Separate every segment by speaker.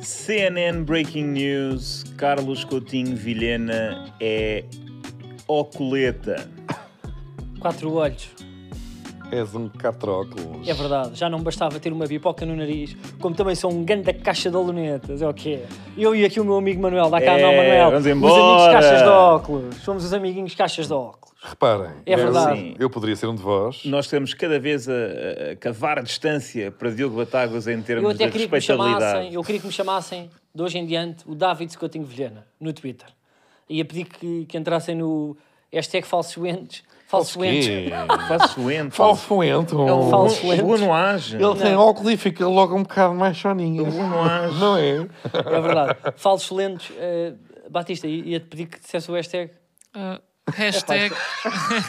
Speaker 1: CNN Breaking News: Carlos Coutinho Vilhena é oculeta.
Speaker 2: Quatro olhos.
Speaker 3: És um catróculos.
Speaker 2: É verdade, já não bastava ter uma bipoca no nariz, como também sou um ganda caixa de lunetas, é o quê? Eu e aqui o meu amigo Manuel, dá cá
Speaker 1: É,
Speaker 2: não, Manuel.
Speaker 1: vamos
Speaker 2: Os amigos
Speaker 1: embora.
Speaker 2: caixas de óculos. Somos os amiguinhos caixas de óculos.
Speaker 3: Reparem,
Speaker 2: É
Speaker 3: eu-
Speaker 2: verdade.
Speaker 3: Eu poderia ser um de vós.
Speaker 1: Nós estamos cada vez a, a cavar a distância para Diogo Batáguas em
Speaker 2: Eu
Speaker 1: termos de
Speaker 2: até queria que me chamassem,
Speaker 1: respeitabilidade.
Speaker 2: eu queria que me chamassem, de hoje em diante, o David Coutinho Vilhena, no Twitter. Ia pedir que, que entrassem no hashtag falsoentes. Falsoentes.
Speaker 1: Faço ente.
Speaker 3: Falfuento.
Speaker 1: Ele-
Speaker 2: É um falso
Speaker 1: Boa-
Speaker 2: ente.
Speaker 1: Boa noagem.
Speaker 3: Ele tem óculos e fica logo um bocado mais soninho.
Speaker 1: noagem.
Speaker 3: Não é?
Speaker 2: É verdade. Falsos lentos. eh, Batista, i- ia-te pedir que dissesse o hashtag.
Speaker 4: Ah, hashtag.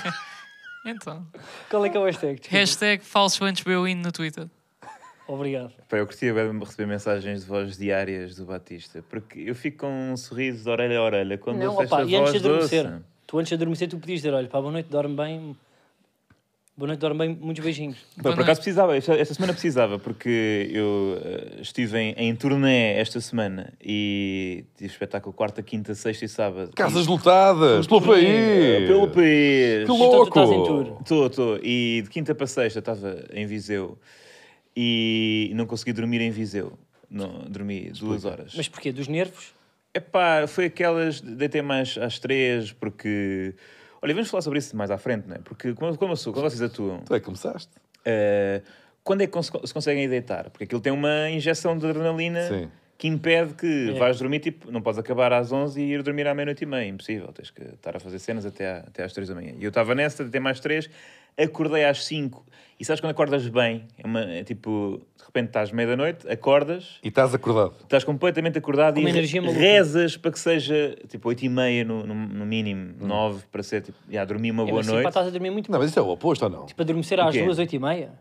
Speaker 4: então.
Speaker 2: Qual é que é o hashtag? Desculpa.
Speaker 4: Hashtag falso antes BOIN no Twitter.
Speaker 2: Obrigado.
Speaker 1: Pá, eu curtia bem receber mensagens de voz diárias do Batista, porque eu fico com um sorriso de orelha a orelha quando
Speaker 2: Não,
Speaker 1: ele fecha
Speaker 2: opa,
Speaker 1: a
Speaker 2: e antes de
Speaker 1: voz
Speaker 2: adormecer,
Speaker 1: doce.
Speaker 2: tu antes de adormecer, tu podias dizer: olha, pá, boa noite, dorme bem. Boa noite, dorme bem, muitos beijinhos.
Speaker 1: Pá,
Speaker 4: Boa
Speaker 1: por
Speaker 4: noite.
Speaker 1: acaso precisava, esta, esta semana precisava, porque eu eh, estive em, em turnê esta semana e tive espetáculo quarta, quinta, sexta e sábado.
Speaker 3: Casas lotadas, pelo
Speaker 1: E- Eh,
Speaker 3: país.
Speaker 1: Pelo país!
Speaker 3: Que
Speaker 2: Então tu
Speaker 3: louco.
Speaker 2: estás em tour.
Speaker 1: Estou, estou. E de quinta para sexta estava em Viseu e não consegui dormir em Viseu. Não, dormi duas horas.
Speaker 2: Mas porquê? Dos nervos?
Speaker 1: Epá, foi aquelas. de- Deitei mais às três, porque. Olha, vamos falar sobre isso mais à frente, não é? Porque quando, quando, eu sou- quando vocês atuam,
Speaker 3: Tu é que começaste.
Speaker 1: eh, quando é que cons- se conseguem deitar? Porque aquilo tem uma injeção de adrenalina
Speaker 3: Sim.
Speaker 1: que impede que
Speaker 2: É.
Speaker 1: vais dormir, tipo, não podes acabar às 11 e ir dormir à meia-noite e meia. Impossível, tens que estar a fazer cenas até, à- até às três da manhã. E eu estava nessa, até mais três, acordei às cinco E sabes quando acordas bem? É, uma, é tipo, de repente estás meia-da-noite, acordas
Speaker 3: E estás acordado.
Speaker 1: Estás completamente acordado
Speaker 2: Com
Speaker 1: e
Speaker 2: uma energia maluca.
Speaker 1: rezas para que seja tipo 8 e meia no, no, no mínimo,
Speaker 3: Hum.
Speaker 1: 9 para ser tipo, já dormi uma
Speaker 2: É,
Speaker 1: boa
Speaker 2: mas assim, pá,
Speaker 1: noite.
Speaker 2: estás a dormir muito.
Speaker 3: Não, mas isso é o oposto ou não?
Speaker 2: Para adormecer
Speaker 1: O
Speaker 2: às
Speaker 1: quê?
Speaker 2: duas, oito e meia.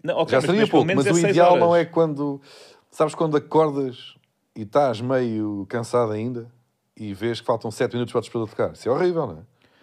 Speaker 1: Não, ok,
Speaker 3: Já
Speaker 1: mas-
Speaker 3: seria
Speaker 1: mas pelo
Speaker 3: pouco,
Speaker 1: menos
Speaker 3: mas o
Speaker 1: seis
Speaker 3: ideal
Speaker 1: horas.
Speaker 3: não é quando. Sabes quando acordas e estás meio cansado ainda e vês que faltam 7 minutos para o despertador tocar. Isso é horrível, não é?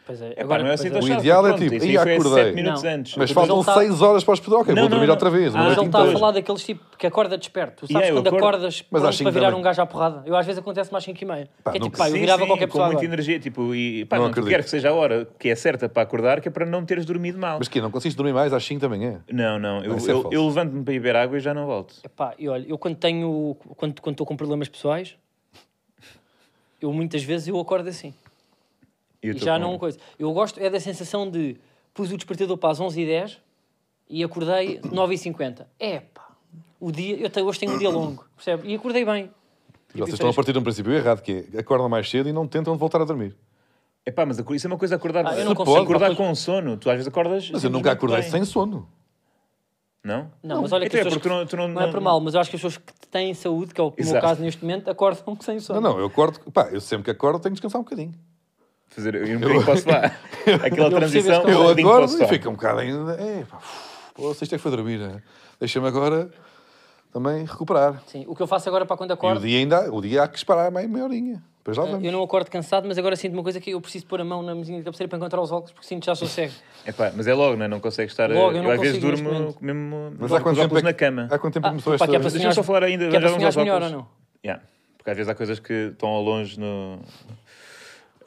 Speaker 2: Pois é,
Speaker 1: Epá,
Speaker 2: agora
Speaker 1: não é assim
Speaker 2: pois
Speaker 1: tão
Speaker 3: O
Speaker 1: chato,
Speaker 3: ideal é
Speaker 1: pronto,
Speaker 3: tipo,
Speaker 1: isso aí
Speaker 3: "Ih,
Speaker 1: foi
Speaker 3: acordei."
Speaker 1: 7 minutos
Speaker 2: Não.
Speaker 1: antes.
Speaker 3: Mas
Speaker 2: Mas
Speaker 3: faltam
Speaker 2: ele tá-
Speaker 3: 6 horas para o despertador. Ok,
Speaker 1: Não,
Speaker 3: vou
Speaker 1: não,
Speaker 3: dormir
Speaker 1: não.
Speaker 3: outra vez. uma
Speaker 1: Ah,
Speaker 2: Mas
Speaker 3: noite
Speaker 2: ele está a
Speaker 3: inteira.
Speaker 2: falar daqueles tipo que acorda desperto. Tu sabes
Speaker 1: Yeah, é, eu
Speaker 2: quando
Speaker 1: acordo.
Speaker 2: acordas
Speaker 3: Mas às
Speaker 2: pronto
Speaker 3: cinco
Speaker 2: para
Speaker 3: da
Speaker 2: virar
Speaker 3: manhã.
Speaker 2: um gajo à porrada. Eu às vezes acontece mais 5 e meia.
Speaker 3: Pá,
Speaker 2: que é
Speaker 3: não
Speaker 2: tipo, pá, eu
Speaker 1: Sim,
Speaker 2: virava
Speaker 1: sim,
Speaker 2: qualquer
Speaker 1: com
Speaker 2: pessoa
Speaker 1: muita
Speaker 2: agora.
Speaker 1: energia, tipo, e pá,
Speaker 3: Não
Speaker 1: não,
Speaker 3: acredito.
Speaker 1: quero que seja a hora que é certa para acordar, que é para não teres dormido mal.
Speaker 3: Mas que Não conseguiste dormir mais às 5 da manhã?
Speaker 1: Não, não, eu,
Speaker 3: Isso é
Speaker 1: eu-
Speaker 3: falso.
Speaker 1: eu levanto-me para ir beber água e já não volto.
Speaker 2: Epá, e olha, eu quando tenho. Quando quando estou com problemas pessoais, eu muitas vezes eu acordo assim.
Speaker 1: Eu
Speaker 2: E
Speaker 1: estou
Speaker 2: já
Speaker 1: com-
Speaker 2: não coisa. Eu gosto é da sensação de pus o despertador para as 11h10 e acordei 9h50. Epá, o dia, eu te- hoje tenho um dia longo, percebe? E acordei bem.
Speaker 3: E Vocês estão a partir de um princípio errado, que é acordam mais cedo e não tentam de voltar a dormir.
Speaker 1: Epá, mas acor- isso é uma coisa acordar,
Speaker 2: Ah, eu
Speaker 3: não consigo.
Speaker 1: acordar com sono. Tu às vezes acordas.
Speaker 3: Mas eu nunca
Speaker 1: simplesmente
Speaker 3: acordei
Speaker 1: bem.
Speaker 3: sem sono.
Speaker 1: Não?
Speaker 2: Não, mas olha que
Speaker 1: Então é
Speaker 2: as pessoas
Speaker 1: porque
Speaker 2: que-
Speaker 1: não- tu não-
Speaker 2: não, é
Speaker 1: não-
Speaker 2: por mal, mas eu acho que as pessoas que têm saúde, que é o que o meu
Speaker 1: Exato.
Speaker 2: caso neste momento, acordam sem sono.
Speaker 3: Não, não, eu acordo. Pá, eu sempre que acordo tenho que descansar um bocadinho.
Speaker 1: fazer ir um bocadinho para o sofá. Aquela
Speaker 2: Eu percebo esse
Speaker 1: transição.
Speaker 2: conceito.
Speaker 3: Eu
Speaker 1: um bocadinho para o
Speaker 3: acordo
Speaker 1: sofá.
Speaker 3: e fico um bocado ainda. É, pá, uf, pô, isto é que foi dormir, né? Deixa-me agora também recuperar.
Speaker 2: Sim, o que eu faço agora para quando
Speaker 3: E o
Speaker 2: acordo,
Speaker 3: dia ainda o dia há que esperar mais meia horinha. Depois lá
Speaker 2: É, eu
Speaker 3: vamos.
Speaker 2: não acordo cansado, mas agora sinto uma coisa que eu preciso pôr a mão na mesinha de cabeceira para encontrar os óculos, porque sinto que já sou cego.
Speaker 1: Epá, mas é logo, não é? Não consegues estar.
Speaker 2: Logo, eu
Speaker 1: eu
Speaker 2: não
Speaker 1: às vezes
Speaker 2: consigo neste
Speaker 1: durmo
Speaker 2: momento.
Speaker 1: mesmo
Speaker 3: Mas
Speaker 1: com
Speaker 3: há
Speaker 1: os
Speaker 3: quanto tempo
Speaker 1: óculos
Speaker 3: é
Speaker 1: na
Speaker 3: que,
Speaker 1: cama.
Speaker 3: há quanto tempo
Speaker 2: Ah,
Speaker 3: começou
Speaker 2: pá,
Speaker 3: esta...
Speaker 2: que é para
Speaker 1: Deixa-me só falar ainda.
Speaker 2: Que é
Speaker 1: já
Speaker 2: para
Speaker 1: vamos aos
Speaker 2: sonhares melhor ou
Speaker 1: óculos.
Speaker 2: não?
Speaker 1: Yeah. Porque às vezes há coisas que estão ao longe no,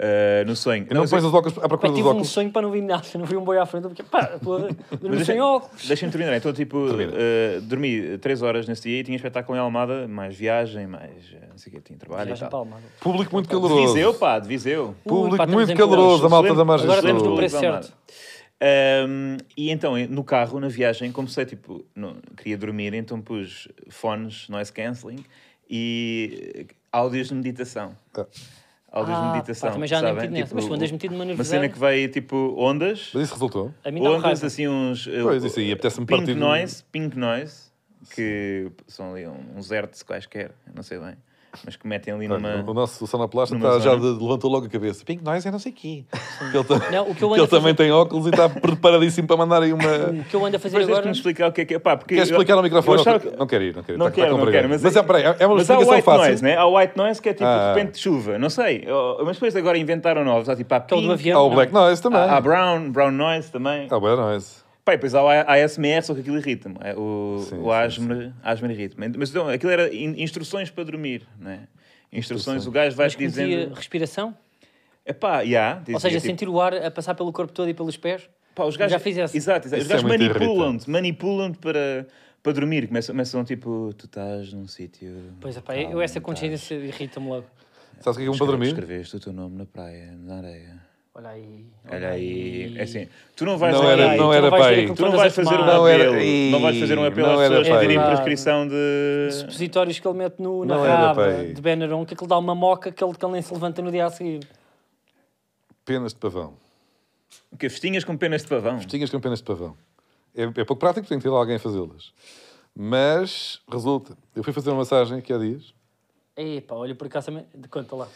Speaker 1: eh, no sonho.
Speaker 3: Não
Speaker 1: mas
Speaker 3: pões os óculos à
Speaker 2: Pá,
Speaker 3: procura dos
Speaker 2: tive um
Speaker 3: óculos.
Speaker 2: sonho para não vir nada, não vi um boi à frente, porque pá, pô, dormi sem
Speaker 1: deixa-
Speaker 2: óculos.
Speaker 1: Deixa-me terminar. Então, tipo,
Speaker 3: Termina.
Speaker 1: eh, dormi 3 horas nesse dia e tinha espetáculo em Almada, mais viagem, mais. eh, Não sei o que, tinha trabalho
Speaker 2: Viagem
Speaker 1: e
Speaker 2: para
Speaker 1: tal.
Speaker 2: Almada.
Speaker 3: Público muito
Speaker 1: De Viseu,
Speaker 3: caloroso.
Speaker 1: pá, de Viseu.
Speaker 2: Ui, pá,
Speaker 3: Público
Speaker 2: estamos
Speaker 3: muito
Speaker 2: em
Speaker 3: caloroso, a
Speaker 2: Pelouros.
Speaker 3: malta da margem
Speaker 2: Agora
Speaker 3: sul.
Speaker 2: estamos no preço
Speaker 1: Almada.
Speaker 2: certo.
Speaker 1: Ahm, e então, no carro, na viagem, comecei, tipo, não, queria dormir, então pus fones, noise cancelling e eh, áudios de meditação.
Speaker 3: Ah.
Speaker 1: Áudios
Speaker 2: Ah,
Speaker 1: de
Speaker 2: pá,
Speaker 1: meditação,
Speaker 2: também já andei
Speaker 1: sabem?
Speaker 2: metido nessa, mas tu andas metido numa
Speaker 1: Uma
Speaker 2: nervoseira.
Speaker 1: cena que vai, tipo, ondas,
Speaker 3: Mas isso resultou.
Speaker 2: A mim dá
Speaker 1: ondas,
Speaker 2: raiva.
Speaker 1: assim, uns... eh,
Speaker 3: Pois, isso aí, apetece-me
Speaker 1: pink
Speaker 3: partir no-
Speaker 1: noise, pink noise, que são ali uns hertz quaisquer, não sei bem, mas que metem ali numa...
Speaker 3: O nosso sonoplasta
Speaker 1: numa
Speaker 3: está, já
Speaker 1: zona.
Speaker 3: de- levantou logo a cabeça. Pink Noise é não sei quê. Que ele, ta-
Speaker 2: Não, o que
Speaker 3: que
Speaker 2: eu
Speaker 3: ele
Speaker 2: ando a fazer,
Speaker 3: também tem óculos e está preparadíssimo para mandar aí uma...
Speaker 2: o que eu ando a fazer
Speaker 1: Depois tens que
Speaker 2: agora...
Speaker 1: me explicar o que é que é. Pá, porque
Speaker 3: Queres
Speaker 1: eu-
Speaker 3: explicar ao
Speaker 1: eu
Speaker 3: microfone?
Speaker 1: achava
Speaker 3: Não,
Speaker 1: que-
Speaker 3: não quero ir, não quero ir.
Speaker 1: Não
Speaker 3: Tá- tá
Speaker 1: quero, não
Speaker 3: complicado.
Speaker 1: quero. Mas,
Speaker 3: Mas, é, peraí, é uma
Speaker 1: mas há
Speaker 3: explicação
Speaker 1: white
Speaker 3: fácil.
Speaker 1: noise, né? Há o white noise que é tipo
Speaker 3: Ah.
Speaker 1: de repente chuva, não sei. Oh, Mas depois agora inventaram novos. Há tipo há
Speaker 2: Que é o do
Speaker 1: pink,
Speaker 2: avião.
Speaker 3: Há o
Speaker 2: não.
Speaker 1: Ah,
Speaker 3: Black Noise também. Ah.
Speaker 1: há, há brown, brown noise também.
Speaker 3: Há o Black Noise.
Speaker 1: Pá, Pá, e depois há o A- ASMR, só que aquilo irrita-me. É, O,
Speaker 3: Sim,
Speaker 1: o
Speaker 3: sim,
Speaker 1: Asmer, Asmer irrita-me. Mas então, aquilo era in- instruções para dormir, né? Instruções, o gajo
Speaker 2: Mas
Speaker 1: vai-te
Speaker 2: que metia
Speaker 1: dizendo.
Speaker 2: é
Speaker 1: tipo,
Speaker 2: respiração?
Speaker 1: Epá, já.
Speaker 2: Ou seja, sentir o ar a passar pelo corpo todo e pelos pés?
Speaker 1: Pá, os gajos,
Speaker 2: Já fiz essa.
Speaker 1: Exato, exato.
Speaker 3: Isso
Speaker 1: Os gajos
Speaker 3: é muito
Speaker 1: manipulam-te, manipulam-te para, para dormir. Começam, começam tipo, tu estás num sítio.
Speaker 2: Pois é, pá, eu
Speaker 1: calmo,
Speaker 2: essa
Speaker 1: estás-
Speaker 2: consciência irrita-me logo.
Speaker 3: Sabes o que é que é um para dormir?
Speaker 1: Escreveste o teu nome na praia, na areia.
Speaker 2: Olha aí.
Speaker 1: Olha aí. É assim, tu não vais
Speaker 3: Não
Speaker 1: olhar
Speaker 3: era-
Speaker 1: aí,
Speaker 3: não
Speaker 1: tu
Speaker 3: era
Speaker 2: vais
Speaker 3: para
Speaker 2: ver
Speaker 3: aí.
Speaker 2: aquilo
Speaker 1: Tu não
Speaker 2: todas
Speaker 1: vais
Speaker 2: as
Speaker 1: fazer um
Speaker 2: semanas.
Speaker 3: Não é- era-
Speaker 1: apelo.
Speaker 3: Ih,
Speaker 1: Não vais fazer um apelo
Speaker 3: não
Speaker 1: às
Speaker 3: era
Speaker 1: pessoas
Speaker 3: para
Speaker 1: fazerem
Speaker 2: aí.
Speaker 1: prescrição
Speaker 2: Os
Speaker 1: de.
Speaker 2: supositórios que ele mete no, na
Speaker 3: Não era
Speaker 2: raba
Speaker 3: para aí.
Speaker 2: de Benaron, que aquilo dá uma moca que ele, que ele nem se levanta no dia a seguir.
Speaker 3: Penas de pavão.
Speaker 1: O quê? Festinhas com penas de pavão.
Speaker 3: Tinhas com penas de pavão. É, é pouco prático, tem que ter lá alguém a fazê-las. Mas resulta. Eu fui fazer uma massagem aqui há dias.
Speaker 2: Epá, olha, por acaso também. de- Conta lá.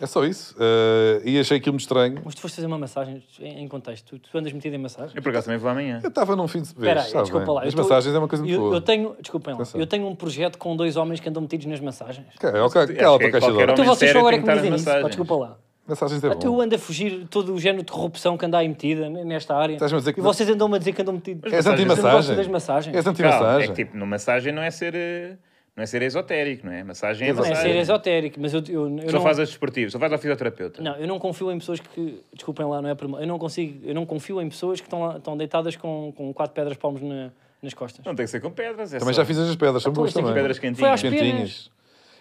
Speaker 3: É só isso. Ah, e achei aquilo muito estranho.
Speaker 2: Mas tu foste fazer uma massagem em em contexto. Tu, tu andas metido em massagem?
Speaker 1: Eu por acaso também vou amanhã.
Speaker 3: Eu estava num fim de semana.
Speaker 2: Espera aí, desculpa lá. eu
Speaker 3: As
Speaker 2: tô-
Speaker 3: massagens é uma coisa muito
Speaker 2: eu,
Speaker 3: boa.
Speaker 2: eu tenho, desculpem lá,
Speaker 3: Atenção.
Speaker 2: eu tenho um projeto com dois homens que andam metidos nas massagens.
Speaker 3: Ok, ok,
Speaker 1: que
Speaker 3: cala para
Speaker 1: é
Speaker 3: a caixa de
Speaker 1: qualquer
Speaker 3: hora.
Speaker 2: Então
Speaker 1: Homem
Speaker 2: vocês só
Speaker 1: sério
Speaker 2: agora é que
Speaker 1: tem que
Speaker 2: me
Speaker 1: estar
Speaker 2: dizem
Speaker 1: nas
Speaker 2: isso, pá,
Speaker 1: massagens.
Speaker 2: desculpa lá.
Speaker 3: Massagens é
Speaker 2: Ah, Tu
Speaker 3: bom.
Speaker 2: anda a fugir todo o género de corrupção que anda aí metida n- nesta área.
Speaker 3: Estás-me a dizer que
Speaker 2: e
Speaker 3: não- é
Speaker 2: vocês andam-me a dizer que andam metidos.
Speaker 3: És
Speaker 1: massagens.
Speaker 2: Eu não gosto
Speaker 3: anti-massagem.
Speaker 2: das massagens.
Speaker 3: És
Speaker 1: Calma, é
Speaker 3: anti-massagem.
Speaker 1: que tipo, no massagem não é ser. eh, Não é ser esotérico, não é? Massagem é
Speaker 2: Não é
Speaker 1: massagem.
Speaker 2: ser esotérico, mas eu, eu, eu
Speaker 1: Tu
Speaker 2: não,
Speaker 1: Só faz assim. as desportivas, só faz ao fisioterapeuta.
Speaker 2: não, eu não confio em pessoas que. Desculpem lá, não é por mal. Eu não consigo, eu não confio em pessoas que estão, lá, estão deitadas com, com quatro pedras palmos na- nas costas.
Speaker 1: Não tem que ser com pedras. É
Speaker 3: Também
Speaker 1: só
Speaker 3: já fiz as pedras, são
Speaker 2: Então,
Speaker 3: boas
Speaker 2: isto é que
Speaker 3: também.
Speaker 1: pedras
Speaker 2: Foi
Speaker 1: quentinhas.
Speaker 2: às penas.
Speaker 3: Quentinhas.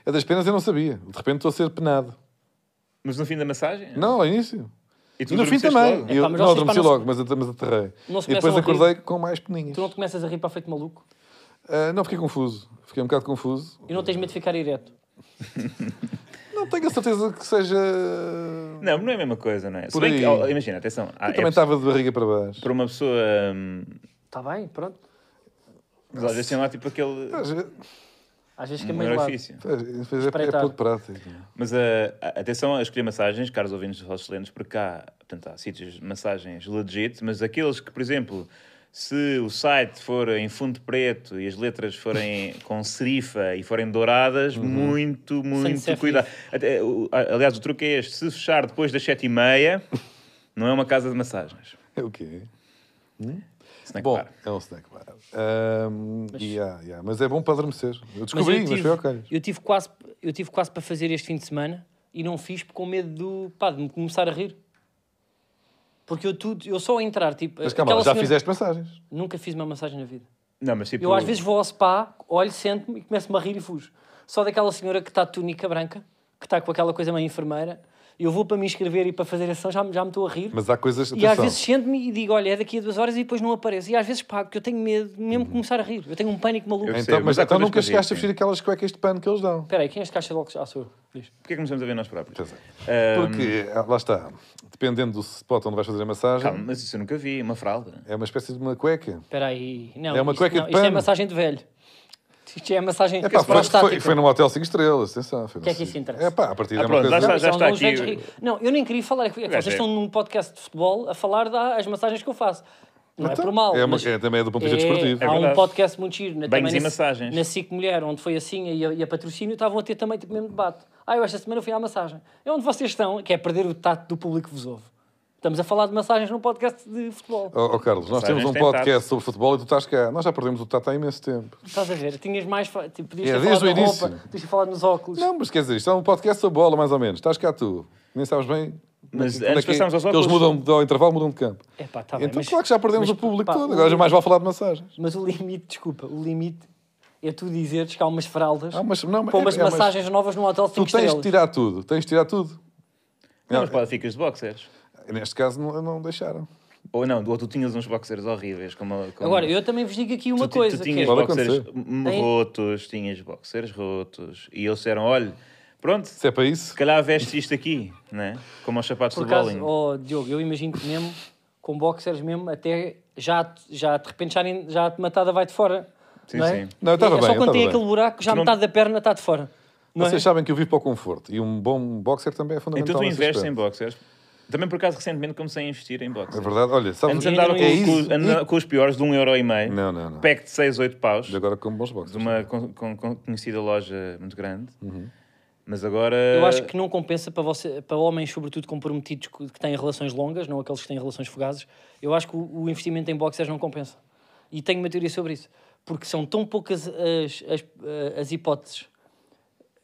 Speaker 3: A das penas eu não sabia. De repente estou a ser penado.
Speaker 1: Mas no fim da massagem?
Speaker 3: Não, ao início.
Speaker 1: É. E tu
Speaker 3: E no fim
Speaker 1: dormeceste
Speaker 3: também.
Speaker 1: logo?
Speaker 3: Eu,
Speaker 2: Epá, mas
Speaker 3: não,
Speaker 2: vocês para
Speaker 3: adormeci
Speaker 2: não se-
Speaker 3: logo, mas, mas aterrei.
Speaker 2: Não se
Speaker 3: E depois
Speaker 2: começam a rir.
Speaker 3: acordei com mais peninhas.
Speaker 2: Tu não te começas a rir para feito maluco
Speaker 3: Ah, não, fiquei confuso. Fiquei um bocado confuso.
Speaker 2: e não tens medo de ficar ereto.
Speaker 3: Não tenho a certeza que seja...
Speaker 1: Ah, Não, não é a mesma coisa, não é? Se
Speaker 3: Por
Speaker 1: bem que,
Speaker 3: aí.
Speaker 1: oh, imagina, atenção. há-
Speaker 3: Eu
Speaker 1: é
Speaker 3: também estava de barriga para baixo.
Speaker 1: Para uma pessoa. hum,
Speaker 2: Está Tá bem, pronto.
Speaker 1: Mas às vezes tem lá tipo aquele.
Speaker 3: Às vezes-
Speaker 2: Às vezes
Speaker 3: é
Speaker 2: fica
Speaker 1: Um
Speaker 2: meio de lado.
Speaker 1: orifício.
Speaker 3: às vezes é, é
Speaker 2: Espreitar.
Speaker 3: pouco prático.
Speaker 1: Mas ah, a- atenção a escolher massagens, caros ouvintes dos vossos excelentes, porque há, portanto, há sítios de massagens legit, mas aqueles que, por exemplo, se o site for em fundo preto e as letras forem com serifa e forem douradas,
Speaker 3: Uhum.
Speaker 1: muito, muito
Speaker 2: ser
Speaker 1: cuidado. Até, o- a- aliás, o truque é este: se fechar depois das sete e meia, não é uma casa de massagens.
Speaker 3: É o quê?
Speaker 1: Snack
Speaker 3: Bom,
Speaker 1: bar.
Speaker 3: é um snack bar. Ahm, e há- e há, mas... é bom para adormecer. Eu
Speaker 2: Mas é
Speaker 3: descobri,
Speaker 2: eu
Speaker 3: mas,
Speaker 2: tive,
Speaker 3: foi ok.
Speaker 2: eu tive quase Eu tive quase para fazer este fim de semana e não fiz com medo do, pá, de me começar a rir. Porque eu, tudo, eu só a entrar, tipo...
Speaker 3: Mas calma,
Speaker 2: aquela
Speaker 3: lá, já
Speaker 2: senhora-
Speaker 3: fizeste massagens.
Speaker 2: Nunca fiz uma massagem na vida.
Speaker 1: Não, mas tipo.
Speaker 2: Eu às vezes vou ao spa, olho, sento-me e começo-me a rir e fujo. Só daquela senhora que está de túnica branca, que está com aquela coisa meio enfermeira, eu vou para me inscrever e para fazer a sessão, já, me- já me estou a rir.
Speaker 3: Mas há coisas.
Speaker 2: E às
Speaker 3: atenção.
Speaker 2: vezes sento-me e digo, olha, é daqui a duas horas e depois não apareço. E às vezes pago, porque eu tenho medo de
Speaker 3: Uhum.
Speaker 2: mesmo de começar a rir. Eu tenho um pânico maluco.
Speaker 1: Eu-
Speaker 3: Então,
Speaker 1: percebo,
Speaker 3: mas
Speaker 1: mas há
Speaker 3: então
Speaker 1: coisas
Speaker 3: nunca
Speaker 1: que
Speaker 3: chegaste a
Speaker 1: existem.
Speaker 3: vestir aquelas cuecas de pano que eles dão.
Speaker 2: Espera aí, quem é este caixa de óculos? Ah, sou eu. Diz.
Speaker 1: Porquê é que nos estamos a ver nós próprios?
Speaker 3: Então,
Speaker 1: Eh,
Speaker 3: Porque, ah, lá está, dependendo do spot onde vais fazer a massagem,
Speaker 1: Calma, mas isso eu nunca vi, uma fralda.
Speaker 3: é uma espécie de uma cueca.
Speaker 2: Espera aí. Não,
Speaker 3: É uma
Speaker 2: isto,
Speaker 3: cueca
Speaker 2: não,
Speaker 3: de
Speaker 2: isto é
Speaker 3: pano.
Speaker 2: massagem de velho. Isto é massagem
Speaker 3: É pá, foi, foi,
Speaker 2: prostática.
Speaker 3: foi num hotel 5 estrelas, atenção. O
Speaker 2: Que é que isso interessa?
Speaker 3: É pá, a partir
Speaker 1: Ah,
Speaker 3: de uma
Speaker 1: pronto, lá
Speaker 3: coisa.
Speaker 1: está.
Speaker 2: Não,
Speaker 1: Já
Speaker 2: são os
Speaker 1: aqui.
Speaker 2: velhos ri- Não, eu nem queria falar. É que vocês
Speaker 1: é.
Speaker 2: estão num podcast de futebol a falar das as massagens que eu faço. Não é
Speaker 3: Então,
Speaker 2: por mal.
Speaker 3: é uma-
Speaker 2: mas
Speaker 3: é também do ponto de vista desportivo. É
Speaker 2: Há um
Speaker 1: verdade.
Speaker 2: podcast muito giro. na-
Speaker 1: Banhos
Speaker 2: também
Speaker 1: e
Speaker 2: na-
Speaker 1: massagens.
Speaker 2: Na SIC Mulher, onde foi assim e a, e a patrocínio, estavam a ter também tipo, mesmo debate. Ah, eu esta semana fui à massagem. É onde vocês estão, que é perder o tato do público que vos ouve. Estamos a falar de massagens num podcast de futebol.
Speaker 3: Ó ó, Carlos, nós
Speaker 1: Massagens
Speaker 3: temos um
Speaker 1: tem
Speaker 3: podcast
Speaker 1: tato.
Speaker 3: sobre futebol e tu estás cá. Nós já perdemos o tato há imenso tempo.
Speaker 2: Estás a ver? Tinhas mais. fa- Tipo, podias
Speaker 3: É,
Speaker 2: ter
Speaker 3: desde
Speaker 2: falado
Speaker 3: o
Speaker 2: na
Speaker 3: início.
Speaker 2: roupa, podias ter falado nos óculos.
Speaker 3: Não, mas quer dizer, isto é um podcast sobre bola, mais ou menos. Estás cá tu. Nem sabes bem. como é
Speaker 1: Mas
Speaker 3: que-
Speaker 1: antes
Speaker 3: como é que-
Speaker 1: passamos aos Ah,
Speaker 3: que
Speaker 1: óculos.
Speaker 3: Eles mudam de- ao intervalo, mudam de campo.
Speaker 2: Epá, tá bem,
Speaker 3: então,
Speaker 2: mas-
Speaker 3: claro que já perdemos
Speaker 2: mas,
Speaker 3: o público
Speaker 2: pá,
Speaker 3: todo.
Speaker 2: o-
Speaker 3: Agora é mais vale falar de massagens.
Speaker 2: Mas o limite, desculpa, o limite é tu dizeres que há umas fraldas
Speaker 3: Ah, mas- não, mas-
Speaker 2: para umas
Speaker 3: é, é, mas-
Speaker 2: massagens novas num hotel de
Speaker 3: Tu
Speaker 2: 5
Speaker 3: tens de
Speaker 2: estrelas.
Speaker 3: tirar tudo. Tens de tirar tudo.
Speaker 1: Não,
Speaker 3: Não,
Speaker 1: mas pode, ficas de boxers.
Speaker 3: Neste caso, não, não deixaram.
Speaker 1: Ou não, ou tu tinhas uns boxers horríveis. Como, como...
Speaker 2: Agora, eu também vos digo aqui uma
Speaker 1: tu, ti-
Speaker 2: coisa.
Speaker 1: Tu
Speaker 2: que
Speaker 1: tinhas
Speaker 2: é-
Speaker 3: Pode
Speaker 1: boxers
Speaker 3: acontecer.
Speaker 1: m-
Speaker 2: Aí-
Speaker 1: rotos, tinhas boxers rotos. E eles disseram: olha, pronto, se
Speaker 3: Se é para isso,
Speaker 1: calhar veste isto aqui, né? Como aos sapatos
Speaker 2: Por
Speaker 1: do
Speaker 2: acaso,
Speaker 1: bowling.
Speaker 2: oh, Diogo, eu imagino que mesmo com boxers mesmo, até já, já de repente já, nem- já a matada vai de fora.
Speaker 1: Sim,
Speaker 2: não é?
Speaker 1: sim.
Speaker 3: Não, eu tava
Speaker 2: É
Speaker 3: bem,
Speaker 2: Só
Speaker 3: eu
Speaker 2: quando
Speaker 3: tava
Speaker 2: tem
Speaker 3: bem.
Speaker 2: aquele buraco, já
Speaker 1: Tu não-
Speaker 2: metade da perna está de fora. Não
Speaker 3: vocês
Speaker 2: é?
Speaker 3: sabem que eu vivo para o conforto. E um bom boxer também é fundamental.
Speaker 1: Então tu
Speaker 3: nesse
Speaker 1: investes em
Speaker 3: aspecto.
Speaker 1: boxers. Também por acaso recentemente comecei a investir em boxers.
Speaker 3: É verdade. Olha, sabes...
Speaker 1: Antes andaram
Speaker 2: É
Speaker 1: com,
Speaker 3: isso.
Speaker 1: com- andaram com os piores de um euro e meio.
Speaker 3: Não, não, não.
Speaker 1: Pack de 6, 8 paus.
Speaker 3: E Agora como bons boxers. Uhum.
Speaker 1: de uma con- con- con- conhecida loja muito grande. Mas agora.
Speaker 2: Eu acho que não compensa para, você, para homens, sobretudo comprometidos que que têm relações longas, não aqueles que têm relações fugazes. Eu acho que o, o investimento em boxers não compensa. E tenho uma teoria sobre isso. Porque são tão poucas as, as, as hipóteses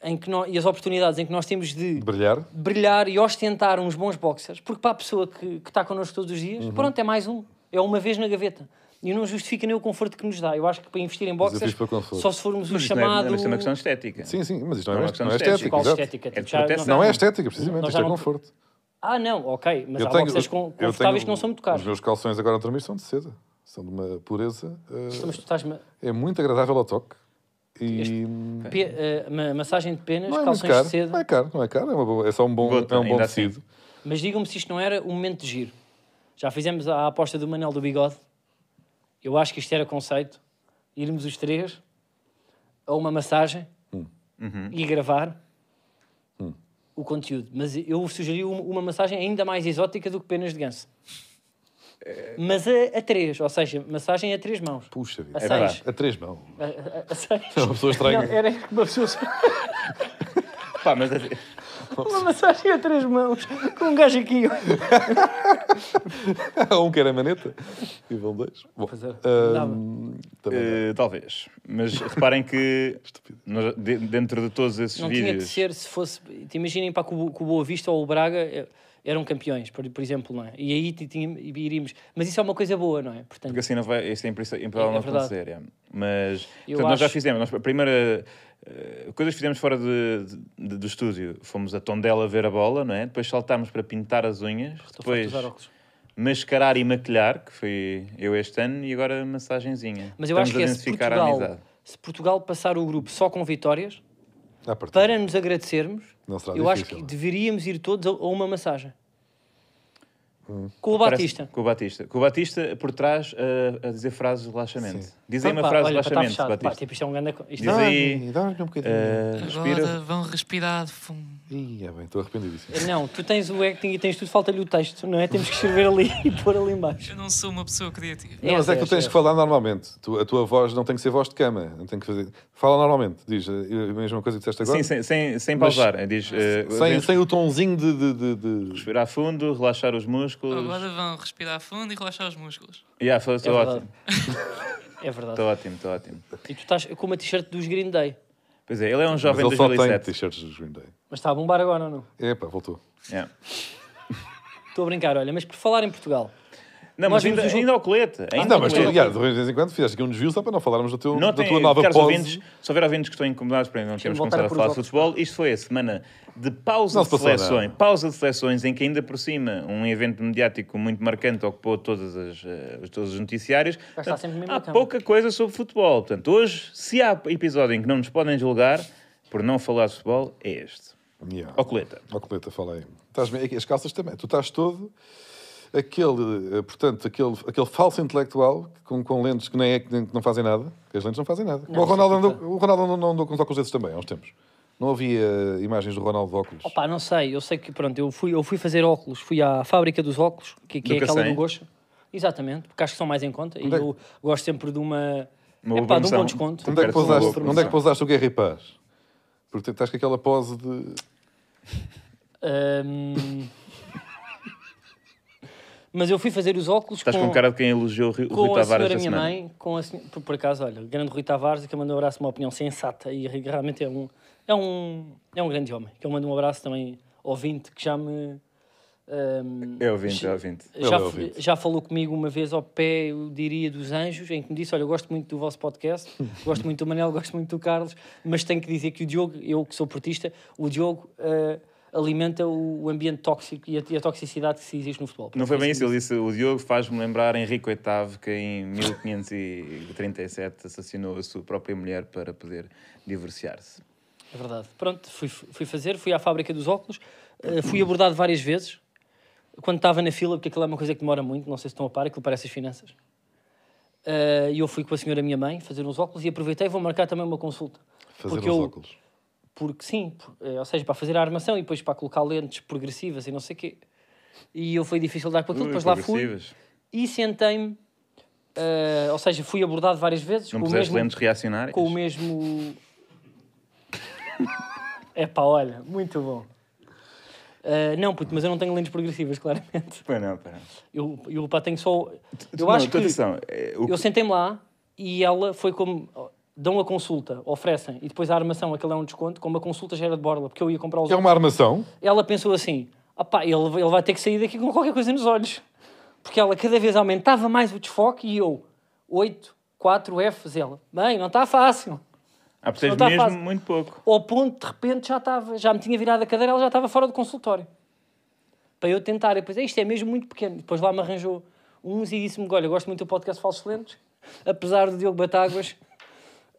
Speaker 2: em que nó- e as oportunidades em que nós temos de
Speaker 3: De brilhar.
Speaker 2: brilhar e ostentar uns bons boxers, porque para a pessoa que, que está connosco todos os
Speaker 3: Uhum.
Speaker 2: dias, pronto, é mais um, é uma vez na gaveta. E não justifica nem o conforto que nos dá. Eu acho que para investir em boxers,
Speaker 3: fiz para conforto.
Speaker 2: só se formos o
Speaker 1: Mas isto não é-
Speaker 2: chamado.
Speaker 1: mas isto é uma questão estética.
Speaker 3: Sim, sim, mas isto não,
Speaker 1: Não é
Speaker 3: é,
Speaker 1: uma questão
Speaker 3: não é estética.
Speaker 2: Qual
Speaker 3: exato.
Speaker 2: estética?
Speaker 1: É
Speaker 2: Tipo,
Speaker 1: de
Speaker 2: já-
Speaker 1: protesto.
Speaker 3: Não é estética, precisamente.
Speaker 2: Nós
Speaker 3: Isto
Speaker 2: já
Speaker 3: é
Speaker 2: não-
Speaker 3: conforto.
Speaker 2: Ah, não, ok, mas há boxers con-
Speaker 3: eu
Speaker 2: confortáveis
Speaker 3: tenho-
Speaker 2: que não são muito caros.
Speaker 3: Os meus calções agora a dormir são de seda. São de uma pureza. eh,
Speaker 2: Mas tu estás. ma-
Speaker 3: é muito agradável ao toque. E
Speaker 2: pe- eh, ma- massagem de penas,
Speaker 3: não é muito
Speaker 2: calções
Speaker 3: caro.
Speaker 2: de seda.
Speaker 3: Não é caro, não é caro. É, uma boa- é só um bom,
Speaker 1: Gota,
Speaker 3: é um bom
Speaker 1: ainda assim.
Speaker 3: tecido.
Speaker 2: Mas digam-me se isto não era um momento de giro. Já fizemos a aposta do Manel do Bigode. Eu acho que isto era conceito. Irmos os três a uma massagem
Speaker 3: Hum. Uhum.
Speaker 2: e gravar o conteúdo. Mas eu sugeri uma, uma massagem ainda mais exótica do que penas de ganso.
Speaker 3: É.
Speaker 2: Mas a, a três, ou seja, massagem a três mãos.
Speaker 3: Puxa vida.
Speaker 2: A
Speaker 3: É
Speaker 2: seis.
Speaker 3: verdade. A três mãos.
Speaker 2: A, a- a seis.
Speaker 3: É uma pessoa
Speaker 2: Não,
Speaker 3: estranha.
Speaker 2: era uma pessoa só-
Speaker 1: Pá, mas
Speaker 2: Uma massagem a três mãos com um gajo aqui.
Speaker 3: Há um que era maneta. E vão dois. Bom,
Speaker 2: é,
Speaker 3: ah,
Speaker 2: dava.
Speaker 3: também dá.
Speaker 1: eh, talvez. Mas reparem que nós- de- dentro de todos esses
Speaker 2: Não tinha de
Speaker 1: vídeos.
Speaker 2: ser se fosse. te Imaginem para que o, que o Boa Vista ou o Braga eh, eram campeões, por, por exemplo, não é? E aí ti- tinha- iríamos. Mas isso é uma coisa boa, não é? Portanto,
Speaker 1: Porque assim não vai, isso é impressa- improvável
Speaker 2: É
Speaker 1: não
Speaker 2: verdade.
Speaker 1: acontecer. é. Mas
Speaker 2: Eu
Speaker 1: portanto, nós já
Speaker 2: acho-
Speaker 1: fizemos. Nós, a primeira eh, coisas que fizemos fora de- de- do estúdio fomos a Tondela ver a bola, não é? Depois saltámos para pintar as unhas,
Speaker 2: estou farto de
Speaker 1: depois
Speaker 2: usar óculos.
Speaker 1: mascarar e maquilhar, que fui eu este ano, e agora massagenzinha.
Speaker 2: Mas eu
Speaker 1: Estamos
Speaker 2: acho que
Speaker 1: a
Speaker 2: é se
Speaker 1: densificar a
Speaker 2: Portugal,
Speaker 1: amizade.
Speaker 2: se Portugal passar o grupo só com vitórias,
Speaker 3: À partida.
Speaker 2: para nos agradecermos,
Speaker 3: Não será
Speaker 2: eu acho
Speaker 3: difícil,
Speaker 2: que
Speaker 3: não é?
Speaker 2: deveríamos ir todos a, a uma massagem. Com o
Speaker 1: Hum. Parece-
Speaker 2: Batista.
Speaker 1: Com o Batista. Com o Batista por trás eh, a, dizer frases de relaxamento.
Speaker 3: Sim.
Speaker 1: Diz aí uma
Speaker 2: Pá,
Speaker 1: frase
Speaker 2: olha, pá,
Speaker 1: de
Speaker 2: tá
Speaker 1: relaxamento,
Speaker 2: fechado. Pá,
Speaker 1: Batista.
Speaker 2: tipo, isto é um grande. co- Isto
Speaker 1: Diz
Speaker 2: é-
Speaker 1: aí-
Speaker 3: Dá-lhe dá-lhe um bocadinho.
Speaker 1: Eh, respira.
Speaker 4: Agora vão respirar. Fum.
Speaker 3: Ih, é bem, estou arrependidíssimo.
Speaker 2: Não, tu tens o acting e tens tudo, falta-lhe o texto, não é? Temos que escrever ali e pôr ali embaixo.
Speaker 4: Eu não sou uma pessoa criativa.
Speaker 3: Não, mas é que tu
Speaker 2: Essa,
Speaker 3: tens
Speaker 2: essa.
Speaker 3: que falar normalmente. Tu- a tua voz não tem que ser voz de cama. Não tem que fazer. Fala normalmente. Diz eh, a mesma coisa que disseste agora.
Speaker 1: Sim, sem, sem, sem
Speaker 3: Mas-
Speaker 1: pausar. Diz, eh,
Speaker 3: Sem, sem o tonzinho de. de, de, de-
Speaker 1: Respirar fundo, relaxar os músculos.
Speaker 4: Agora vão respirar fundo e relaxar os músculos.
Speaker 1: Yeah, foi- Estou
Speaker 2: É verdade.
Speaker 1: ótimo,
Speaker 2: É verdade.
Speaker 3: Então.
Speaker 1: estou ótimo, estou ótimo.
Speaker 2: E tu estás com uma t-shirt dos Green Day.
Speaker 1: Pois é, ele é um
Speaker 3: Mas
Speaker 1: jovem
Speaker 3: ele
Speaker 1: de
Speaker 3: só tem
Speaker 1: 2007.
Speaker 3: t-shirts dos Green Day.
Speaker 2: Mas está a bombar agora ou não?
Speaker 3: Epá, voltou.
Speaker 1: Yeah.
Speaker 2: Estou a brincar, olha. Mas por falar em Portugal,
Speaker 1: Não,
Speaker 2: Nós
Speaker 1: mas ainda,
Speaker 2: vimos o-
Speaker 1: ainda ao colete. Ainda
Speaker 3: Ah, não,
Speaker 1: ao
Speaker 3: mas tu,
Speaker 1: colete.
Speaker 3: já, de vez em quando fizeste aqui um desvio só para não falarmos do teu,
Speaker 1: Não
Speaker 3: da
Speaker 1: tem,
Speaker 3: tua nova
Speaker 1: caros
Speaker 3: pose.
Speaker 1: ouvintes, se houver ouvintes que estão incomodados por ainda não termos
Speaker 2: voltar a
Speaker 1: começado
Speaker 2: pôr
Speaker 1: a falar
Speaker 2: os
Speaker 1: de futebol, isto foi a semana de pausa
Speaker 3: Não se
Speaker 1: de
Speaker 3: passou nada.
Speaker 1: seleções. Pausa de seleções em que ainda por cima um evento mediático muito marcante ocupou todas as, eh, todos os noticiários.
Speaker 2: estar
Speaker 1: Portanto,
Speaker 2: sempre no mesmo
Speaker 1: há
Speaker 2: campo.
Speaker 1: pouca coisa sobre futebol. Portanto, hoje, se há episódio em que não nos podem julgar por não falar de futebol, é este.
Speaker 3: Yeah.
Speaker 1: Ao coleta.
Speaker 3: Ó coleta, fala aí. Estás bem? As calças também. Tu estás todo aquele, eh, portanto, aquele, aquele falso intelectual com, com lentes que nem é que nem- que não fazem nada. Que as lentes não fazem nada. o Ronaldo,
Speaker 2: isso é
Speaker 3: andou, o Ronaldo andou, andou com os óculos desses também, há uns tempos. Não havia eh, imagens do Ronaldo de óculos.
Speaker 2: opá, não sei. Eu sei que, pronto, eu fui, eu fui fazer óculos. Fui à fábrica dos óculos, que, que
Speaker 1: Do
Speaker 2: é aquela
Speaker 1: Cacém.
Speaker 2: do Gocha. Exatamente, porque acho que são mais em conta. E
Speaker 3: Onde é que-
Speaker 2: eu gosto sempre de uma...
Speaker 1: Uma
Speaker 2: Epá, de um
Speaker 1: promoção.
Speaker 2: bom desconto.
Speaker 3: Onde é, que
Speaker 1: Perto de uma boa
Speaker 3: pousaste, onde é que
Speaker 1: promoção.
Speaker 3: pousaste o Guerra e Paz? Porque estás com aquela pose de.
Speaker 2: Ahm, Mas eu fui fazer os óculos
Speaker 1: Estás com cara de quem elogiou o Rui o Rui
Speaker 2: com a
Speaker 1: Tavares
Speaker 2: senhora
Speaker 1: esta
Speaker 2: minha
Speaker 1: semana.
Speaker 2: mãe, com a senhora, por, por acaso, olha, o grande Rui Tavares, que eu mando um abraço, uma opinião sensata e re- realmente é um, é um, é um grande homem. Que eu mando um abraço também ouvinte que já me. ehm,
Speaker 1: É ouvinte, é ouvinte.
Speaker 3: Ele
Speaker 2: já,
Speaker 3: é
Speaker 2: f-
Speaker 3: ouvinte.
Speaker 2: já falou comigo uma vez ao pé, eu diria, dos Anjos, em que me disse: Olha, eu gosto muito do vosso podcast, gosto muito do Manel, gosto muito do Carlos, mas tenho que dizer que o Diogo, eu que sou portista, o Diogo eh, alimenta o, o ambiente tóxico e a, e a toxicidade que se existe no futebol.
Speaker 1: Não foi bem isso, ele disse: o Diogo faz-me lembrar Henrique VIII, que em 1537 assassinou a sua própria mulher para poder divorciar-se.
Speaker 2: É verdade. Pronto, fui, fui fazer, fui à fábrica dos óculos, eh, fui abordado várias vezes, quando estava na fila, porque aquilo é uma coisa que demora muito, não sei se estão a par, aquilo parece as finanças. Eh, E eu fui com a senhora minha mãe fazer uns óculos e aproveitei, vou marcar também uma consulta.
Speaker 3: Fazer
Speaker 2: porque
Speaker 3: os
Speaker 2: eu,
Speaker 3: óculos.
Speaker 2: Porque sim, por- eh, ou seja, para fazer a armação e depois para colocar lentes progressivas e não sei o quê. E eu foi difícil dar com aquilo,
Speaker 1: Ui,
Speaker 2: Então depois lá fui
Speaker 1: progressivas.
Speaker 2: e sentei-me, eh, ou seja, fui abordado várias vezes
Speaker 1: Não
Speaker 2: com o
Speaker 1: puseste
Speaker 2: mesmo
Speaker 1: lentes reacionárias?
Speaker 2: com o mesmo. É pá, olha, muito bom. Ah, não, puto, mas eu não tenho lentes progressivas, claramente.
Speaker 1: Pois não, pois não.
Speaker 2: Eu, eu pá, tenho só. Eu
Speaker 3: Então,
Speaker 1: Não,
Speaker 2: acho que.
Speaker 1: atenção, é, o-
Speaker 2: Eu sentei-me lá e ela foi como. Dão a consulta, oferecem, e depois a armação, aquele é um desconto, como a consulta já era de borla, porque eu ia comprar os
Speaker 3: É uma armação.
Speaker 2: ela pensou assim: "Ah pá, ele, ele vai ter que sair daqui com qualquer coisa nos olhos. Porque ela cada vez aumentava mais o desfoque e eu, 8, 4 Fs, ela, bem, não está fácil.
Speaker 1: Há pessoas
Speaker 2: não tá
Speaker 1: mesmo
Speaker 2: fácil.
Speaker 1: muito pouco.
Speaker 2: Ao ponto, de repente, já estava, já me tinha virado a cadeira, ela já estava fora do consultório. Para eu tentar, e depois, "Eh, isto é mesmo muito pequeno. Depois lá me arranjou uns e disse-me: olha, eu gosto muito do podcast Falsos Lentes, apesar do Diogo Batáguas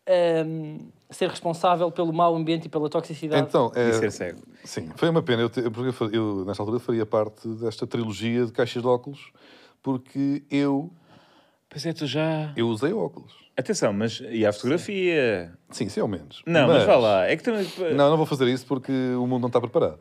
Speaker 2: ehm, ser responsável pelo mau ambiente e pela toxicidade.
Speaker 3: Então, é,
Speaker 1: E ser cego.
Speaker 3: Sim, foi uma pena. Eu, te- porque eu fa- eu, nesta altura, faria parte desta trilogia de caixas de óculos, porque eu,
Speaker 1: Pois é, tu já.
Speaker 3: eu usei óculos.
Speaker 1: Atenção, mas e a fotografia?
Speaker 3: Sim, sim, ao menos.
Speaker 1: Não, mas, vá lá. É que também.
Speaker 3: Não, não vou fazer isso porque o mundo não está preparado.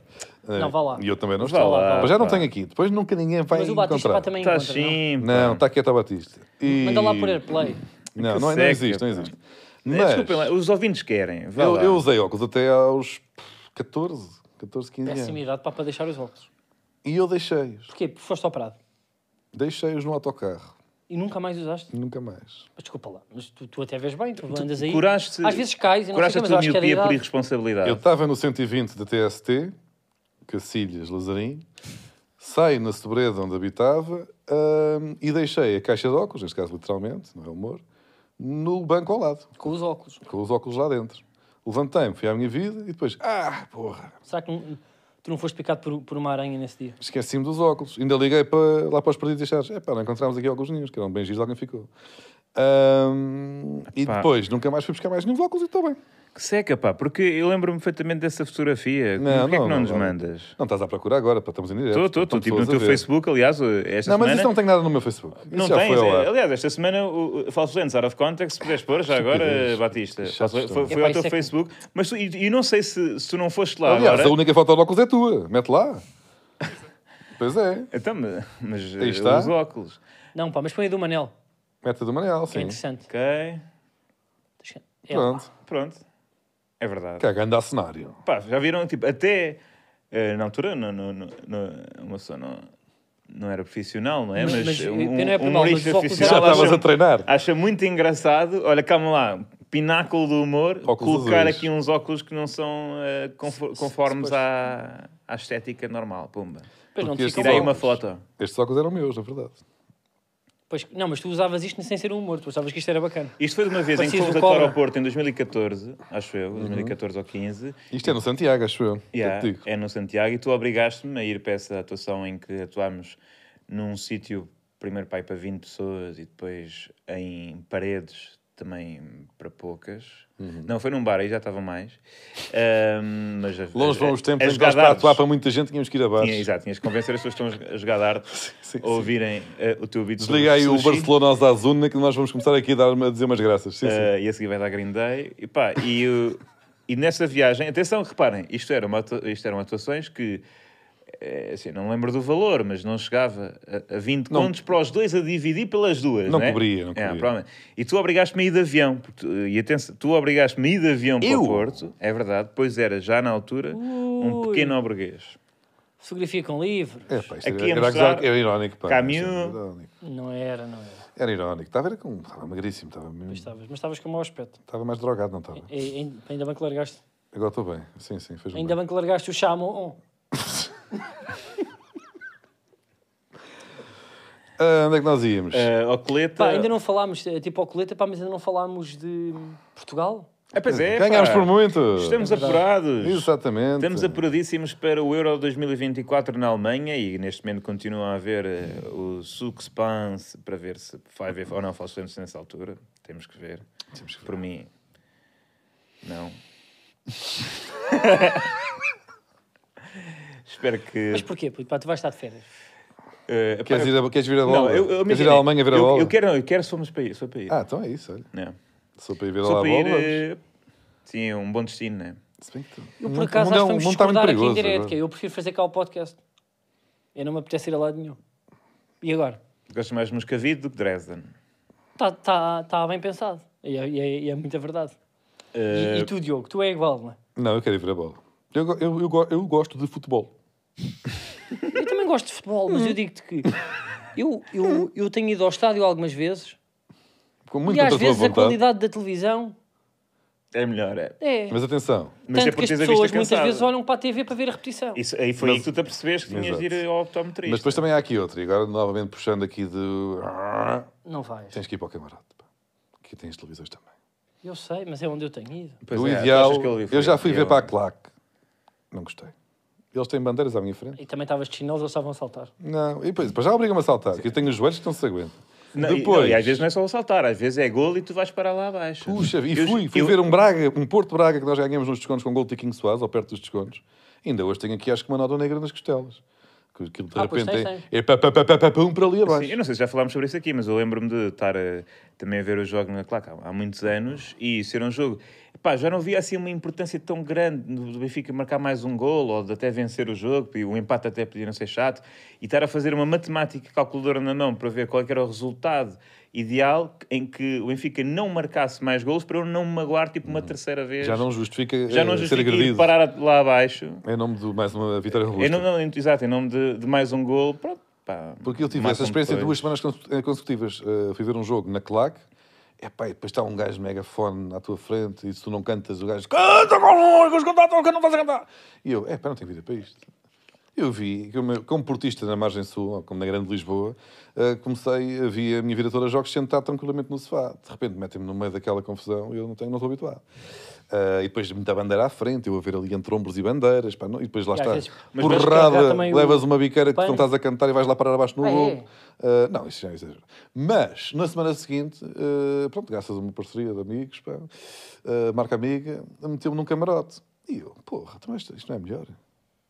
Speaker 2: Não,
Speaker 3: Eh,
Speaker 2: vá lá.
Speaker 3: E eu também não
Speaker 1: Vá
Speaker 3: estou.
Speaker 1: lá,
Speaker 3: Mas já não
Speaker 1: vá.
Speaker 3: tenho aqui. Depois nunca ninguém vai
Speaker 2: Mas o
Speaker 3: encontrar.
Speaker 2: Batista pá, também
Speaker 1: Estás
Speaker 2: encontra, não?
Speaker 1: Tá sim.
Speaker 3: Não, está quieto a Batista. E-
Speaker 2: Manda lá por Airplay.
Speaker 3: Não,
Speaker 1: Que
Speaker 3: não, não
Speaker 1: seca,
Speaker 3: existe, não
Speaker 1: pá.
Speaker 3: existe.
Speaker 1: É,
Speaker 3: Mas
Speaker 1: Desculpem lá, os ouvintes querem. Vá
Speaker 3: eu,
Speaker 1: lá.
Speaker 3: eu usei óculos até aos 14, 14, 15 anos.
Speaker 2: Péssima idade pá, para deixar os óculos.
Speaker 3: E eu deixei-os.
Speaker 2: Porquê? Porque foste operado. deixei-os
Speaker 3: Deixei-os no autocarro.
Speaker 2: E nunca mais usaste?
Speaker 3: Nunca mais.
Speaker 2: Desculpa lá, mas tu, tu até vês bem, tu, andas aí.
Speaker 1: Curaste,
Speaker 2: Às vezes cais e não
Speaker 1: curaste
Speaker 2: sei o
Speaker 1: a
Speaker 2: quê,
Speaker 1: tua
Speaker 2: mas acho que é da
Speaker 1: miopia por
Speaker 2: idade.
Speaker 1: irresponsabilidade.
Speaker 3: Eu estava no 120 da TST, Cacilhas, Lazarim, saio na Sobreda onde habitava hum, e deixei a caixa de óculos, neste caso literalmente, não é humor, no banco ao lado,
Speaker 2: Com os óculos.
Speaker 3: com os óculos lá dentro. Levantei-me, fui à minha vida e depois, ah, porra,
Speaker 2: Será que não- tu não foste picado por, por uma aranha nesse dia?
Speaker 3: esqueci-me dos óculos. Ainda liguei para, lá para os perdidos e achares, é pá, não encontramos aqui óculos nenhum, que eram bem giros, alguém ficou. Hum, e
Speaker 1: Pá.
Speaker 3: depois, nunca mais fui buscar mais nenhum óculos e estou bem.
Speaker 1: Que seca, pá, porque eu lembro-me perfeitamente dessa fotografia. Não, Porquê que não nos mandas?
Speaker 3: Não estás a procurar agora, pá, estamos em direto.
Speaker 1: Estou, estou,
Speaker 3: estão
Speaker 1: estou, tipo no
Speaker 3: pessoas
Speaker 1: teu
Speaker 3: a ver.
Speaker 1: Facebook, aliás, esta
Speaker 3: Não, mas
Speaker 1: semana...
Speaker 3: isso não tem nada no meu Facebook. Isso
Speaker 1: Não
Speaker 3: já
Speaker 1: tens,
Speaker 3: foi ao
Speaker 1: é.
Speaker 3: ar.
Speaker 1: aliás, esta semana o, o Falsos Lentes Out of Context, se puderes pôr já agora, eh,
Speaker 3: Estupidez.
Speaker 1: Batista.
Speaker 3: Chato
Speaker 1: Foi,
Speaker 3: estão.
Speaker 1: foi, foi
Speaker 2: Epá,
Speaker 1: ao teu
Speaker 2: isso é que-
Speaker 1: Facebook, mas tu, e, e não sei se, se tu não foste lá
Speaker 3: Aliás, a
Speaker 1: agora.
Speaker 3: única foto de óculos é tua. Mete lá. pois é.
Speaker 1: Então, mas- mas
Speaker 3: Aí
Speaker 1: eh,
Speaker 3: está.
Speaker 1: os óculos.
Speaker 2: Não, pá, mas põe a do Manel,
Speaker 3: Mete a do Manel,
Speaker 2: que é
Speaker 3: sim.
Speaker 2: interessante.
Speaker 1: Ok,
Speaker 2: Deixa- É lá.
Speaker 3: Pronto.
Speaker 1: pronto. É verdade.
Speaker 3: Caga, anda a cenário.
Speaker 1: Pá, já viram, tipo, até eh, na altura, não, não, não, não, uma pessoa não, não era profissional, não é?
Speaker 2: Mas-
Speaker 1: Mas,
Speaker 2: mas,
Speaker 1: um,
Speaker 2: eu não é
Speaker 1: um
Speaker 2: profissional, mas
Speaker 1: humorista
Speaker 2: os óculos
Speaker 1: profissional
Speaker 3: Já
Speaker 2: Ela
Speaker 3: estavas
Speaker 1: acha- um
Speaker 3: a treinar.
Speaker 1: acha muito engraçado. Olha, calma lá, pináculo do humor,
Speaker 3: Óculos
Speaker 1: colocar
Speaker 3: azuis.
Speaker 1: aqui uns óculos que não são eh, confo- conformes à, à estética normal. Pumba.
Speaker 2: Depois não,
Speaker 3: Porque
Speaker 2: te
Speaker 3: este
Speaker 2: fica
Speaker 1: Tirei
Speaker 2: mal.
Speaker 1: uma foto.
Speaker 3: Estes óculos eram meus, na verdade.
Speaker 2: Pois- não, mas tu usavas isto sem ser um humor, tu achavas que isto era bacana.
Speaker 1: Isto foi de uma vez em
Speaker 2: Parecia do
Speaker 1: Clube da Toro
Speaker 2: Cobra.
Speaker 1: ao Porto, em 2014, acho eu, 2014 ou 15.
Speaker 3: Isto é no Santiago, acho eu.
Speaker 1: Yeah,
Speaker 3: Eu te digo.
Speaker 1: é no Santiago e tu obrigaste-me a ir para essa atuação em que atuámos num sítio, primeiro para ir para 20 pessoas e depois em paredes também para poucas.
Speaker 3: Uhum.
Speaker 1: Não, foi num bar, aí já estavam mais. Ahm, mas a-
Speaker 3: Longe vão os
Speaker 1: a-
Speaker 3: tempos
Speaker 1: a
Speaker 3: em que
Speaker 1: jogar
Speaker 3: nós para
Speaker 1: dardos.
Speaker 3: atuar para muita gente tínhamos que ir abaixo.
Speaker 1: Tinha, É exato, tinhas que convencer as pessoas que estão a jogar arte
Speaker 3: sim,
Speaker 1: a ouvirem eh, o teu beat sobre
Speaker 3: Desliga aí o
Speaker 1: sushi.
Speaker 3: Barcelona aos Azuna que nós vamos começar aqui a, dar, a dizer umas graças. Sim, sim.
Speaker 1: Eh, e a seguir vai dar Green Day. E, pá, e, o- e nessa viagem, atenção, reparem, isto, era uma atua- isto eram atuações que, eh, assim, não lembro do valor, mas não chegava a, a 20
Speaker 3: Não.
Speaker 1: contos para os dois a dividir pelas duas.
Speaker 3: Não
Speaker 1: né?
Speaker 3: cobria, não
Speaker 1: É,
Speaker 3: cobria.
Speaker 1: provavelmente. e tu obrigaste-me a ir de avião. porque tu- e atenção, tu obrigaste-me a ir de avião para
Speaker 3: Eu?
Speaker 1: o Porto, é verdade, pois era já na altura um
Speaker 2: Ui.
Speaker 1: pequeno burguês.
Speaker 2: Fotografia com livros.
Speaker 3: É, pá, isto
Speaker 1: Eh, aqui
Speaker 3: era,
Speaker 1: a
Speaker 3: era,
Speaker 1: mostrar
Speaker 3: gozar- era irónico. Pá,
Speaker 1: Camus.
Speaker 3: Isto Era irónico.
Speaker 2: Não era, não era.
Speaker 3: Era irónico. Estava, era com, estava magríssimo. Estava, mesmo-
Speaker 2: Mas estavas, mas estavas com o mau aspecto.
Speaker 3: estava mais drogado, não estava?
Speaker 2: E- e- ainda bem que largaste.
Speaker 3: Agora estou bem. Sim, sim. Fez um
Speaker 2: Ainda bem que largaste o chamon.
Speaker 3: Ah, onde é que nós íamos?
Speaker 1: Eh, ao coleta.
Speaker 2: Pá,
Speaker 3: É.
Speaker 2: ainda não falámos, eh, tipo, ao coleta, pá, mas ainda não falámos de Portugal.
Speaker 1: É, pois é,
Speaker 3: Ganhámos
Speaker 1: pá.
Speaker 3: por muito.
Speaker 1: Estamos
Speaker 2: É verdade.
Speaker 1: apurados.
Speaker 3: Exatamente.
Speaker 1: Estamos apuradíssimos para o Euro 2024 na Alemanha e neste momento continua a haver eh, o Suspense para ver se vai haver ou não falsos nessa altura. Temos que ver.
Speaker 3: Temos que ver.
Speaker 1: Por mim, não. Espero
Speaker 3: É.
Speaker 1: que.
Speaker 2: Mas porquê? puto? Pá, tu vais estar de férias.
Speaker 1: eh,
Speaker 3: Queres,
Speaker 1: pá,
Speaker 3: ir a, queres vir a
Speaker 1: eu-
Speaker 3: bola?
Speaker 1: não, eu- eu-
Speaker 3: queres ir
Speaker 1: imagina,
Speaker 3: à Alemanha ver a
Speaker 1: eu-
Speaker 3: bola?
Speaker 1: Eu quero, eu quero, somos para ir. Sou para ir.
Speaker 3: Ah, então é isso, olha.
Speaker 1: Não.
Speaker 3: Sou para ir ver lá
Speaker 1: Sou
Speaker 3: a
Speaker 1: para
Speaker 3: bola.
Speaker 1: ir.
Speaker 3: vamos.
Speaker 1: eh, Sim, um bom destino, né?
Speaker 3: Se bem que tu-
Speaker 2: Eu,
Speaker 3: o
Speaker 2: por
Speaker 3: mundo-
Speaker 2: acaso, acho
Speaker 3: o mundo é-
Speaker 2: que
Speaker 3: o
Speaker 2: vamos
Speaker 3: mundo está muito
Speaker 2: discordar aqui em
Speaker 3: perigoso
Speaker 2: direto,
Speaker 3: agora.
Speaker 2: que é, eu prefiro fazer cá o podcast. Eu não me apetece ir a lado nenhum. E agora?
Speaker 1: Gosto mais de Moscavide do que Dresden.
Speaker 2: Está tá, tá bem
Speaker 1: Eh,
Speaker 2: pensado. E é, e é- e é muita verdade. E- E, tu, Diogo, tu é igual, não é?
Speaker 3: Não, eu quero ir ver a bola. Eu, go- eu, eu, go- eu gosto de futebol.
Speaker 2: Eu também gosto de futebol, mas eu digo-te que eu, eu, eu tenho ido ao estádio algumas vezes
Speaker 3: Com muito
Speaker 2: e às
Speaker 3: da tua
Speaker 2: vezes a
Speaker 3: vontade.
Speaker 2: qualidade da televisão
Speaker 1: É melhor, é.
Speaker 2: é.
Speaker 3: Mas atenção,
Speaker 1: Mas é
Speaker 2: Tanto
Speaker 1: por
Speaker 2: que as
Speaker 1: teres a vista
Speaker 2: pessoas muitas
Speaker 1: cansada.
Speaker 2: vezes olham para a TV para ver a repetição.
Speaker 1: Isso, aí foi aí que tu te apercebeste que tinhas de ir
Speaker 3: Exato.
Speaker 1: ao optometrista.
Speaker 3: mas depois também há aqui outra. E agora, novamente, puxando aqui de. Ah,
Speaker 2: Não vais.
Speaker 3: Tens que ir para o camarote. pá. Aqui tens televisões também.
Speaker 2: Eu sei, mas é onde eu tenho ido.
Speaker 1: Pois
Speaker 3: o
Speaker 1: é, tu
Speaker 3: ideal.
Speaker 1: achas que ele
Speaker 3: eu,
Speaker 1: foi-
Speaker 3: já fui ver
Speaker 1: eu-
Speaker 3: para a claque. Não gostei. Eles têm bandeiras à minha frente?
Speaker 2: E também estavas de chinelos, eles estavam a saltar.
Speaker 3: Não. E depois, depois já obrigam-me a saltar. que Eu tenho os joelhos que não se aguentam.
Speaker 1: Não, e-
Speaker 3: depois.
Speaker 1: não, E, às vezes não é só o saltar, às vezes é gol e tu vais para lá abaixo.
Speaker 3: Puxa, e
Speaker 1: Eu-
Speaker 3: fui, fui
Speaker 1: eu-
Speaker 3: ver um Braga, um Porto Braga que nós ganhamos nos descontos com gol de Tiquinho Soares, ou perto dos descontos. Ainda hoje tenho aqui, acho que uma nota negra nas costelas. Que aquilo de
Speaker 2: Ah, pois
Speaker 3: repente
Speaker 2: tem,
Speaker 3: é- é pá, pá, pá, pá, pá, pá, um para ali
Speaker 1: Sim,
Speaker 3: abaixo.
Speaker 1: eu não sei se já falámos sobre isso aqui, mas eu lembro-me de estar eh, também a ver o jogo na Claca há, há muitos anos e ser um jogo. Pá, já não via assim uma importância tão grande do do Benfica marcar mais um gol ou de até vencer o jogo, e o empate até podia não ser chato, e estar a fazer uma matemática calculadora na mão para ver qual é que era o resultado ideal em que o Benfica não marcasse mais golos para eu não me magoar tipo uma terceira vez.
Speaker 3: Já não justifica
Speaker 1: já não
Speaker 3: eh, ser
Speaker 1: justifica ir
Speaker 3: agredido.
Speaker 1: parar lá abaixo.
Speaker 3: Em nome de mais uma vitória
Speaker 1: Em
Speaker 3: robusta.
Speaker 1: nome, não, em- exato, em nome de, de mais um gol, pronto, pá,
Speaker 3: Porque eu tive
Speaker 1: marcam
Speaker 3: essa experiência
Speaker 1: depois.
Speaker 3: duas semanas conse- eh, consecutivas. Eh, fui ver um jogo na Claque. Epá, e depois está um gajo megafone à tua frente e se tu não cantas, o gajo canta, com os cantar, toca, não vais a cantar. E eu, epá, não tenho vida para isto. Eu vi, como, como portista na margem sul, ou como na grande Lisboa, eh, comecei, a vi a minha vida toda a jogos sentado tranquilamente no sofá. De repente metem-me no meio daquela confusão e eu não, tenho, não estou habituado. Eh, e depois muita bandeira à frente, eu a ver ali entre ombros e bandeiras, pá, não- e depois
Speaker 2: E
Speaker 3: lá
Speaker 2: às
Speaker 3: está,
Speaker 2: vezes-
Speaker 1: Mas vais
Speaker 3: porrada,
Speaker 2: carregar também o
Speaker 3: levas uma biqueira que tu não
Speaker 2: pano.
Speaker 3: estás a cantar e vais lá parar abaixo no
Speaker 2: Ah, é?
Speaker 3: gol. Uh, não, isso já é exagero. Mas, na semana seguinte, uh, pronto, graças a uma parceria de amigos, pá, uh, marca amiga, meteu-me num camarote. E eu, porra, então isto, isto não é melhor?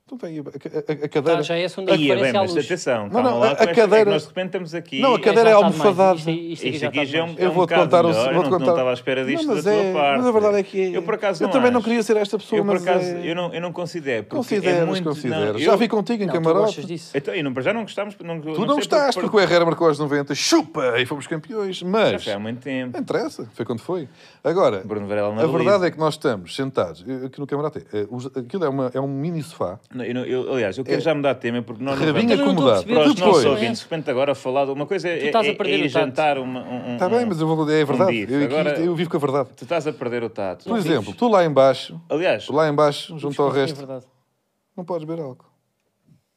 Speaker 3: Então tem a, a- a- a cadeira.
Speaker 2: Tá, já é esse onde
Speaker 1: Aí, é bem,
Speaker 2: aparece a
Speaker 1: mas
Speaker 2: luz.
Speaker 1: atenção,
Speaker 3: Não,
Speaker 1: calma
Speaker 3: não,
Speaker 1: lá, com
Speaker 3: a- a
Speaker 1: esta- é que
Speaker 3: cadeira-
Speaker 1: nós de repente estamos aqui.
Speaker 3: Não, a
Speaker 1: e-
Speaker 2: É, já
Speaker 3: cadeira é
Speaker 2: está demais.
Speaker 3: almofadada.
Speaker 2: Isto, isto aqui
Speaker 1: Isto
Speaker 2: já
Speaker 1: aqui
Speaker 2: está
Speaker 1: já é um,
Speaker 2: demais.
Speaker 1: é
Speaker 3: Eu
Speaker 1: um
Speaker 3: vou-te
Speaker 1: bocado
Speaker 3: contar o-
Speaker 1: melhor,
Speaker 3: vou-te
Speaker 1: não,
Speaker 3: contar-
Speaker 1: não estava à espera disto
Speaker 3: Não,
Speaker 1: da
Speaker 3: mas
Speaker 1: tua
Speaker 3: é-
Speaker 1: parte.
Speaker 3: mas a verdade é que
Speaker 1: Eu, por acaso,
Speaker 3: eu
Speaker 1: não
Speaker 3: também não
Speaker 1: acho.
Speaker 3: queria ser esta pessoa,
Speaker 1: Eu, por
Speaker 3: mas
Speaker 1: acaso,
Speaker 3: é-
Speaker 1: eu não, eu não considero. porque
Speaker 3: Consideras,
Speaker 1: é muito,
Speaker 3: consideras.
Speaker 1: Não,
Speaker 3: Já
Speaker 1: eu-
Speaker 3: vi contigo em
Speaker 2: Não, tu
Speaker 3: camarote.
Speaker 2: gostas disso.
Speaker 1: Então, e não, para já não gostámos. Não,
Speaker 3: Tu não,
Speaker 1: sei
Speaker 3: gostaste,
Speaker 1: porque-
Speaker 3: porque o RR marcou aos 90, chupa, e fomos campeões.
Speaker 1: Já
Speaker 3: Mas,
Speaker 1: foi há muito tempo.
Speaker 3: não interessa, foi quando foi. Agora,
Speaker 1: Bruno Varela na
Speaker 3: É a verdade é que nós estamos sentados, eh, aqui no camarote, eh, os- aquilo é, uma- é um mini sofá,
Speaker 1: Não, eu não- eu- aliás, eu
Speaker 3: É.
Speaker 1: quero já mudar de tema porque nós não
Speaker 3: rabinho
Speaker 1: vamos...
Speaker 2: não estou a
Speaker 3: acomodado.
Speaker 2: perceber.
Speaker 1: Para os nossos
Speaker 2: Depois.
Speaker 1: ouvintes, de repente agora falar de uma coisa é,
Speaker 2: estás
Speaker 1: é-
Speaker 2: a perder
Speaker 1: é ir
Speaker 2: o tato.
Speaker 1: jantar uma, um, um-
Speaker 3: Está bem,
Speaker 1: um-
Speaker 3: mas eu vou, é verdade.
Speaker 1: bife.
Speaker 3: eu, aqui-
Speaker 1: Agora-
Speaker 3: eu vivo com a verdade.
Speaker 1: Tu estás a perder o tato.
Speaker 3: Por exemplo, tu lá em baixo,
Speaker 1: Aliás, um
Speaker 3: tu lá em baixo, junto ao
Speaker 2: Sim, é
Speaker 3: resto,
Speaker 2: verdade.
Speaker 3: não podes beber álcool.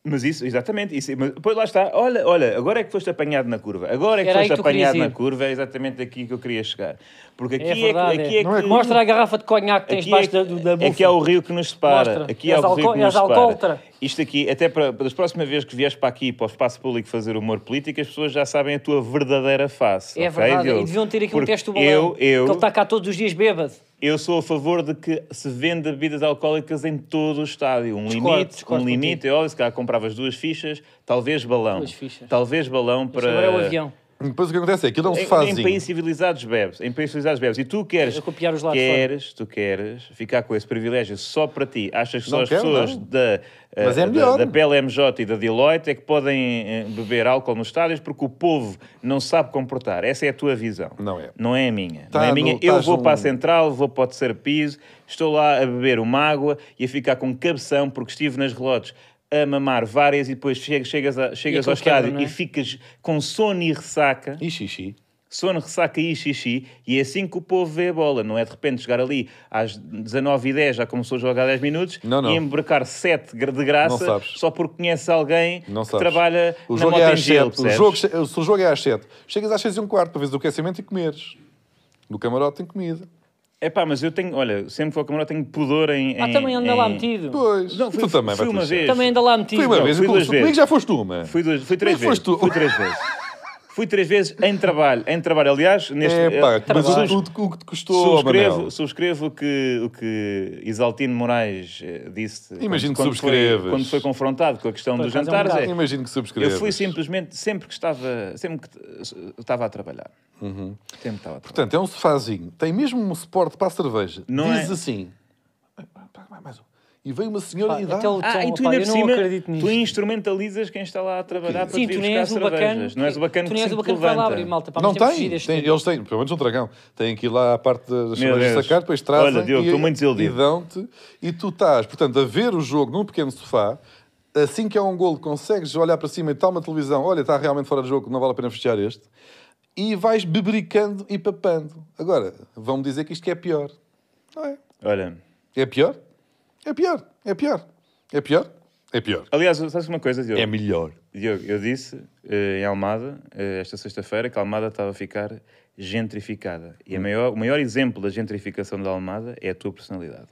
Speaker 1: Mas isso, exatamente, isso. Mas, pois lá está. Olha, olha, agora é que foste apanhado na curva. Agora é que
Speaker 2: Era aí
Speaker 1: foste
Speaker 2: que tu querias
Speaker 1: apanhado
Speaker 2: ir.
Speaker 1: na curva, é exatamente aqui que eu queria chegar. Porque aqui
Speaker 2: É
Speaker 1: é, que-
Speaker 2: verdade.
Speaker 1: aqui
Speaker 2: é.
Speaker 1: é, que,
Speaker 3: Não é que-
Speaker 2: Mostra a garrafa de conhaque que tens
Speaker 1: aqui é,
Speaker 2: debaixo da,
Speaker 1: que-
Speaker 2: da bufa.
Speaker 1: aqui é o rio que nos separa.
Speaker 2: Mostra.
Speaker 1: Aqui é
Speaker 2: És
Speaker 1: o rio
Speaker 2: alco-
Speaker 1: que nos
Speaker 2: és
Speaker 1: separa.
Speaker 2: alcoólatra.
Speaker 1: Isto aqui, até para, para as próximas vezes que vieres para aqui, para o espaço público fazer humor político, as pessoas já sabem a tua verdadeira face.
Speaker 2: É
Speaker 1: ok,
Speaker 2: verdade.
Speaker 1: Diogo?
Speaker 2: E deviam ter aqui um
Speaker 1: Porque
Speaker 2: teste do balão.
Speaker 1: Eu, eu,
Speaker 2: Que ele está cá todos os dias bêbado.
Speaker 1: eu sou a favor de que se venda bebidas alcoólicas em todo o estádio. Um
Speaker 2: Discordo,
Speaker 1: limite,
Speaker 2: discordo
Speaker 1: um limite, é óbvio, se calhar compravas duas fichas, talvez balão.
Speaker 2: Duas fichas.
Speaker 1: Talvez balão para...
Speaker 2: Agora é o avião.
Speaker 3: Depois o que acontece é que aquilo é um
Speaker 1: Em, em
Speaker 3: sofazinho.
Speaker 1: países civilizados bebes, em países civilizados bebes. E tu queres,
Speaker 2: Eu copiar os lá de
Speaker 1: queres, tu queres ficar com esse privilégio só para ti. Achas que só
Speaker 3: Não
Speaker 1: as
Speaker 3: quero,
Speaker 1: pessoas
Speaker 3: não.
Speaker 1: da, eh,
Speaker 3: Mas é
Speaker 1: da,
Speaker 3: melhor.
Speaker 1: da PLMJ e da Deloitte é que podem eh, beber álcool nos estádios porque o povo não sabe comportar. Essa é a tua visão.
Speaker 3: Não é.
Speaker 1: Não é a minha.
Speaker 3: Tá
Speaker 1: não é a
Speaker 3: no-
Speaker 1: minha. Eu
Speaker 3: estás
Speaker 1: vou
Speaker 3: num-
Speaker 1: para a central, vou para o terceiro piso, estou lá a beber uma água e a ficar com cabeção porque estive nas relotes a mamar várias e depois che- chegas, a-
Speaker 2: aquilo
Speaker 1: chegas ao
Speaker 2: quebra,
Speaker 1: estádio
Speaker 2: não é?
Speaker 1: e ficas com sono e ressaca
Speaker 3: E xixi.
Speaker 1: sono, ressaca e xixi, e é assim que o povo vê a bola, não é de repente chegar ali às 19h10, já começou a jogar há 10 minutos,
Speaker 3: Não, não.
Speaker 1: e embarcar 7 de
Speaker 3: Não
Speaker 1: graça
Speaker 3: sabes.
Speaker 1: só porque conhece alguém
Speaker 3: Não
Speaker 1: que
Speaker 3: sabes.
Speaker 1: trabalha
Speaker 3: O
Speaker 1: na
Speaker 3: jogo é às
Speaker 1: Motengel,
Speaker 3: 7. O jogo,
Speaker 1: percebes?
Speaker 3: se o jogo é às 7, chegas às 6 e um quarto para veres o aquecimento e comeres. No camarote tem comida.
Speaker 1: É pá, mas eu tenho, olha, sempre que vou ao camarada tenho pudor em...
Speaker 2: Ah,
Speaker 1: em-
Speaker 2: também anda lá
Speaker 1: em-
Speaker 2: metido.
Speaker 3: Pois.
Speaker 1: Não, fui-
Speaker 3: tu também
Speaker 1: fui
Speaker 3: vai-te
Speaker 1: uma
Speaker 3: lixar.
Speaker 1: vez.
Speaker 2: Também anda lá metido.
Speaker 3: Foi uma
Speaker 1: Não,
Speaker 3: vez.
Speaker 1: fui
Speaker 3: com-
Speaker 1: duas vezes.
Speaker 3: Comigo é já foste uma.
Speaker 1: Fui, duas, fui três
Speaker 3: Como é
Speaker 1: vezes.
Speaker 3: que foste tu?
Speaker 1: Fui três vezes. Fui três vezes em trabalho. Em trabalho, aliás, neste... eh,
Speaker 3: É pá, mas
Speaker 1: Trabalho.
Speaker 3: o, o, o que te custou, Manel?
Speaker 1: Subscrevo, subscrevo o que, o que Isaltino Moraes eh, disse
Speaker 3: Imagino
Speaker 1: quando,
Speaker 3: que
Speaker 1: quando foi,
Speaker 3: subscreves.
Speaker 1: quando foi confrontado com a questão
Speaker 2: Por
Speaker 1: dos
Speaker 2: acaso é um
Speaker 1: jantares.
Speaker 2: bocado.
Speaker 1: é,
Speaker 3: Imagino que
Speaker 1: eu
Speaker 3: subscreves.
Speaker 1: fui simplesmente, sempre que estava, sempre que eh, estava a trabalhar. Sempre que estava a trabalhar.
Speaker 3: Uhum. Portanto, é um sofazinho. Tem mesmo um suporte para a cerveja.
Speaker 1: Não
Speaker 3: Dizes
Speaker 1: é-
Speaker 3: assim... "Ah, pá, mais um." e veio uma senhora
Speaker 2: Pá,
Speaker 3: e dá.
Speaker 2: até o- Tom,
Speaker 1: Ah, e tu
Speaker 2: opá,
Speaker 1: ainda
Speaker 2: Então, eu
Speaker 1: por
Speaker 2: não
Speaker 1: cima,
Speaker 2: acredito nisto.
Speaker 1: tu instrumentalizas quem está lá a trabalhar para
Speaker 2: Sim, tu
Speaker 1: te ir
Speaker 2: nem
Speaker 1: buscar
Speaker 2: és o bacana.
Speaker 1: cervejas. Não és o bacana
Speaker 2: tu nem és o
Speaker 1: sempre
Speaker 2: bacana que vai lá
Speaker 1: levanta.
Speaker 2: abrir, malta. Pá,
Speaker 3: Não
Speaker 2: mas temos que
Speaker 3: tem,
Speaker 2: fugir deste
Speaker 3: tem
Speaker 2: tema.
Speaker 3: eles têm, pelo menos um dragão. Têm que ir lá à parte das cervejas
Speaker 1: Deus.
Speaker 3: sacar, depois trazem
Speaker 1: Olha, Diogo,
Speaker 3: e,
Speaker 1: estou muito
Speaker 3: e
Speaker 1: desiludido.
Speaker 3: dão-te. E tu estás, portanto, a ver o jogo num pequeno sofá. Assim que há um golo, consegues olhar para cima e está uma televisão. Olha, está realmente fora de jogo, não vale a pena festejar este. E vais bebericando e papando. Agora, vão-me dizer que isto que é pior. Não é?
Speaker 1: Olha,
Speaker 3: É pior? É pior. É pior. É pior? É pior.
Speaker 1: aliás, sabes uma coisa, Diogo?
Speaker 3: É melhor.
Speaker 1: Diogo, eu disse eh, em Almada, eh, esta sexta-feira, que Almada estava a ficar gentrificada. E
Speaker 3: Hum.
Speaker 1: a maior- o maior exemplo da gentrificação da Almada é a tua personalidade.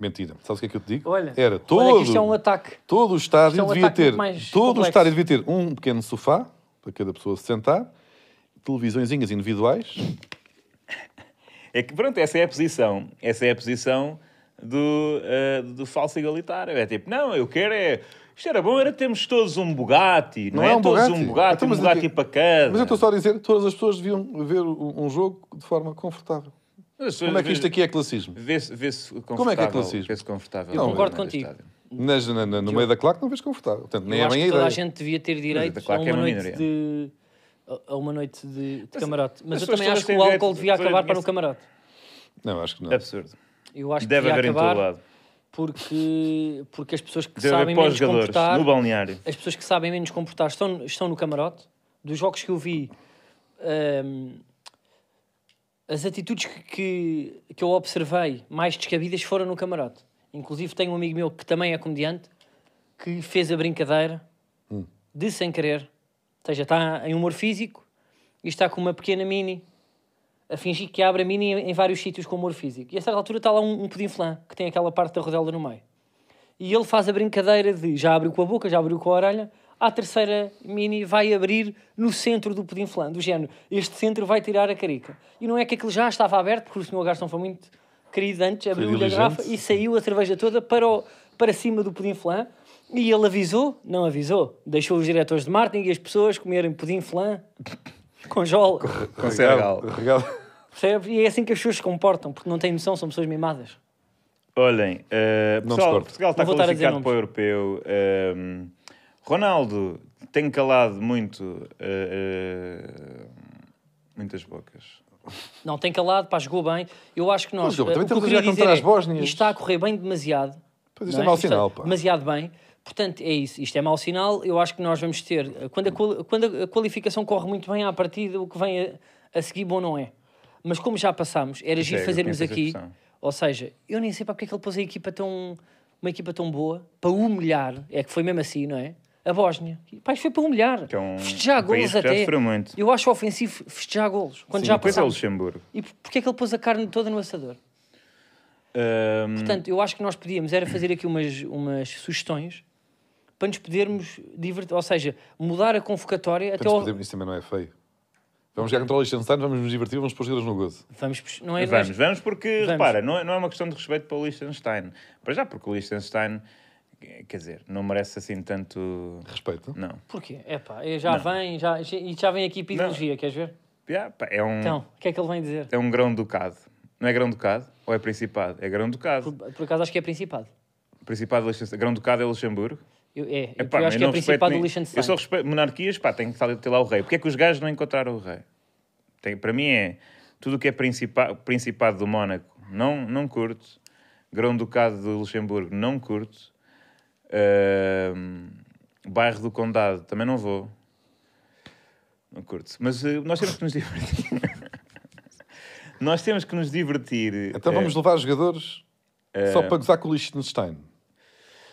Speaker 3: Mentira. Sabes o que é que eu te digo?
Speaker 2: Olha,
Speaker 3: Era todo.
Speaker 2: olha que isto é um ataque.
Speaker 3: Todo o estádio
Speaker 2: Isto é um
Speaker 3: devia
Speaker 2: ataque
Speaker 3: ter
Speaker 2: muito mais
Speaker 3: todo o
Speaker 2: complexo.
Speaker 3: estádio devia ter um pequeno sofá para cada pessoa se sentar, televisõezinhas individuais.
Speaker 1: É que, pronto, essa é a posição. Essa é a posição do, eh, do falso igualitário. É tipo, não, eu quero é... Isto era bom, era termos todos um Bugatti, não, é? todos um Bugatti,
Speaker 3: Então,
Speaker 1: um
Speaker 3: mas
Speaker 1: Bugatti
Speaker 3: aqui-
Speaker 1: para cada.
Speaker 3: Mas eu estou só a dizer, todas as pessoas deviam ver um um jogo de forma confortável.
Speaker 1: As pessoas
Speaker 3: Como é que isto
Speaker 1: vê-
Speaker 3: aqui é classismo?
Speaker 1: Vê-se vê-se confortável.
Speaker 3: Como é que é classismo?
Speaker 1: Vê-se confortável.
Speaker 3: Não,
Speaker 1: no-
Speaker 2: concordo
Speaker 1: no
Speaker 2: contigo.
Speaker 1: estádio.
Speaker 3: Nas- na- na- no meio da claque não vês confortável. Portanto, nem
Speaker 2: eu
Speaker 3: é
Speaker 2: acho
Speaker 3: bem a
Speaker 2: que toda
Speaker 3: ideia.
Speaker 2: a gente devia ter direito a
Speaker 1: claro que é
Speaker 2: uma
Speaker 1: uma
Speaker 2: noite
Speaker 1: minoria.
Speaker 2: de a a uma noite de, de camarote. Mas
Speaker 1: as
Speaker 2: eu
Speaker 1: pessoas
Speaker 2: também
Speaker 1: todas
Speaker 2: acho que
Speaker 1: têm
Speaker 2: o álcool
Speaker 1: direito-
Speaker 2: devia
Speaker 1: todas
Speaker 2: acabar para no
Speaker 1: nesse-
Speaker 2: camarote.
Speaker 3: Não, acho que não.
Speaker 1: Absurdo.
Speaker 2: Eu acho que
Speaker 1: Deve
Speaker 2: devia
Speaker 1: haver em todo
Speaker 2: acabar
Speaker 1: lado.
Speaker 2: porque, porque as pessoas que
Speaker 1: Deve
Speaker 2: sabem
Speaker 1: haver para os
Speaker 2: menos
Speaker 1: jogadores,
Speaker 2: comportar
Speaker 1: no balneário.
Speaker 2: as pessoas que sabem menos comportar estão, estão no camarote. Dos jogos que eu vi, hum, as atitudes que, que, que eu observei mais descabidas foram no camarote. Inclusive, tenho um amigo meu que também é comediante que fez a brincadeira de sem querer. Ou seja, está em humor físico e está com uma pequena mini a fingir que abre a mini em vários sítios com humor físico. E a certa altura está lá um, um pudim flan que tem aquela parte da rodela no meio. E ele faz a brincadeira de já abriu com a boca, já abriu com a orelha. À terceira mini vai abrir no centro do pudim flan, do género. Este centro vai tirar a carica. E não é que aquilo já estava aberto, porque o senhor Gastão foi muito querido antes, abriu-lhe a
Speaker 3: diligente.
Speaker 2: garrafa e saiu a cerveja toda para, o- para cima do pudim flan. E ele avisou, não avisou, deixou os diretores de marketing e as pessoas comerem pudim flan com jola.
Speaker 1: Com cereal.
Speaker 3: Regalo.
Speaker 2: Percebes? E é assim que as pessoas se comportam, porque não têm noção, são pessoas mimadas.
Speaker 1: Olhem, eh, pessoal,
Speaker 3: discordo.
Speaker 1: Portugal está
Speaker 2: Não vou estar a dizer
Speaker 1: qualificado para o europeu. ehm, Ronaldo tem calado muito eh, eh, muitas bocas.
Speaker 2: Não, tem calado, pá, jogou bem. Eu acho que nós.
Speaker 3: Mas, Diogo,
Speaker 2: eh,
Speaker 3: também
Speaker 2: o que eu
Speaker 3: estamos a
Speaker 2: queria
Speaker 3: jogar
Speaker 2: dizer
Speaker 3: contra
Speaker 2: é,
Speaker 3: as Bósnias.
Speaker 2: isto está a correr bem demasiado.
Speaker 3: Pois isto
Speaker 2: não
Speaker 3: é mau
Speaker 2: Isto
Speaker 3: sinal,
Speaker 2: está
Speaker 3: pá.
Speaker 2: Demasiado bem. Portanto, é isso. Isto é mau sinal. Eu acho que nós vamos ter. eh, Quando a, qual- quando a qualificação corre muito bem à partida, o que vem a, a seguir, bom, não é. Mas como já passámos, era giro
Speaker 1: é, eu
Speaker 2: fazermos
Speaker 1: conheço essa
Speaker 2: aqui.
Speaker 1: expressão.
Speaker 2: Ou seja, eu nem sei para porque é que ele pôs a equipa tão. Uma equipa tão boa para humilhar, é que foi mesmo assim, não é? A Bósnia. Pá, isto foi para humilhar.
Speaker 1: Que é um-
Speaker 2: festejar
Speaker 1: um país
Speaker 2: golos
Speaker 1: que já
Speaker 2: até.
Speaker 1: sofreu muito.
Speaker 2: Eu acho ofensivo festejar golos. Quando já
Speaker 1: Depois é o
Speaker 2: passámos.
Speaker 1: Luxemburgo.
Speaker 2: E por- porquê é que ele pôs a carne toda no assador?
Speaker 1: Ehm,
Speaker 2: Portanto, eu acho que nós podíamos era fazer aqui umas, umas sugestões para nos podermos divertir, ou seja, mudar a convocatória até ao...
Speaker 3: Isto também não é feio. Vamos jogar contra o Liechtenstein, vamos nos divertir, vamos pôr os jogadores no gozo.
Speaker 2: Vamos, pux- não é
Speaker 1: Eh, Vamos, vamos, porque
Speaker 2: Vamos.
Speaker 1: repara, não é, não é uma questão de respeito para o Liechtenstein. Para já, porque o Liechtenstein, eh, quer dizer, não merece assim tanto.
Speaker 3: Respeito.
Speaker 1: Não.
Speaker 2: Porquê? É pá, eu já vem, já, já- e já vem aqui para ideologia, queres ver?
Speaker 1: Yeah, pá, é um,
Speaker 2: Então, o que é que ele vem dizer?
Speaker 1: é um grão-ducado. Não é grão-ducado? Ou é principado? É grão-ducado.
Speaker 2: Por, por acaso acho que é principado.
Speaker 1: Principado de Liechtenstein. Grão-ducado é Luxemburgo?
Speaker 2: Eu, é,
Speaker 1: Epá,
Speaker 2: eu
Speaker 1: mas
Speaker 2: acho que é
Speaker 1: não respeito
Speaker 2: principado do
Speaker 1: nem-
Speaker 2: Liechtenstein.
Speaker 1: Eu só respeito monarquias, pá, tem que estar- ter lá o rei. Porquê é que os gajos não encontraram o rei? Tem, para mim é tudo o que é principa, principado do Mónaco, não, não curto. Grão-Ducado de Luxemburgo, não curto. Ahm, bairro do Condado, também não vou. Não curto. Mas eh, nós temos que nos divertir. nós temos que nos divertir.
Speaker 3: Então
Speaker 1: eh,
Speaker 3: vamos levar os jogadores
Speaker 1: É.
Speaker 3: só para gozar com o Liechtenstein.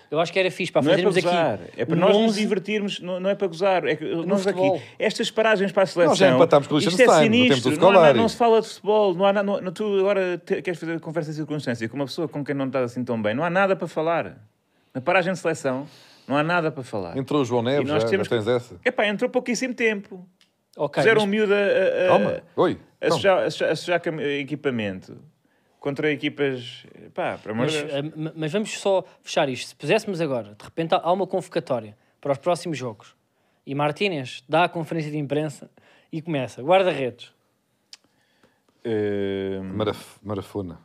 Speaker 2: Eu acho que era fixe, para
Speaker 1: Não é para
Speaker 2: fazermos
Speaker 1: gozar,
Speaker 2: aqui
Speaker 1: é para
Speaker 2: um
Speaker 1: nós nos
Speaker 2: 11.
Speaker 1: divertirmos, não, não é para gozar. É que nós
Speaker 2: futebol.
Speaker 1: aqui, estas paragens para a seleção.
Speaker 3: Nós já empatámos com o
Speaker 1: isto é
Speaker 3: Liechtenstein, no tempo do
Speaker 1: sinistro, não, há nada-
Speaker 3: Scolari.
Speaker 1: não se fala de futebol, não há nada. não- não- tu agora te- queres fazer conversa de circunstância com uma pessoa com quem não estás assim tão bem, não há nada para falar. Na paragem de seleção, não há nada para falar.
Speaker 3: Entrou o João
Speaker 1: E
Speaker 3: Neves, já,
Speaker 1: nós
Speaker 3: já
Speaker 1: temos.
Speaker 3: tens essa.
Speaker 1: Epá, entrou pouquíssimo tempo.
Speaker 2: Ok,
Speaker 1: Fizeram um
Speaker 2: mas
Speaker 1: miúdo a- a- a-
Speaker 3: Calma. Oi.
Speaker 1: a
Speaker 3: Então.
Speaker 1: sujar- a sujar- a sujar cam- equipamento contra equipas. Pá, para amor
Speaker 2: Mas,
Speaker 1: de Deus.
Speaker 2: eh, ma- mas vamos só fechar isto. Se puséssemos agora, de repente há há uma convocatória para os próximos jogos e Martínez dá a conferência de imprensa e começa guarda-redes.
Speaker 1: Ehm,
Speaker 3: Maraf- Marafona.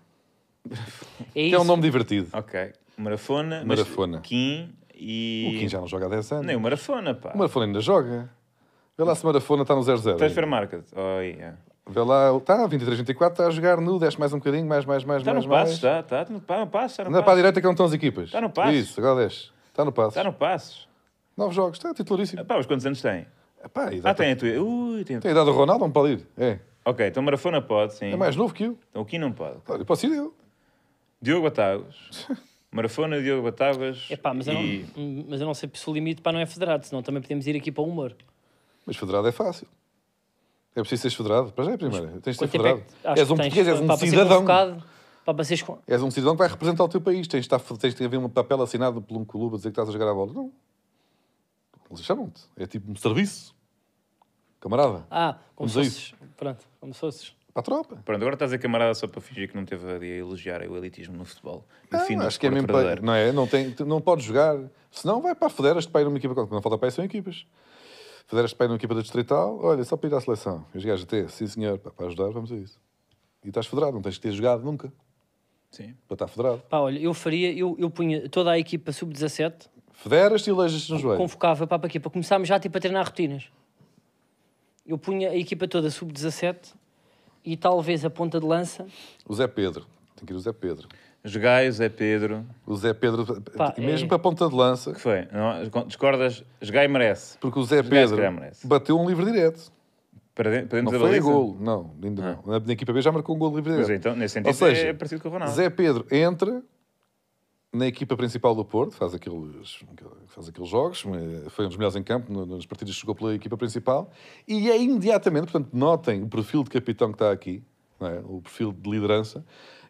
Speaker 2: É
Speaker 3: Que é
Speaker 2: isso. É
Speaker 1: Ah,
Speaker 3: um nome divertido.
Speaker 1: Ok. Marafona,
Speaker 3: Marafona.
Speaker 1: Mas, Kim e.
Speaker 3: O Kim já não joga há 10 anos.
Speaker 1: Nem um o Marafona, pá.
Speaker 3: O Marafona ainda joga. Vê lá se o Marafona está no 0-0.
Speaker 1: Transfer Market. Oh, yeah.
Speaker 3: Vê lá, tá, está 23-24, está a jogar nu, desce mais um bocadinho, mais, mais, mais,
Speaker 1: Está
Speaker 3: mais.
Speaker 1: Tá no passo, está,
Speaker 3: mais.
Speaker 1: está no pa- passo, está no
Speaker 3: Anda para a
Speaker 1: passo.
Speaker 3: direita que é onde estão as equipas.
Speaker 1: Está no Passos.
Speaker 3: Isso, agora desce. Está no passo.
Speaker 1: Está Tá no passo. Ah,
Speaker 3: Nove jogos, está titularíssimo.
Speaker 1: Pá, mas quantos anos tem?
Speaker 3: Epá, a idade-
Speaker 1: Ah, tem a tua. Ui, tem...
Speaker 3: Tem a idade do Ronaldo, não pode ir. É.
Speaker 1: Ok, então Marafona pode, sim.
Speaker 3: É mais novo que eu.
Speaker 1: Então o Kim não pode.
Speaker 3: Olha, posso ir eu.
Speaker 1: Diogo Batáguas. Marafona, Diogo Batáguas.
Speaker 2: Epá, mas, eu
Speaker 1: e...
Speaker 2: não, hum, mas eu não sei se o limite para não é federado, senão também podemos ir aqui para o humor.
Speaker 3: Mas federado é fácil. É preciso seres federado. Para já é a primeira. Tens de ser
Speaker 2: Quanto tempo é
Speaker 3: federado.
Speaker 2: que- acho
Speaker 3: És um
Speaker 2: que tens
Speaker 3: português, és
Speaker 2: para-
Speaker 3: um
Speaker 2: para ser
Speaker 3: cidadão.
Speaker 2: convocado, Para seres con-
Speaker 3: És um cidadão que vai representar o teu país. Tens de, estar, tens de haver um papel assinado por um clube a dizer que estás a jogar a bola. Não. Eles chamam-te. É tipo um serviço. Camarada.
Speaker 2: Ah, como
Speaker 3: Vamos
Speaker 2: se
Speaker 3: a
Speaker 2: fosses. Pronto, como se fosses.
Speaker 3: Para a tropa.
Speaker 1: Pronto, agora estás a camarada só para fingir que não teve a de elogiar o elitismo no futebol. No
Speaker 3: Não,
Speaker 1: fim do
Speaker 3: acho que é
Speaker 1: desporto
Speaker 3: mesmo para,
Speaker 1: verdadeiro.
Speaker 3: não é? Não, tem, tu não podes jogar. Senão vai para a Federas de pai numa equipa. Quando não falta pai são equipas. Federas de pai numa equipa da Distrital. Olha, só para ir à seleção. E os gajos até, sim senhor, pá, para ajudar, vamos a isso. E estás federado, não tens que ter jogado nunca
Speaker 1: Sim.
Speaker 3: para estar federado.
Speaker 2: Pá, olha, eu faria, eu, eu punha toda a equipa sub-17,
Speaker 3: Federas-te e leijas-te no joelho.
Speaker 2: convocava para aqui, para começarmos já tipo, a treinar rotinas. Eu punha a equipa toda sub-17 e talvez a ponta de lança.
Speaker 3: O Zé Pedro. Tem que ir o Zé Pedro.
Speaker 1: Jogai, Zé Pedro.
Speaker 3: O Zé Pedro,
Speaker 2: Pá,
Speaker 3: mesmo
Speaker 2: é-
Speaker 3: para a ponta de lança,
Speaker 1: O que foi? Não, discordas? Jogai merece.
Speaker 3: porque o Zé
Speaker 1: Os gajos
Speaker 3: Pedro
Speaker 1: que lá merecem.
Speaker 3: bateu um livre direto.
Speaker 1: Para dentro, para dentro
Speaker 3: Não
Speaker 1: da
Speaker 3: foi a
Speaker 1: baliza? Ah.
Speaker 3: golo, não, ainda não. Na, na equipa B já marcou um gol livre
Speaker 1: Pois
Speaker 3: direto.
Speaker 1: é, então, nesse
Speaker 3: Ou
Speaker 1: sentido,
Speaker 3: seja,
Speaker 1: é parecido com o Ronaldo.
Speaker 3: Zé Pedro entra na equipa principal do Porto, faz aqueles, faz aqueles jogos, eh, foi um dos melhores em campo, no- nas partidas que jogou pela equipa principal, e é imediatamente, portanto, notem o perfil de capitão que está aqui, não é? o perfil de liderança,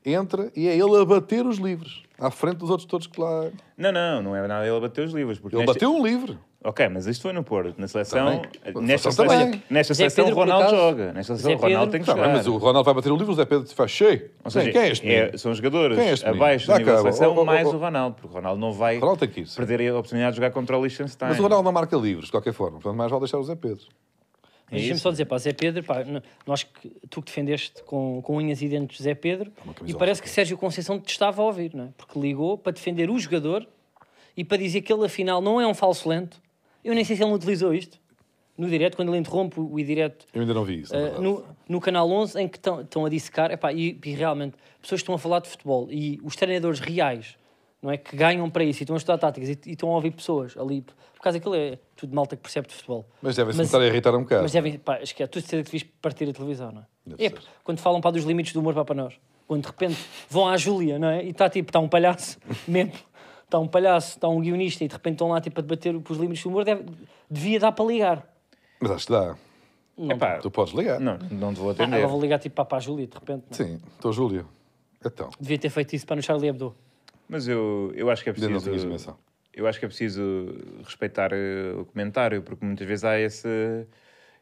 Speaker 3: entra e é ele a bater os livros, à frente dos outros todos que lá...
Speaker 1: Não, não, não é nada. Ele bateu os livros. Porque
Speaker 3: Ele
Speaker 1: nesta-
Speaker 3: bateu Tá um livro.
Speaker 1: Ok, mas isto foi no Porto. Na seleção, eh,
Speaker 3: Também.
Speaker 1: nesta
Speaker 3: Seleção
Speaker 1: seleção,
Speaker 3: também.
Speaker 1: nesta
Speaker 2: Zé
Speaker 1: seleção o
Speaker 2: é Pedro, por acaso.
Speaker 1: Ronaldo joga. Nesta
Speaker 2: Zé
Speaker 1: seleção o Ronaldo
Speaker 2: Pedro.
Speaker 1: tem que
Speaker 3: Tá
Speaker 1: jogar.
Speaker 3: bem, mas o Ronaldo vai bater o livro, o Zé Pedro se faz cheio.
Speaker 1: Ou seja,
Speaker 3: quem é este?
Speaker 1: é-
Speaker 3: menino?
Speaker 1: são jogadores
Speaker 3: Quem é este menino?
Speaker 1: abaixo do
Speaker 3: Dá
Speaker 1: nível da
Speaker 3: cá,
Speaker 1: seleção,
Speaker 3: ó, ó, ó,
Speaker 1: mais
Speaker 3: ó.
Speaker 1: o Ronaldo, porque o Ronaldo não vai
Speaker 3: Ronaldo tem que ir, sim.
Speaker 1: perder a oportunidade de jogar contra o Liechtenstein.
Speaker 3: Mas o Ronaldo não marca livros, de qualquer forma. Portanto, mais vale deixar o Zé Pedro.
Speaker 1: É
Speaker 2: Deixa-me
Speaker 1: isso.
Speaker 2: só dizer, pá, Zé Pedro, pá, n- nós que, tu que defendeste com, com unhas e dentes Zé Pedro,
Speaker 3: É uma camisola,
Speaker 2: e parece
Speaker 3: Zé
Speaker 2: que Sérgio Conceição te estava a ouvir, não é? Porque ligou para defender o jogador e para dizer que ele afinal não é um falso lento. Eu nem sei se ele não utilizou isto no direto, quando ele interrompe o o direto
Speaker 3: Eu ainda não vi isso. na
Speaker 2: Uh,
Speaker 3: verdade.
Speaker 2: no, no canal 11 em que estão a dissecar epá, e, e realmente pessoas estão a falar de futebol e os treinadores reais não é que ganham para isso e estão a estudar táticas e, e estão a ouvir pessoas ali por causa daquilo é tudo malta que percebe de futebol
Speaker 3: Mas devem-se começar a irritar um bocado.
Speaker 2: mas é- devem pá, esquece tu de certeza que devias partir a televisão não
Speaker 3: Deve
Speaker 2: é, é
Speaker 3: ser.
Speaker 2: quando falam para dos limites do humor pá, para nós quando de repente vão à Júlia não é e está tipo está um palhaço mesmo está um palhaço está um guionista e de repente estão lá tipo a debater os limites do humor deve- devia dar para ligar
Speaker 3: Mas acho que dá.
Speaker 1: Epá,
Speaker 3: Tu podes ligar.
Speaker 1: Não, não te vou
Speaker 2: ah,
Speaker 1: atender.
Speaker 2: agora vou ligar tipo pá, para a Júlia de repente não é?
Speaker 3: Sim, estou Júlio. Então,
Speaker 2: Devia ter feito isso para no Charlie Hebdo.
Speaker 1: Mas eu, eu acho que é
Speaker 3: ainda não tinhas
Speaker 1: preciso.
Speaker 3: dimensão.
Speaker 1: Eu acho que é preciso respeitar eh, o comentário, porque muitas vezes há esse,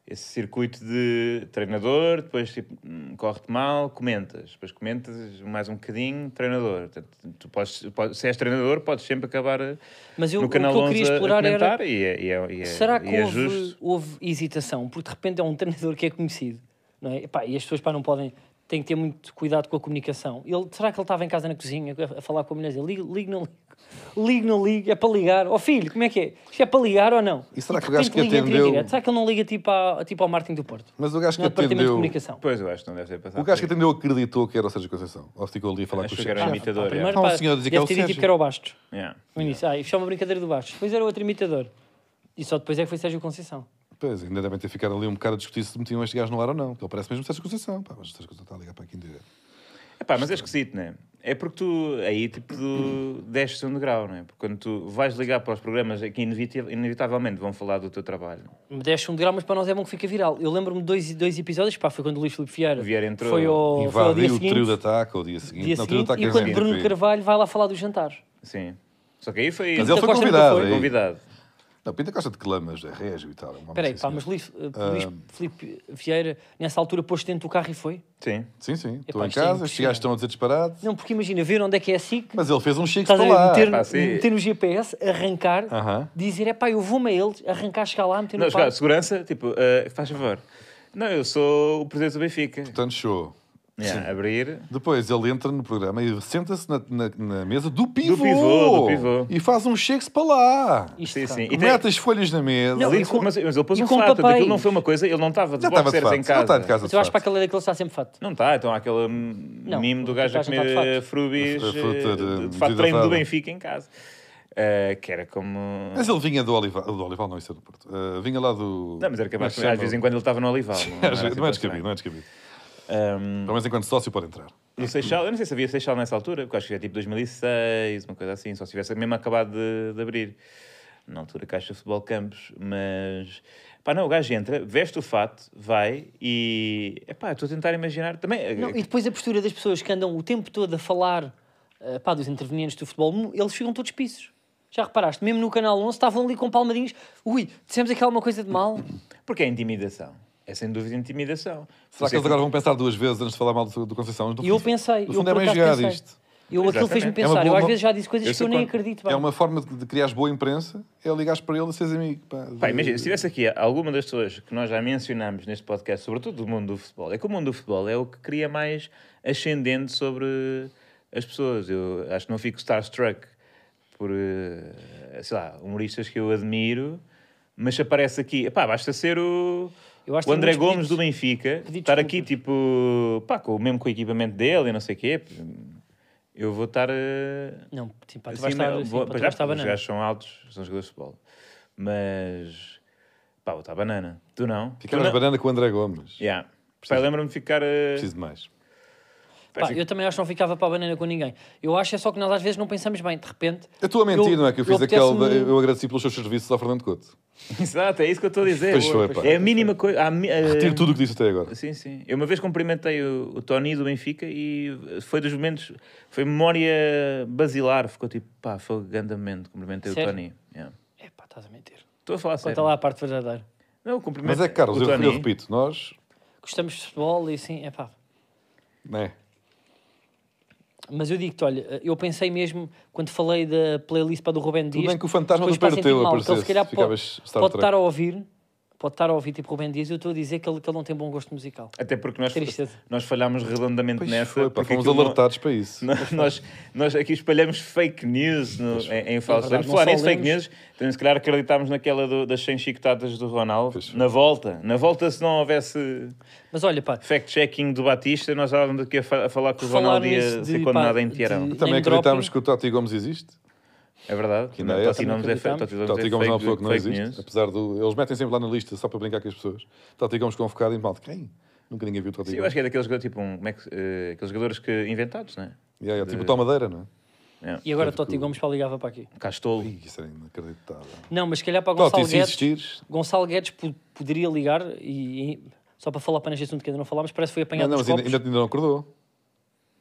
Speaker 1: esse circuito de treinador, depois tipo, hum, corre-te mal, comentas, depois comentas mais um bocadinho, treinador. Portanto, tu podes, podes- se és treinador, podes sempre acabar eh,
Speaker 2: Mas eu,
Speaker 1: no
Speaker 2: o que
Speaker 1: canal
Speaker 2: eu
Speaker 1: 11
Speaker 2: queria
Speaker 1: a- a
Speaker 2: explorar
Speaker 1: comentar
Speaker 2: era...
Speaker 1: e, é, e, é, e é-
Speaker 2: Será que
Speaker 1: e é
Speaker 2: houve,
Speaker 1: justo.
Speaker 2: houve hesitação? Porque de repente é um treinador que é conhecido, não é? Epá, e as pessoas pá, não podem... Têm que ter muito cuidado com a comunicação. Ele, será que ele estava em casa na cozinha a, a falar com a mulher? Liga, liga, não ligo. Ligo, não ligo. É para ligar. Ó filho, como é que é? Isto é para ligar ou não?
Speaker 3: E será
Speaker 2: de
Speaker 3: que o gajo
Speaker 2: repente
Speaker 3: que
Speaker 2: liga entre
Speaker 3: atendeu-
Speaker 2: direto. Será que ele não liga tipo, à- tipo ao Martin do Porto?
Speaker 3: mas o gajo que
Speaker 2: No departamento de
Speaker 3: atendeu.
Speaker 2: comunicação.
Speaker 1: Pois eu acho que não deve ter passado.
Speaker 3: O gajo que
Speaker 1: por aí.
Speaker 3: atendeu acreditou que era o Sérgio Conceição. Ou ficou ali a falar
Speaker 1: Achou
Speaker 3: com o
Speaker 1: que era
Speaker 3: chefe.
Speaker 1: um imitador. é.
Speaker 2: Primeiro,
Speaker 3: Não,
Speaker 2: Ah, pá,
Speaker 3: o senhor dizia que é
Speaker 2: deve
Speaker 3: o
Speaker 2: ter dito
Speaker 3: Sérgio.
Speaker 2: que era o Bastos.
Speaker 1: Yeah.
Speaker 2: No início, ah, e foi uma brincadeira do Bastos. Depois era outro imitador. E só depois é que foi Sérgio Conceição.
Speaker 3: Pois, ainda devem ter ficado ali um bocado a discutir se metiam este gajo no ar ou não. Ele parece mesmo o Sérgio Conceição. Pá, mas o Sérgio Conceição está a ligar para aqui em direto.
Speaker 1: Epá, mas é esquisito, não é? É porque tu aí tipo tu desces um degrau, não é? Porque quando tu vais ligar para os programas é que inevita- inevitavelmente vão falar do teu trabalho.
Speaker 2: Me deste um degrau, mas para nós é bom que fica viral. Eu lembro-me de dois, dois episódios, pá, foi quando o Luís Filipe Vieira,
Speaker 1: O Vieira entrou,
Speaker 2: foi, ao, foi ao dia
Speaker 3: Invadiu o
Speaker 2: seguinte,
Speaker 3: trio de ataque ao dia seguinte.
Speaker 2: dia
Speaker 3: não, o trio de
Speaker 2: seguinte
Speaker 3: ataque
Speaker 2: e
Speaker 3: é
Speaker 2: quando
Speaker 3: sempre.
Speaker 2: Bruno Carvalho vai lá falar do jantar.
Speaker 1: Sim. Só que aí foi
Speaker 3: Mas
Speaker 2: Pinta
Speaker 3: ele foi
Speaker 2: Costa nunca
Speaker 3: convidado. é
Speaker 2: foi.
Speaker 3: aí.
Speaker 1: convidado.
Speaker 3: Não, Pinta Costa de Clamas, é Régio e tal. é uma
Speaker 2: Espera aí,
Speaker 3: assim,
Speaker 2: pá,
Speaker 3: sim.
Speaker 2: mas Luís, eh, Luís Filipe Vieira, nessa altura, pôs-te dentro do carro e foi?
Speaker 1: Sim.
Speaker 3: Sim, sim. Estou
Speaker 2: Epá,
Speaker 3: em
Speaker 2: isto é
Speaker 3: casa, estes
Speaker 2: impossível.
Speaker 3: gajos estão a dizer disparado.
Speaker 2: Não, porque imagina, ver onde é que é a SIC,
Speaker 3: Mas ele fez um chique para
Speaker 2: estás a ver,
Speaker 3: lá.
Speaker 2: meter,
Speaker 1: pá, sim.
Speaker 2: meter no GPS, arrancar,
Speaker 3: Aham.
Speaker 2: dizer, é pá, eu vou-me a eles, arrancar, chegar lá, meter no
Speaker 1: Não,
Speaker 2: parque.
Speaker 1: eh, segurança, tipo, ah, faz favor. Não, eu sou o presidente do Benfica.
Speaker 3: Portanto, show.
Speaker 1: Yeah, abrir.
Speaker 3: Depois ele entra no programa e senta-se na, na- na mesa do pivô,
Speaker 1: pivô, do pivô.
Speaker 3: e faz um cheque para lá.
Speaker 2: Isto,
Speaker 1: Sim,
Speaker 2: pá.
Speaker 1: sim. E tem-
Speaker 3: Mete as folhas na mesa.
Speaker 2: Não,
Speaker 1: Ali-
Speaker 2: e com-
Speaker 1: mas, mas ele pôs
Speaker 2: e
Speaker 1: um
Speaker 2: com
Speaker 1: fato,
Speaker 2: papéis.
Speaker 1: aquilo não foi uma coisa, ele não estava de
Speaker 3: já estava de
Speaker 1: boxers
Speaker 3: fato.
Speaker 1: em
Speaker 3: Não
Speaker 1: casa.
Speaker 3: está de casa
Speaker 2: Mas
Speaker 3: de
Speaker 2: eu acho
Speaker 3: fato.
Speaker 2: para aquela daquele está sempre fato.
Speaker 1: Não está, então há aquele hum,
Speaker 2: Não,
Speaker 1: meme do
Speaker 2: o
Speaker 1: gajo a
Speaker 2: gajo não tá de
Speaker 1: comer
Speaker 2: fato.
Speaker 1: frubis
Speaker 3: A fruta
Speaker 1: eh,
Speaker 3: de-
Speaker 1: de,
Speaker 3: de
Speaker 1: fato treino do
Speaker 3: hidratada.
Speaker 1: Benfica em casa. Eh, que era como.
Speaker 3: Mas ele vinha do Olival, do Olival não, isso é do Porto. Ah, vinha lá do...
Speaker 1: Não, mas era capaz
Speaker 3: Como
Speaker 1: de.
Speaker 3: é
Speaker 1: Às
Speaker 3: se
Speaker 1: vezes em
Speaker 3: chama?
Speaker 1: quando ele estava no Olival. Não, era
Speaker 3: Às vezes-
Speaker 1: assim
Speaker 3: Não
Speaker 1: tão estranho.
Speaker 3: é
Speaker 1: Um,
Speaker 3: descabido, não é descabido.
Speaker 1: Ahm,
Speaker 3: Pelo menos enquanto sócio pode entrar.
Speaker 1: E o Seixal, eu não sei se havia Seixal nessa altura, porque acho que era tipo 2006, uma coisa assim, só se tivesse mesmo acabado de, de abrir. Na altura, Caixa Futebol Campos, mas. Pá, não, o gajo entra, veste o fato, vai e. Epá, estou a tentar imaginar também.
Speaker 2: Não, e depois a postura das pessoas que andam o tempo todo a falar eh, pá, dos intervenientes do futebol, mu- eles ficam todos pisos. Já reparaste? Mesmo no Canal 11 estavam ali com palmadinhos. Ui, dissemos aqui alguma coisa de mal?
Speaker 1: Porque é intimidação. É sem dúvida intimidação.
Speaker 3: Será que eles agora vão pensar duas vezes antes de falar mal do, do Conceição? No
Speaker 2: E eu
Speaker 3: fundo-
Speaker 2: pensei.
Speaker 3: No
Speaker 2: eu
Speaker 3: fundo é
Speaker 2: por
Speaker 3: bem
Speaker 2: acaso
Speaker 3: jogado
Speaker 2: pensei.
Speaker 3: isto.
Speaker 2: Eu, aquilo
Speaker 1: Exatamente.
Speaker 2: fez-me
Speaker 1: É uma
Speaker 2: pensar. eu
Speaker 3: boa
Speaker 2: às
Speaker 3: mo-
Speaker 2: vezes já disse coisas
Speaker 3: Eu
Speaker 2: que
Speaker 3: sei
Speaker 2: eu nem
Speaker 3: quando-
Speaker 2: acredito. pá.
Speaker 3: É uma forma de, de criares boa imprensa, é ligares para ele e seres amigo. Pá, de-
Speaker 1: Pá, imagina, se tivesse aqui alguma das pessoas que nós já mencionámos neste podcast, sobretudo do mundo do futebol, é que o mundo do futebol é o que cria mais ascendente sobre as pessoas. Eu acho que não fico starstruck por, eh, sei lá, humoristas que eu admiro, mas se aparece aqui, pá, basta ser o,
Speaker 2: Eu acho que
Speaker 1: o
Speaker 2: tem
Speaker 1: André
Speaker 2: muitos
Speaker 1: Gomes
Speaker 2: pedidos-
Speaker 1: do Benfica,
Speaker 2: pedidos
Speaker 1: estar aqui, tipo, pá, com, mesmo com o equipamento dele e não sei o quê, eu vou estar... eh,
Speaker 2: Não, tipo, pá, tu
Speaker 1: Assim,
Speaker 2: vais estar
Speaker 1: mas-
Speaker 2: assim,
Speaker 1: vou-
Speaker 2: pá, tu
Speaker 1: pois já,
Speaker 2: vais estar
Speaker 1: porque os
Speaker 2: banana.
Speaker 1: gajos são altos, são jogadores de futebol. Mas. Pá, vou estar banana. Tu não? Tu
Speaker 3: Ficaras
Speaker 1: não?
Speaker 3: banana com o André Gomes.
Speaker 1: Yeah. Pá, eu lembro-me de ficar. eh,
Speaker 3: Preciso de mais.
Speaker 1: pá,
Speaker 2: Pá,
Speaker 1: fico-
Speaker 2: eu também acho que não ficava para a banana com ninguém. Eu acho é só que nós às vezes não pensamos bem. De repente.
Speaker 3: Eu estou a mentir,
Speaker 2: eu-
Speaker 3: não é? Que eu fiz
Speaker 2: eu
Speaker 3: aquele.
Speaker 2: apetece-me-
Speaker 3: de- Eu agradeci pelos seus serviços ao Fernando Couto.
Speaker 1: Exato, é isso que eu estou a dizer.
Speaker 3: Pois foi, pá.
Speaker 1: é a mínima coisa. a mi- eh,
Speaker 3: Retiro tudo o que disse até agora.
Speaker 1: Sim, sim. Eu uma vez cumprimentei o, o Tony do Benfica e foi dos momentos. Foi memória basilar. Ficou tipo, pá, foi gandamente. Cumprimentei
Speaker 2: Sério?
Speaker 1: o Tony. Yeah.
Speaker 2: É pá, estás a mentir.
Speaker 1: Estou a falar
Speaker 2: Conta
Speaker 1: sério.
Speaker 2: lá a parte verdadeira.
Speaker 1: Não, cumprimento.
Speaker 3: Mas é que, Carlos,
Speaker 1: o
Speaker 3: eu,
Speaker 1: Tony.
Speaker 3: eu repito, nós.
Speaker 2: Gostamos de futebol e assim. É pá.
Speaker 3: Né?
Speaker 2: Mas eu digo-te, olha, eu pensei mesmo quando falei da playlist para do Rubén
Speaker 3: Tudo
Speaker 2: Dias.
Speaker 3: bem que o fantasma do
Speaker 2: depois para
Speaker 3: Pedro
Speaker 2: sentir
Speaker 3: Teu
Speaker 2: mal, que ele
Speaker 3: aparecesse.
Speaker 2: se calhar
Speaker 3: Ficavas
Speaker 2: pode,
Speaker 3: Star
Speaker 2: pode
Speaker 3: Trek.
Speaker 2: estar a ouvir, pode estar a ouvir tipo Rubén Dias, e eu estou a dizer que ele, que ele não tem bom gosto musical.
Speaker 1: Até porque nós,
Speaker 2: Tristeza.
Speaker 1: nós falhámos redondamente
Speaker 3: Pois
Speaker 1: nessa.
Speaker 3: foi, pá,
Speaker 1: porque
Speaker 3: fomos
Speaker 1: aquilo não-
Speaker 3: alertados para isso.
Speaker 1: Nós- nós, nós aqui espalhamos fake news no, em, em falso.
Speaker 2: É verdade,
Speaker 1: Vamos falar
Speaker 2: não só
Speaker 1: nisso, fake
Speaker 2: lemos-
Speaker 1: news. Então, se calhar acreditámos naquela do- das 100 chicotadas do Ronaldo.
Speaker 3: Pois foi.
Speaker 1: Na volta. Na volta, se não houvesse
Speaker 2: Mas olha, pá,
Speaker 1: fact-checking do Batista, nós estávamos aqui a, fa- a falar que o
Speaker 2: Falar
Speaker 1: Ronaldo
Speaker 2: nisso
Speaker 1: ia
Speaker 2: de,
Speaker 1: ser
Speaker 2: pá,
Speaker 1: condenado em Tiarão.
Speaker 2: de-
Speaker 3: Também
Speaker 2: Name
Speaker 3: acreditámos
Speaker 2: dropping.
Speaker 3: que o Totti Gomes existe.
Speaker 1: É verdade?
Speaker 3: ainda é
Speaker 1: Não,
Speaker 3: essa,
Speaker 1: Totti
Speaker 2: não
Speaker 1: Gomes é fake-
Speaker 2: acreditamos.
Speaker 1: Totti Gomes
Speaker 3: Totti
Speaker 1: é
Speaker 3: Gomes é
Speaker 1: fake-
Speaker 3: uma pessoa que não
Speaker 1: fake
Speaker 3: existe.
Speaker 1: news.
Speaker 3: Apesar do. Eles metem sempre lá na lista só para brincar com as pessoas. Totti Gomes com um focado em mal de quem? Nunca ninguém viu o Totti
Speaker 1: Sim, eu acho
Speaker 3: Gomes.
Speaker 1: que é daqueles, jogadores, tipo, um, como é que, eh, aqueles jogadores que, inventados, não é?
Speaker 3: Yeah, yeah, tipo o Tom Madeira, não é?
Speaker 2: e agora
Speaker 3: Tanto
Speaker 2: Totti
Speaker 3: que o-
Speaker 2: Gomes para ligava para aqui.
Speaker 1: Um Castolo.
Speaker 3: Ih, Isso era inacreditável.
Speaker 2: Não, mas se calhar para Gonçalo
Speaker 3: Totti, se
Speaker 2: Guedes,
Speaker 3: existires.
Speaker 2: Gonçalo Guedes po- poderia ligar e, e- só para falar para neste assunto que ainda não falámos, parece que foi
Speaker 3: Não,
Speaker 2: apanhado
Speaker 3: não,
Speaker 2: nos
Speaker 3: mas ainda,
Speaker 2: copos.
Speaker 3: ainda, ainda não acordou.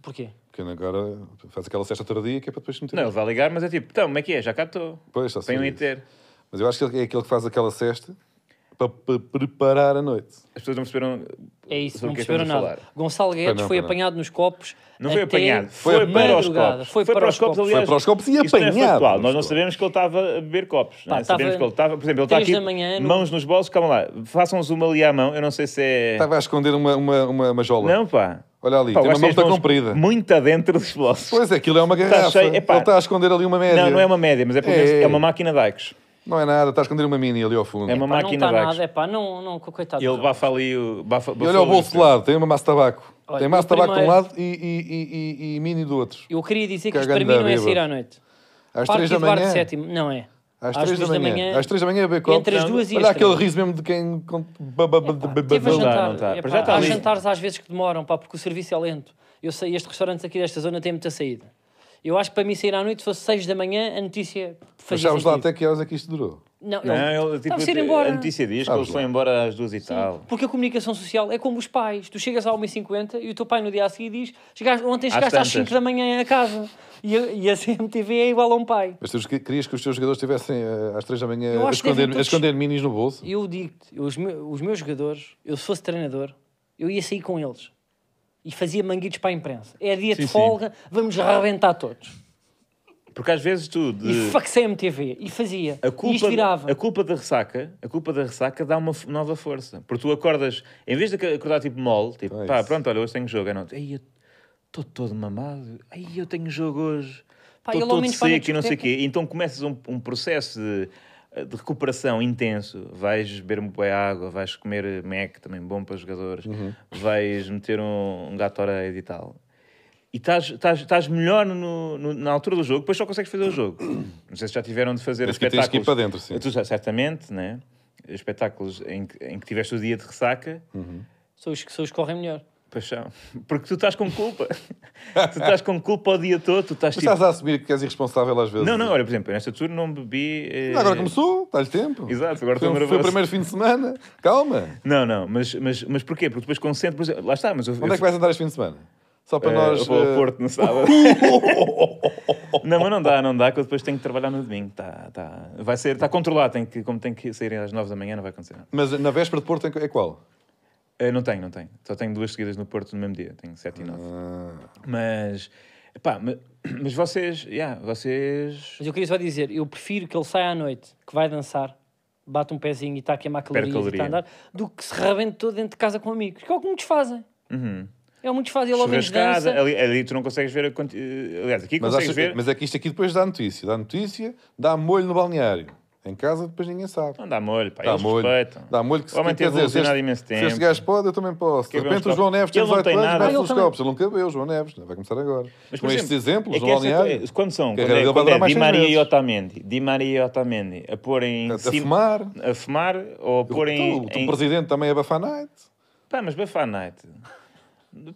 Speaker 2: Porquê?
Speaker 3: Porque agora faz aquela sexta tardia que é para depois se meter.
Speaker 1: Não, ele vai ligar, mas é tipo, então, como é que é? Já cá estou.
Speaker 3: Pois, só
Speaker 2: é
Speaker 3: se
Speaker 1: Tenho um
Speaker 3: vê isso.
Speaker 1: ITER.
Speaker 3: Mas eu acho que ele- é aquele que faz aquela cesta para, para preparar a noite.
Speaker 1: As pessoas não perceberam
Speaker 2: É isso,
Speaker 1: sobre
Speaker 2: não
Speaker 1: o que é que estamos
Speaker 2: perceberam
Speaker 1: a
Speaker 2: nada.
Speaker 1: falar.
Speaker 2: Gonçalo Guedes foi
Speaker 3: não, para não.
Speaker 2: apanhado nos copos.
Speaker 1: Não foi
Speaker 2: até
Speaker 1: apanhado, para
Speaker 3: foi
Speaker 1: os
Speaker 2: madrugada.
Speaker 1: copos.
Speaker 2: Foi, para, os copos.
Speaker 1: aliás.
Speaker 3: Foi para os copos e
Speaker 1: Isto não é
Speaker 3: apanhado
Speaker 1: factual.
Speaker 3: nos
Speaker 1: Nós não
Speaker 3: copos.
Speaker 1: sabemos que ele estava a beber copos. não é?
Speaker 2: Pá,
Speaker 1: sabemos
Speaker 2: estava
Speaker 1: que ele estava. Por exemplo, ele está
Speaker 2: três
Speaker 1: aqui,
Speaker 2: da manhã, no-
Speaker 1: mãos nos bolsos, calma lá. Façam uns uma ali à mão. Eu não sei se é.
Speaker 3: Estava a esconder uma, uma, uma, uma jola.
Speaker 1: Não, pá.
Speaker 3: Olha Tá ali,
Speaker 1: Pá, o
Speaker 3: tem uma
Speaker 1: gajo
Speaker 3: mão
Speaker 1: as
Speaker 3: tão
Speaker 1: mãos
Speaker 3: comprida.
Speaker 1: Muito adentro dos bolsos.
Speaker 3: Pois é, aquilo é uma garrafa.
Speaker 1: Tá cheio, epá.
Speaker 3: Ele está a esconder ali uma média.
Speaker 1: Não, não é uma média, mas é porque
Speaker 3: É.
Speaker 1: é uma máquina Dykes.
Speaker 3: Não é nada, está a esconder uma mini ali ao fundo.
Speaker 1: É uma
Speaker 2: Pá, não
Speaker 1: máquina
Speaker 2: está
Speaker 1: Dykes.
Speaker 2: nada, é pá, não, não, co- coitado.
Speaker 1: Ele
Speaker 2: do
Speaker 1: bafa ali o. Bafa,
Speaker 3: E olha ao bolso de lado, tem uma massa de tabaco.
Speaker 2: Olha,
Speaker 3: tem massa de
Speaker 2: o
Speaker 3: tabaco de um
Speaker 2: primeiro-
Speaker 3: lado e, e- e- e- e mini do outro.
Speaker 2: Eu queria dizer que
Speaker 3: Que
Speaker 2: isto para mim
Speaker 3: ganda
Speaker 2: não é sair
Speaker 3: bêbado.
Speaker 2: à noite.
Speaker 3: Às
Speaker 2: Parque
Speaker 3: três da
Speaker 2: Eduardo
Speaker 3: manhã.
Speaker 2: VII, não é.
Speaker 3: Às três da
Speaker 2: duas
Speaker 3: manhã. Às três da manhã beber copo.
Speaker 2: Entre as duas e
Speaker 3: Olha
Speaker 2: as
Speaker 3: aquele
Speaker 2: três. Então,
Speaker 3: riso mesmo de quem... com-
Speaker 2: Teve a
Speaker 1: Não dá,
Speaker 2: jantar.
Speaker 1: não dá.
Speaker 2: Epá,
Speaker 1: Para já está
Speaker 2: há
Speaker 1: ali.
Speaker 2: jantares às vezes que demoram, pá, porque o serviço é lento. Eu sei, este restaurante aqui desta zona tem muita saída. Eu acho que para mim sair à noite, se fosse seis da manhã, a notícia fazia
Speaker 3: Fechámos lá
Speaker 2: sentido.
Speaker 3: até que horas é que isto durou.
Speaker 2: Não,
Speaker 1: Não, ele tipo.
Speaker 2: Estava a ir embora.
Speaker 1: A notícia diz que
Speaker 3: Ah,
Speaker 1: ele
Speaker 3: lá.
Speaker 1: foi embora às duas e tal.
Speaker 2: Porque a comunicação social é como os pais. Tu chegas à 1h50 e o teu pai no dia a seguir diz "Chegaste- ontem
Speaker 1: Às
Speaker 2: chegaste às
Speaker 1: tantas."
Speaker 2: 5 da manhã a casa. E a, e a CMTV é igual a um pai.
Speaker 3: Mas tu que- querias que os teus jogadores estivessem eh, às três da manhã
Speaker 2: Eu
Speaker 3: a
Speaker 2: acho que devem
Speaker 3: esconder, a
Speaker 2: todos-
Speaker 3: esconder minis no bolso?
Speaker 2: Eu digo-te, eu- os, me- os meus jogadores, eu se fosse treinador, eu ia sair com eles. E fazia manguitos para a imprensa. É dia
Speaker 1: Sim,
Speaker 2: de
Speaker 1: sim.
Speaker 2: folga, vamos arrebentar todos.
Speaker 1: Porque às vezes tu. de-
Speaker 2: E faxei a MTV. E fazia.
Speaker 1: Eh, A
Speaker 2: e isto
Speaker 1: culpa,
Speaker 2: virava.
Speaker 1: a culpa da ressaca, a culpa da ressaca dá uma f- nova força. Porque tu acordas, em vez de ac- acordar tipo mole, tipo,
Speaker 3: Pois.
Speaker 1: pá, pronto, olha, hoje tenho jogo. Aí não, ei, eu estou todo mamado, aí eu tenho jogo hoje.
Speaker 2: Pá,
Speaker 1: Estou
Speaker 2: ele ao
Speaker 1: todo
Speaker 2: menos vai na
Speaker 1: seco e não sei o
Speaker 2: discoteca.
Speaker 1: quê. Então começas um, um processo de, de recuperação intenso. Vais beber um boé água, vais comer Mac, também bom para jogadores, vais meter um, um gato orelha e tal. E estás- estás estás melhor no- no- na altura do jogo, depois só consegues fazer o jogo. Não sei se já tiveram de fazer
Speaker 3: Mas que tens
Speaker 1: espetáculos.
Speaker 3: que ir para dentro, sim.
Speaker 1: Tu, já, certamente, né? Espetáculos em que, em que tiveste o dia de ressaca,
Speaker 2: São os, são os que correm melhor.
Speaker 1: paixão. Porque tu estás com culpa. tu estás com culpa o dia todo, tu estás
Speaker 3: Mas
Speaker 1: tipo.
Speaker 3: estás a assumir que és irresponsável às vezes.
Speaker 1: Não, não, olha, por exemplo, nesta tour não bebi. eh,
Speaker 3: Agora começou, dá-lhe tempo.
Speaker 1: Exato, agora
Speaker 3: Foi,
Speaker 1: estou
Speaker 3: um- foi o
Speaker 1: nervoso.
Speaker 3: primeiro fim de semana. Calma.
Speaker 1: Não, não, mas, mas, mas porquê? Porque depois concentro, por exemplo, lá está, mas eu,
Speaker 3: Onde é que vais andar este fim de semana? Só para nós.
Speaker 1: É, eu vou
Speaker 3: eh,
Speaker 1: ao Porto no sábado. não, mas não dá, não dá, que eu depois tenho que trabalhar no domingo. Tá, tá. Vai ser, está controlado, tem que, como tem que sair às 9 da manhã, não vai acontecer nada.
Speaker 3: Mas na véspera de Porto é qual?
Speaker 1: Eh, não tenho, não tenho. Só tenho duas seguidas no Porto no mesmo dia, tenho 7 e 9.
Speaker 3: Ah.
Speaker 1: Mas, pá, mas, mas vocês, yeah, vocês.
Speaker 2: Mas eu queria só dizer, eu prefiro que ele saia à noite, que vai dançar, bate um pezinho e está a queimar calorias e está a
Speaker 1: caloria.
Speaker 2: andar, do que se rebente todo dentro de casa com amigos. Que é o que muitos fazem. É o que muitos fazem. Ele ao menos dança.
Speaker 1: Uhum. Churrascada, ali, ali tu não consegues ver a quanti... eh, Aliás, aqui
Speaker 3: Mas,
Speaker 1: consegues
Speaker 3: achas-
Speaker 1: ver.
Speaker 3: mas é que isto aqui depois dá notícia. Dá notícia, dá molho no balneário. Em casa depois ninguém sabe.
Speaker 1: Não dá molho, pá,
Speaker 3: Dá
Speaker 1: eles
Speaker 3: molho.
Speaker 1: respeitam.
Speaker 3: Dá molho que
Speaker 1: O homem
Speaker 3: quer
Speaker 1: teve
Speaker 3: dizer, se
Speaker 1: alucinado
Speaker 3: este-
Speaker 1: imenso
Speaker 3: Se
Speaker 1: tempo.
Speaker 3: este gajo pode, eu também posso. De
Speaker 1: Quer ver
Speaker 3: repente
Speaker 1: uns
Speaker 3: o João
Speaker 1: copos?
Speaker 3: Neves tem
Speaker 1: Ele não
Speaker 3: 18
Speaker 1: tem
Speaker 3: anos,
Speaker 1: nada.
Speaker 3: bate
Speaker 2: Ah,
Speaker 3: uns
Speaker 2: ele também.
Speaker 3: copos. Ele não cabeu, o João Neves. Vai começar agora.
Speaker 1: Mas, por
Speaker 3: Com estes
Speaker 1: exemplo,
Speaker 3: exemplos,
Speaker 1: é
Speaker 3: o
Speaker 1: que esta-
Speaker 3: balneário.
Speaker 1: é- quando são?
Speaker 3: a
Speaker 1: Quando
Speaker 3: carreira
Speaker 1: é,
Speaker 3: dele vai
Speaker 1: quando
Speaker 3: durar
Speaker 1: é Di
Speaker 3: mais seis
Speaker 1: Maria e
Speaker 3: meses.
Speaker 1: Otamendi. Di Maria e Otamendi. A pôr em
Speaker 3: A
Speaker 1: cima-
Speaker 3: fumar.
Speaker 1: A fumar ou a pôr em...
Speaker 3: Então, o teu
Speaker 1: em-
Speaker 3: presidente também é Bafanite.
Speaker 1: Pá, mas bafar night.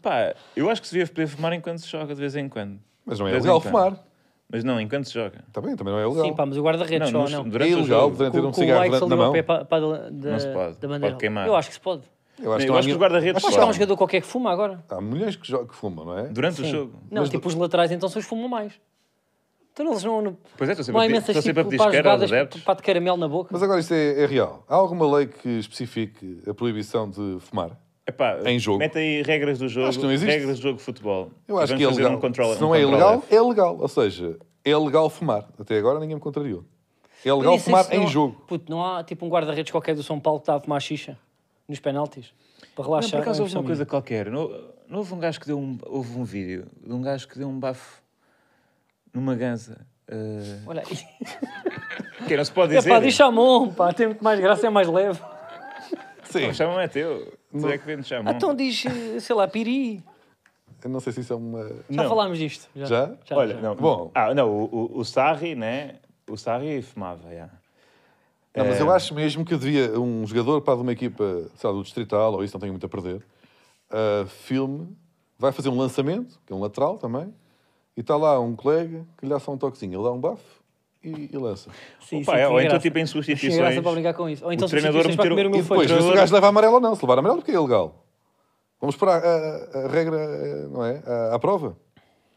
Speaker 1: Pá, eu acho que se devia poder fumar enquanto se joga, de vez em quando.
Speaker 3: Mas não
Speaker 1: De
Speaker 3: é
Speaker 1: vez
Speaker 3: legal
Speaker 1: em quando.
Speaker 3: fumar.
Speaker 1: Mas não, enquanto se joga.
Speaker 3: Também, também não é legal.
Speaker 2: Sim, pá, mas o guarda-redes só,
Speaker 1: nos-
Speaker 2: não.
Speaker 3: é
Speaker 1: durante o
Speaker 3: ilegal
Speaker 1: jogo.
Speaker 3: poderem ter
Speaker 2: Com-
Speaker 3: um
Speaker 2: com
Speaker 3: cigarro
Speaker 2: o Ike
Speaker 3: na- na
Speaker 2: ali ao
Speaker 3: mão.
Speaker 2: pé pa- pa- da, da,
Speaker 1: Não se pode.
Speaker 2: da bandeira.
Speaker 1: Pode queimar.
Speaker 2: Eu acho que se pode.
Speaker 3: Eu acho,
Speaker 1: Eu
Speaker 3: não há
Speaker 1: acho que os
Speaker 3: nenhum-
Speaker 1: guarda-redes
Speaker 3: Acho
Speaker 2: Acho
Speaker 3: que
Speaker 2: que há
Speaker 1: Claro.
Speaker 2: um jogador qualquer que fuma agora.
Speaker 3: há mulheres que, jo- que fumam, não é?
Speaker 1: Durante o jogo.
Speaker 2: Não,
Speaker 3: Mas
Speaker 2: tipo os laterais então são os que fumam mais. Então eles não... não...
Speaker 1: Pois é, estou
Speaker 2: Não há
Speaker 1: sempre a pedir-
Speaker 2: imensas
Speaker 1: estou sempre a pedir
Speaker 2: para as
Speaker 1: isqueiro aos
Speaker 2: jogadas, tipo,
Speaker 1: adeptos.
Speaker 2: pá de caramelo na boca.
Speaker 3: Mas agora isto é, é real. Há alguma lei que especifique a proibição de fumar?
Speaker 1: Epá,
Speaker 3: Em jogo.
Speaker 1: Mete aí regras do jogo.
Speaker 3: Acho que não existe.
Speaker 1: Regras do jogo de futebol.
Speaker 3: Eu
Speaker 1: Vamos
Speaker 3: acho que é
Speaker 1: fazer
Speaker 3: legal.
Speaker 1: um control-
Speaker 3: Se
Speaker 1: um
Speaker 3: não é
Speaker 1: control
Speaker 3: ilegal,
Speaker 1: F.
Speaker 3: é legal. Ou seja, é legal fumar. Até agora ninguém me contrariou. É
Speaker 2: Eu
Speaker 3: legal
Speaker 2: nem sei
Speaker 3: fumar
Speaker 2: se
Speaker 3: em
Speaker 2: não-
Speaker 3: jogo.
Speaker 2: Puto, não há tipo um guarda-redes qualquer do São Paulo que está a fumar xixa nos penaltis? Para
Speaker 1: Não,
Speaker 2: relaxar.
Speaker 1: por
Speaker 2: é
Speaker 1: acaso houve uma
Speaker 2: impressão
Speaker 1: coisa qualquer. Não, não houve um gajo que deu um. Houve um vídeo de um gajo que deu um bafo numa eh, gansa.
Speaker 2: minha. Olha é aí.
Speaker 1: que não se pode
Speaker 2: É
Speaker 1: dizer.
Speaker 2: pá, deixa a mão, pá. Tem muito mais graça, é mais leve.
Speaker 3: Sim.
Speaker 1: Não, Chama-me é teu. Tu é que vende chama.
Speaker 2: Ah, Então diz, eh, sei lá, piri.
Speaker 3: Eu não sei se isso é uma.
Speaker 2: Já
Speaker 1: Não.
Speaker 2: falámos disto.
Speaker 3: Já?
Speaker 2: já,
Speaker 1: Olha,
Speaker 2: já.
Speaker 1: não.
Speaker 3: Bom.
Speaker 1: Ah, não, o, o, o Sarri, né? O Sarri fumava, já.
Speaker 3: Não, mas eu
Speaker 1: É.
Speaker 3: acho mesmo que devia um jogador para de uma equipa, sei lá, do Distrital, ou isso não tenho muito a perder. ah, filme, vai fazer um lançamento, que é um lateral também, e está lá um colega que lhe dá só um toquezinho, ele dá um bafo e, e lança.
Speaker 2: Sim, sim,
Speaker 1: Opa, é,
Speaker 2: tinha
Speaker 1: ou então,
Speaker 2: graça.
Speaker 1: tipo, em
Speaker 2: Mas
Speaker 1: substituições,
Speaker 2: Tinha graça para brincar com isso. Ou então
Speaker 1: o treinador
Speaker 2: substituições para
Speaker 1: meter o-
Speaker 2: comer o
Speaker 1: e
Speaker 2: meu foi.
Speaker 3: Depois, vê se o
Speaker 1: jogador-
Speaker 3: gajo leva amarelo ou não. Se levar amarelo, porque é ilegal. Vamos pôr a, a- a regra, eh, não é? À, à prova.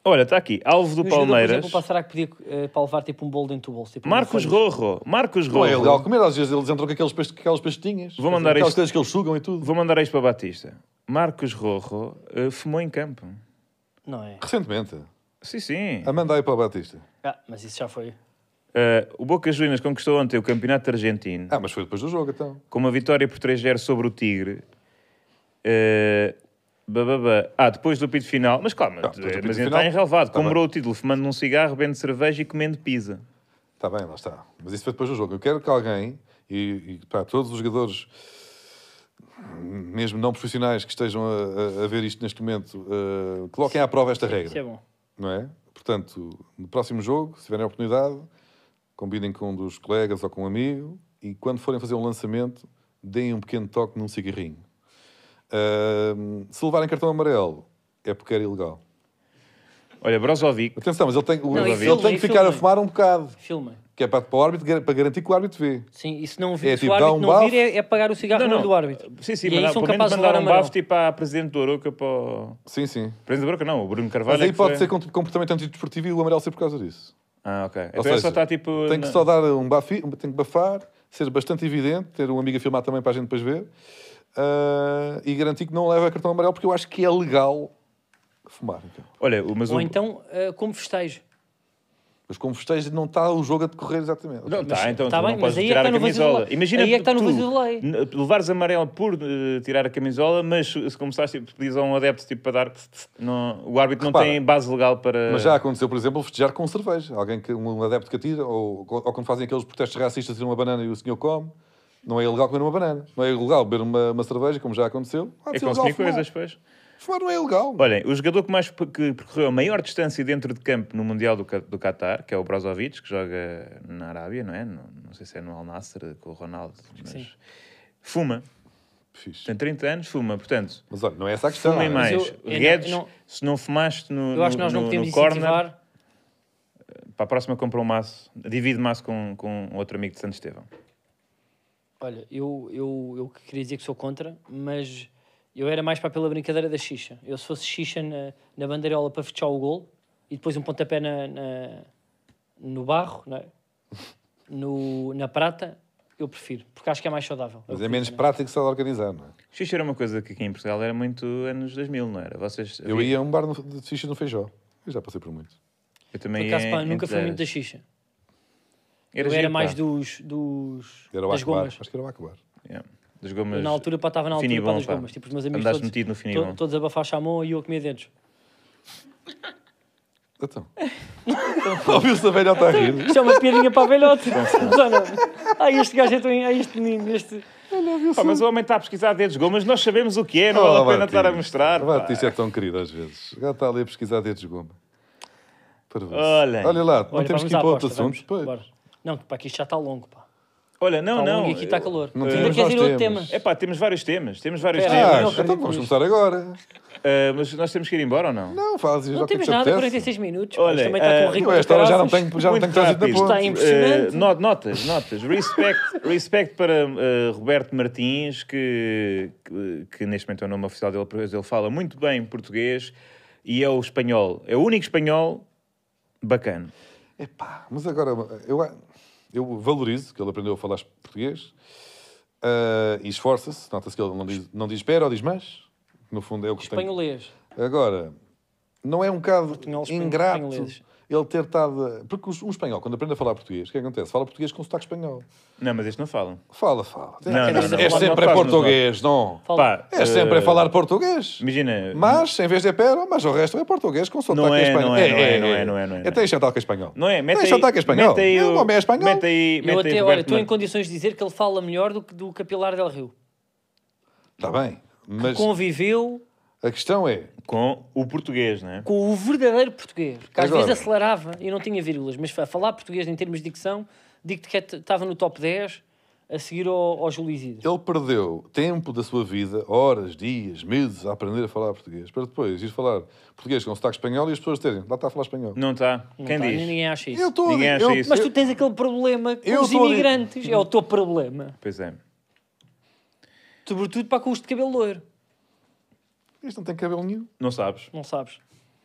Speaker 1: Olha, está aqui. Alvo do
Speaker 2: O jogador, por
Speaker 1: Palmeiras.
Speaker 2: exemplo, passará que podia eh, para levar tipo um bolo dentro do bolso. tipo,
Speaker 1: Marcos
Speaker 2: uma folha.
Speaker 1: Rorro. Marcos
Speaker 3: Não é ilegal
Speaker 1: Rorro.
Speaker 3: comer, às vezes eles entram com aqueles past- com aquelas pastinhas.
Speaker 1: Vou mandar
Speaker 3: aquelas
Speaker 1: isto.
Speaker 3: coisas que eles sugam e tudo.
Speaker 1: Vou mandar isto para Batista. Marcos Rorro eh, fumou em campo.
Speaker 2: Não é?
Speaker 3: Recentemente,
Speaker 1: Sim, sim.
Speaker 3: a mandar aí para o Batista.
Speaker 2: Ah, mas isso já foi.
Speaker 1: Eh, o Boca Juniors conquistou ontem o Campeonato Argentino
Speaker 3: Ah, mas foi depois do jogo, então.
Speaker 1: com uma vitória por 3-0 sobre o Tigre. Eh, ba, ba, ba. Ah, depois do pito final. Mas calma,
Speaker 3: Ah, depois do
Speaker 1: eh,
Speaker 3: apito
Speaker 1: mas ainda
Speaker 3: final.
Speaker 1: está enrelvado.
Speaker 3: Tá
Speaker 1: Comemorou o título fumando um cigarro, bebendo cerveja e comendo pizza.
Speaker 3: Está Tá bem, lá está. Mas isso foi depois do jogo. Eu quero que alguém, e, e para todos os jogadores, mesmo não profissionais que estejam a, a- a ver isto neste momento, eh, coloquem à prova esta
Speaker 2: Isso é
Speaker 3: regra.
Speaker 2: bom.
Speaker 3: Não é? Portanto, no próximo jogo, se tiverem a oportunidade, combinem com um dos colegas ou com um amigo e quando forem fazer um lançamento, deem um pequeno toque num cigarrinho. Ahm, se levarem cartão amarelo, é porque era ilegal.
Speaker 1: Olha, Brozovic.
Speaker 3: Atenção, mas ele tem, o-
Speaker 2: Não, e
Speaker 3: ele
Speaker 2: filmem,
Speaker 3: tem
Speaker 2: e
Speaker 3: que ficar a
Speaker 2: filmem.
Speaker 3: fumar um bocado,
Speaker 2: Filma.
Speaker 3: que é para, para o árbitro, gar- para garantir que o árbitro vê.
Speaker 2: Sim, e se não
Speaker 3: É
Speaker 2: vir, se
Speaker 3: tipo,
Speaker 2: o
Speaker 3: dá
Speaker 2: árbitro
Speaker 3: um
Speaker 2: não
Speaker 3: bafo.
Speaker 2: vir, é, é pagar o cigarro não, do árbitro.
Speaker 1: Sim, sim,
Speaker 2: e
Speaker 1: mas
Speaker 2: aí
Speaker 1: dá-
Speaker 2: são
Speaker 1: pelo menos
Speaker 2: capazes de levar
Speaker 1: mandaram um
Speaker 2: amarelo.
Speaker 1: bafo tipo à Presidente do Aroca para o...
Speaker 3: Sim, sim.
Speaker 1: Presidente do Aroca não, o Bruno Carvalho
Speaker 3: Mas
Speaker 1: é
Speaker 3: aí
Speaker 1: que
Speaker 3: pode
Speaker 1: foi.
Speaker 3: ser com- comportamento antidesportivo e o amarelo ser por causa disso.
Speaker 1: Ah, ok.
Speaker 3: Ou
Speaker 1: Então é só
Speaker 3: seja,
Speaker 1: está tipo...
Speaker 3: Tem que
Speaker 1: na-
Speaker 3: só dar um bafi, um- tem que bafar, ser bastante evidente, ter um amigo a filmar também para a gente depois ver ah, e garantir que não leva cartão amarelo, porque eu acho que é legal fumar. então.
Speaker 1: Olha, o- mas
Speaker 2: Ou
Speaker 1: o-
Speaker 2: então, eh, como festejo.
Speaker 3: Mas como festejo, não está o jogo a decorrer exatamente.
Speaker 1: Não,
Speaker 2: Mas-
Speaker 1: tá, então
Speaker 2: tá
Speaker 1: tu
Speaker 2: bem, mas
Speaker 1: não podes
Speaker 2: aí é
Speaker 1: tirar
Speaker 2: que
Speaker 1: a
Speaker 2: tá no vazio
Speaker 1: camisola.
Speaker 2: do lei.
Speaker 1: Imagina
Speaker 2: Aí é que tá no
Speaker 1: tu
Speaker 2: vazio do lei.
Speaker 1: n- levares amarelo por eh, tirar a camisola, mas se se começaste, tipo, pedires a um adepto tipo, para dar, não- o árbitro
Speaker 3: Repara.
Speaker 1: não tem base legal para.
Speaker 3: Mas já aconteceu, por exemplo, festejar com cerveja. Alguém que, um adepto que atira, ou, ou quando fazem aqueles protestos racistas, tiram uma banana e o senhor come. Não é ilegal comer uma banana. Não é ilegal beber uma, uma cerveja, como já aconteceu. Há de
Speaker 1: é
Speaker 3: ser ilegal
Speaker 1: consumir
Speaker 3: fumar.
Speaker 1: coisas, pois.
Speaker 3: Fumar não é ilegal.
Speaker 1: Olhem, o jogador que mais per- que percorreu a maior distância dentro de campo no Mundial do, Ca- do Qatar, que é o Brozovic, que joga na Arábia, não é? Não, não sei se é no Al Nassr com o Ronaldo, mas
Speaker 2: sim.
Speaker 1: fuma.
Speaker 3: Fixe.
Speaker 1: Tem 30 anos, fuma, portanto.
Speaker 3: Mas olha, não é essa a questão.
Speaker 1: Fumem mais.
Speaker 2: eu- eu não- eu
Speaker 1: Guedes,
Speaker 2: não-
Speaker 1: se não fumaste no,
Speaker 2: Eu acho que
Speaker 1: no,
Speaker 2: nós não
Speaker 1: no-
Speaker 2: podemos
Speaker 1: no corner,
Speaker 2: incentivar.
Speaker 1: para a próxima compra um maço, divide maço com, com outro amigo de Santo Estevão.
Speaker 2: Olha, eu, eu, eu que queria dizer que sou contra, mas eu era mais para pela brincadeira da xixa. Eu se fosse xixa na, na bandeirola para fechar o gol e depois um pontapé na, na- no barro, não é? no, na prata, eu prefiro, porque acho que é mais saudável.
Speaker 3: Mas é menos prático se ela organizar, não é?
Speaker 1: Xixi era uma coisa que aqui em Portugal era muito anos 2000, não era? Vocês,
Speaker 3: Eu ia a um bar no- de ficha no feijó. Eu já passei por muito.
Speaker 2: Por
Speaker 1: Eu também
Speaker 2: acaso,
Speaker 1: ia
Speaker 2: pá,
Speaker 1: em-
Speaker 2: nunca fui
Speaker 1: entre
Speaker 2: muito da
Speaker 1: as-
Speaker 2: xixa.
Speaker 1: Era
Speaker 2: eu
Speaker 1: giro,
Speaker 2: era mais
Speaker 1: pá.
Speaker 2: dos, dos
Speaker 3: Era o
Speaker 2: das
Speaker 3: Akbar.
Speaker 2: gomas.
Speaker 3: Acho que era o Akbar.
Speaker 1: Yeah. Das gomas.
Speaker 2: Na altura, pá, estava na altura
Speaker 1: Finibom,
Speaker 2: pá, das
Speaker 1: pá.
Speaker 2: gomas. Tipo, os meus amigos
Speaker 1: Andaste
Speaker 2: todos,
Speaker 1: metido no
Speaker 2: to-
Speaker 1: Finibom.
Speaker 2: todos a bafar chamou e eu a comer dedos.
Speaker 3: Então. Ouviu-se a velha está a rir.
Speaker 2: Isto é uma piadinha para a velhote. Não, não. Ah, este gajo é tão. Ah, este menino, este.
Speaker 1: Pá, mas o homem está a pesquisar dedos gomas, nós sabemos o que é, não
Speaker 3: Oh,
Speaker 1: vale a pena
Speaker 3: Batista.
Speaker 1: estar a mostrar.
Speaker 3: O
Speaker 1: pá.
Speaker 3: Batista é tão querido às vezes. Já está ali a pesquisar dedos de goma. Parvoíce.
Speaker 1: Olhem.
Speaker 3: Olha lá, não
Speaker 2: Olha,
Speaker 3: temos
Speaker 2: pá, vamos
Speaker 3: que ir
Speaker 2: à
Speaker 3: para
Speaker 2: aposta,
Speaker 3: outro assunto.
Speaker 2: vamos.
Speaker 3: Pois.
Speaker 2: Bora. Não, que pá, que isto já está longo, pá.
Speaker 1: Olha, não,
Speaker 2: Está
Speaker 1: não.
Speaker 2: longo e aqui está calor.
Speaker 3: não
Speaker 2: Tu
Speaker 3: temos,
Speaker 2: ainda queres ir a
Speaker 3: nós
Speaker 2: outro tema?
Speaker 3: temos.
Speaker 1: É pá, temos vários temas, temos vários
Speaker 2: Espera,
Speaker 1: temas,
Speaker 3: Ah,
Speaker 2: não
Speaker 3: então
Speaker 2: acredito
Speaker 3: vamos
Speaker 2: nisto.
Speaker 3: começar agora.
Speaker 1: Ah, mas nós temos que ir embora ou não?
Speaker 3: Não, fazes já
Speaker 2: Não
Speaker 3: o que é que
Speaker 2: temos
Speaker 3: te
Speaker 2: nada,
Speaker 3: apetece.
Speaker 2: 46 minutos.
Speaker 1: Olha,
Speaker 2: Olha, também está
Speaker 1: eh,
Speaker 2: com rico.
Speaker 3: Eu a esta hora já não tenho, já não
Speaker 1: Muito
Speaker 3: tenho trânsito na
Speaker 1: rápido.
Speaker 2: Está
Speaker 3: ponte.
Speaker 2: impressionante.
Speaker 1: Eh, not- notas, notas. Respect, respect para eh, Roberto Martins, que, que, que neste momento é o nome oficial dele, porque ele fala muito bem português e é o espanhol. É o único espanhol bacana.
Speaker 3: Epá, mas agora eu, eu valorizo que ele aprendeu a falar português ah, e esforça-se. Nota-se que ele não diz, não diz espera ou diz mas. No fundo é o que tem.
Speaker 2: Espanholês.
Speaker 3: Agora, não é um bocado
Speaker 2: Portunhol, espanhol,
Speaker 3: ingrato
Speaker 2: espanholeses.
Speaker 3: ele ter estado. a- Porque os- um espanhol, quando aprende a falar português, o que é que acontece? Fala português com sotaque espanhol.
Speaker 1: Não, mas este não fala.
Speaker 3: Fala, fala.
Speaker 1: Não, não, não.
Speaker 3: é
Speaker 1: Fala-
Speaker 3: sempre
Speaker 1: não
Speaker 3: é
Speaker 1: faz
Speaker 3: português, não.
Speaker 2: Fala.
Speaker 1: Pá,
Speaker 3: É sempre é
Speaker 1: eh,
Speaker 3: falar português.
Speaker 1: Imagina,
Speaker 3: Mas, em vez de é pera, mas o resto é português com sotaque
Speaker 1: Não é,
Speaker 3: espanhol.
Speaker 1: não é, não é, não é, não é, não é.
Speaker 3: Até sotaque espanhol.
Speaker 1: não é?
Speaker 3: Tem sotaque espanhol.
Speaker 1: mete aí
Speaker 3: Não, o homem é espanhol.
Speaker 1: Mete aí,
Speaker 2: Eu
Speaker 1: mete aí
Speaker 2: até, olha,
Speaker 1: Roberto
Speaker 2: estou em
Speaker 1: Martins.
Speaker 2: condições de dizer que ele fala melhor do que do Capilar del Rio.
Speaker 3: Está Tá bem. Mas
Speaker 2: Conviveu
Speaker 3: a questão é,
Speaker 1: com o português, não é?
Speaker 2: com o verdadeiro português, que às
Speaker 3: Agora.
Speaker 2: vezes acelerava e não tinha vírgulas, mas a falar português em termos de dicção, digo-te que é t- estava no top 10 a seguir ao, ao Júlio Isidro.
Speaker 3: ele perdeu tempo da sua vida, horas, dias, meses, a aprender a falar português, para depois ir falar português com sotaque espanhol e as pessoas terem, lá está a falar espanhol.
Speaker 1: Não está.
Speaker 2: Não
Speaker 1: Quem
Speaker 2: tá,
Speaker 1: diz?
Speaker 2: Ninguém acha isso.
Speaker 3: Eu estou a
Speaker 1: Ninguém
Speaker 3: dizer-
Speaker 1: acha
Speaker 3: eu-
Speaker 1: isso.
Speaker 2: Mas tu tens aquele problema com
Speaker 3: Eu
Speaker 2: os
Speaker 3: tô ali-
Speaker 2: imigrantes, é o teu problema.
Speaker 1: Pois é.
Speaker 2: Sobretudo para com os de cabelo loiro,
Speaker 3: Isto não tem cabelo nenhum.
Speaker 1: Não sabes.
Speaker 2: não sabes.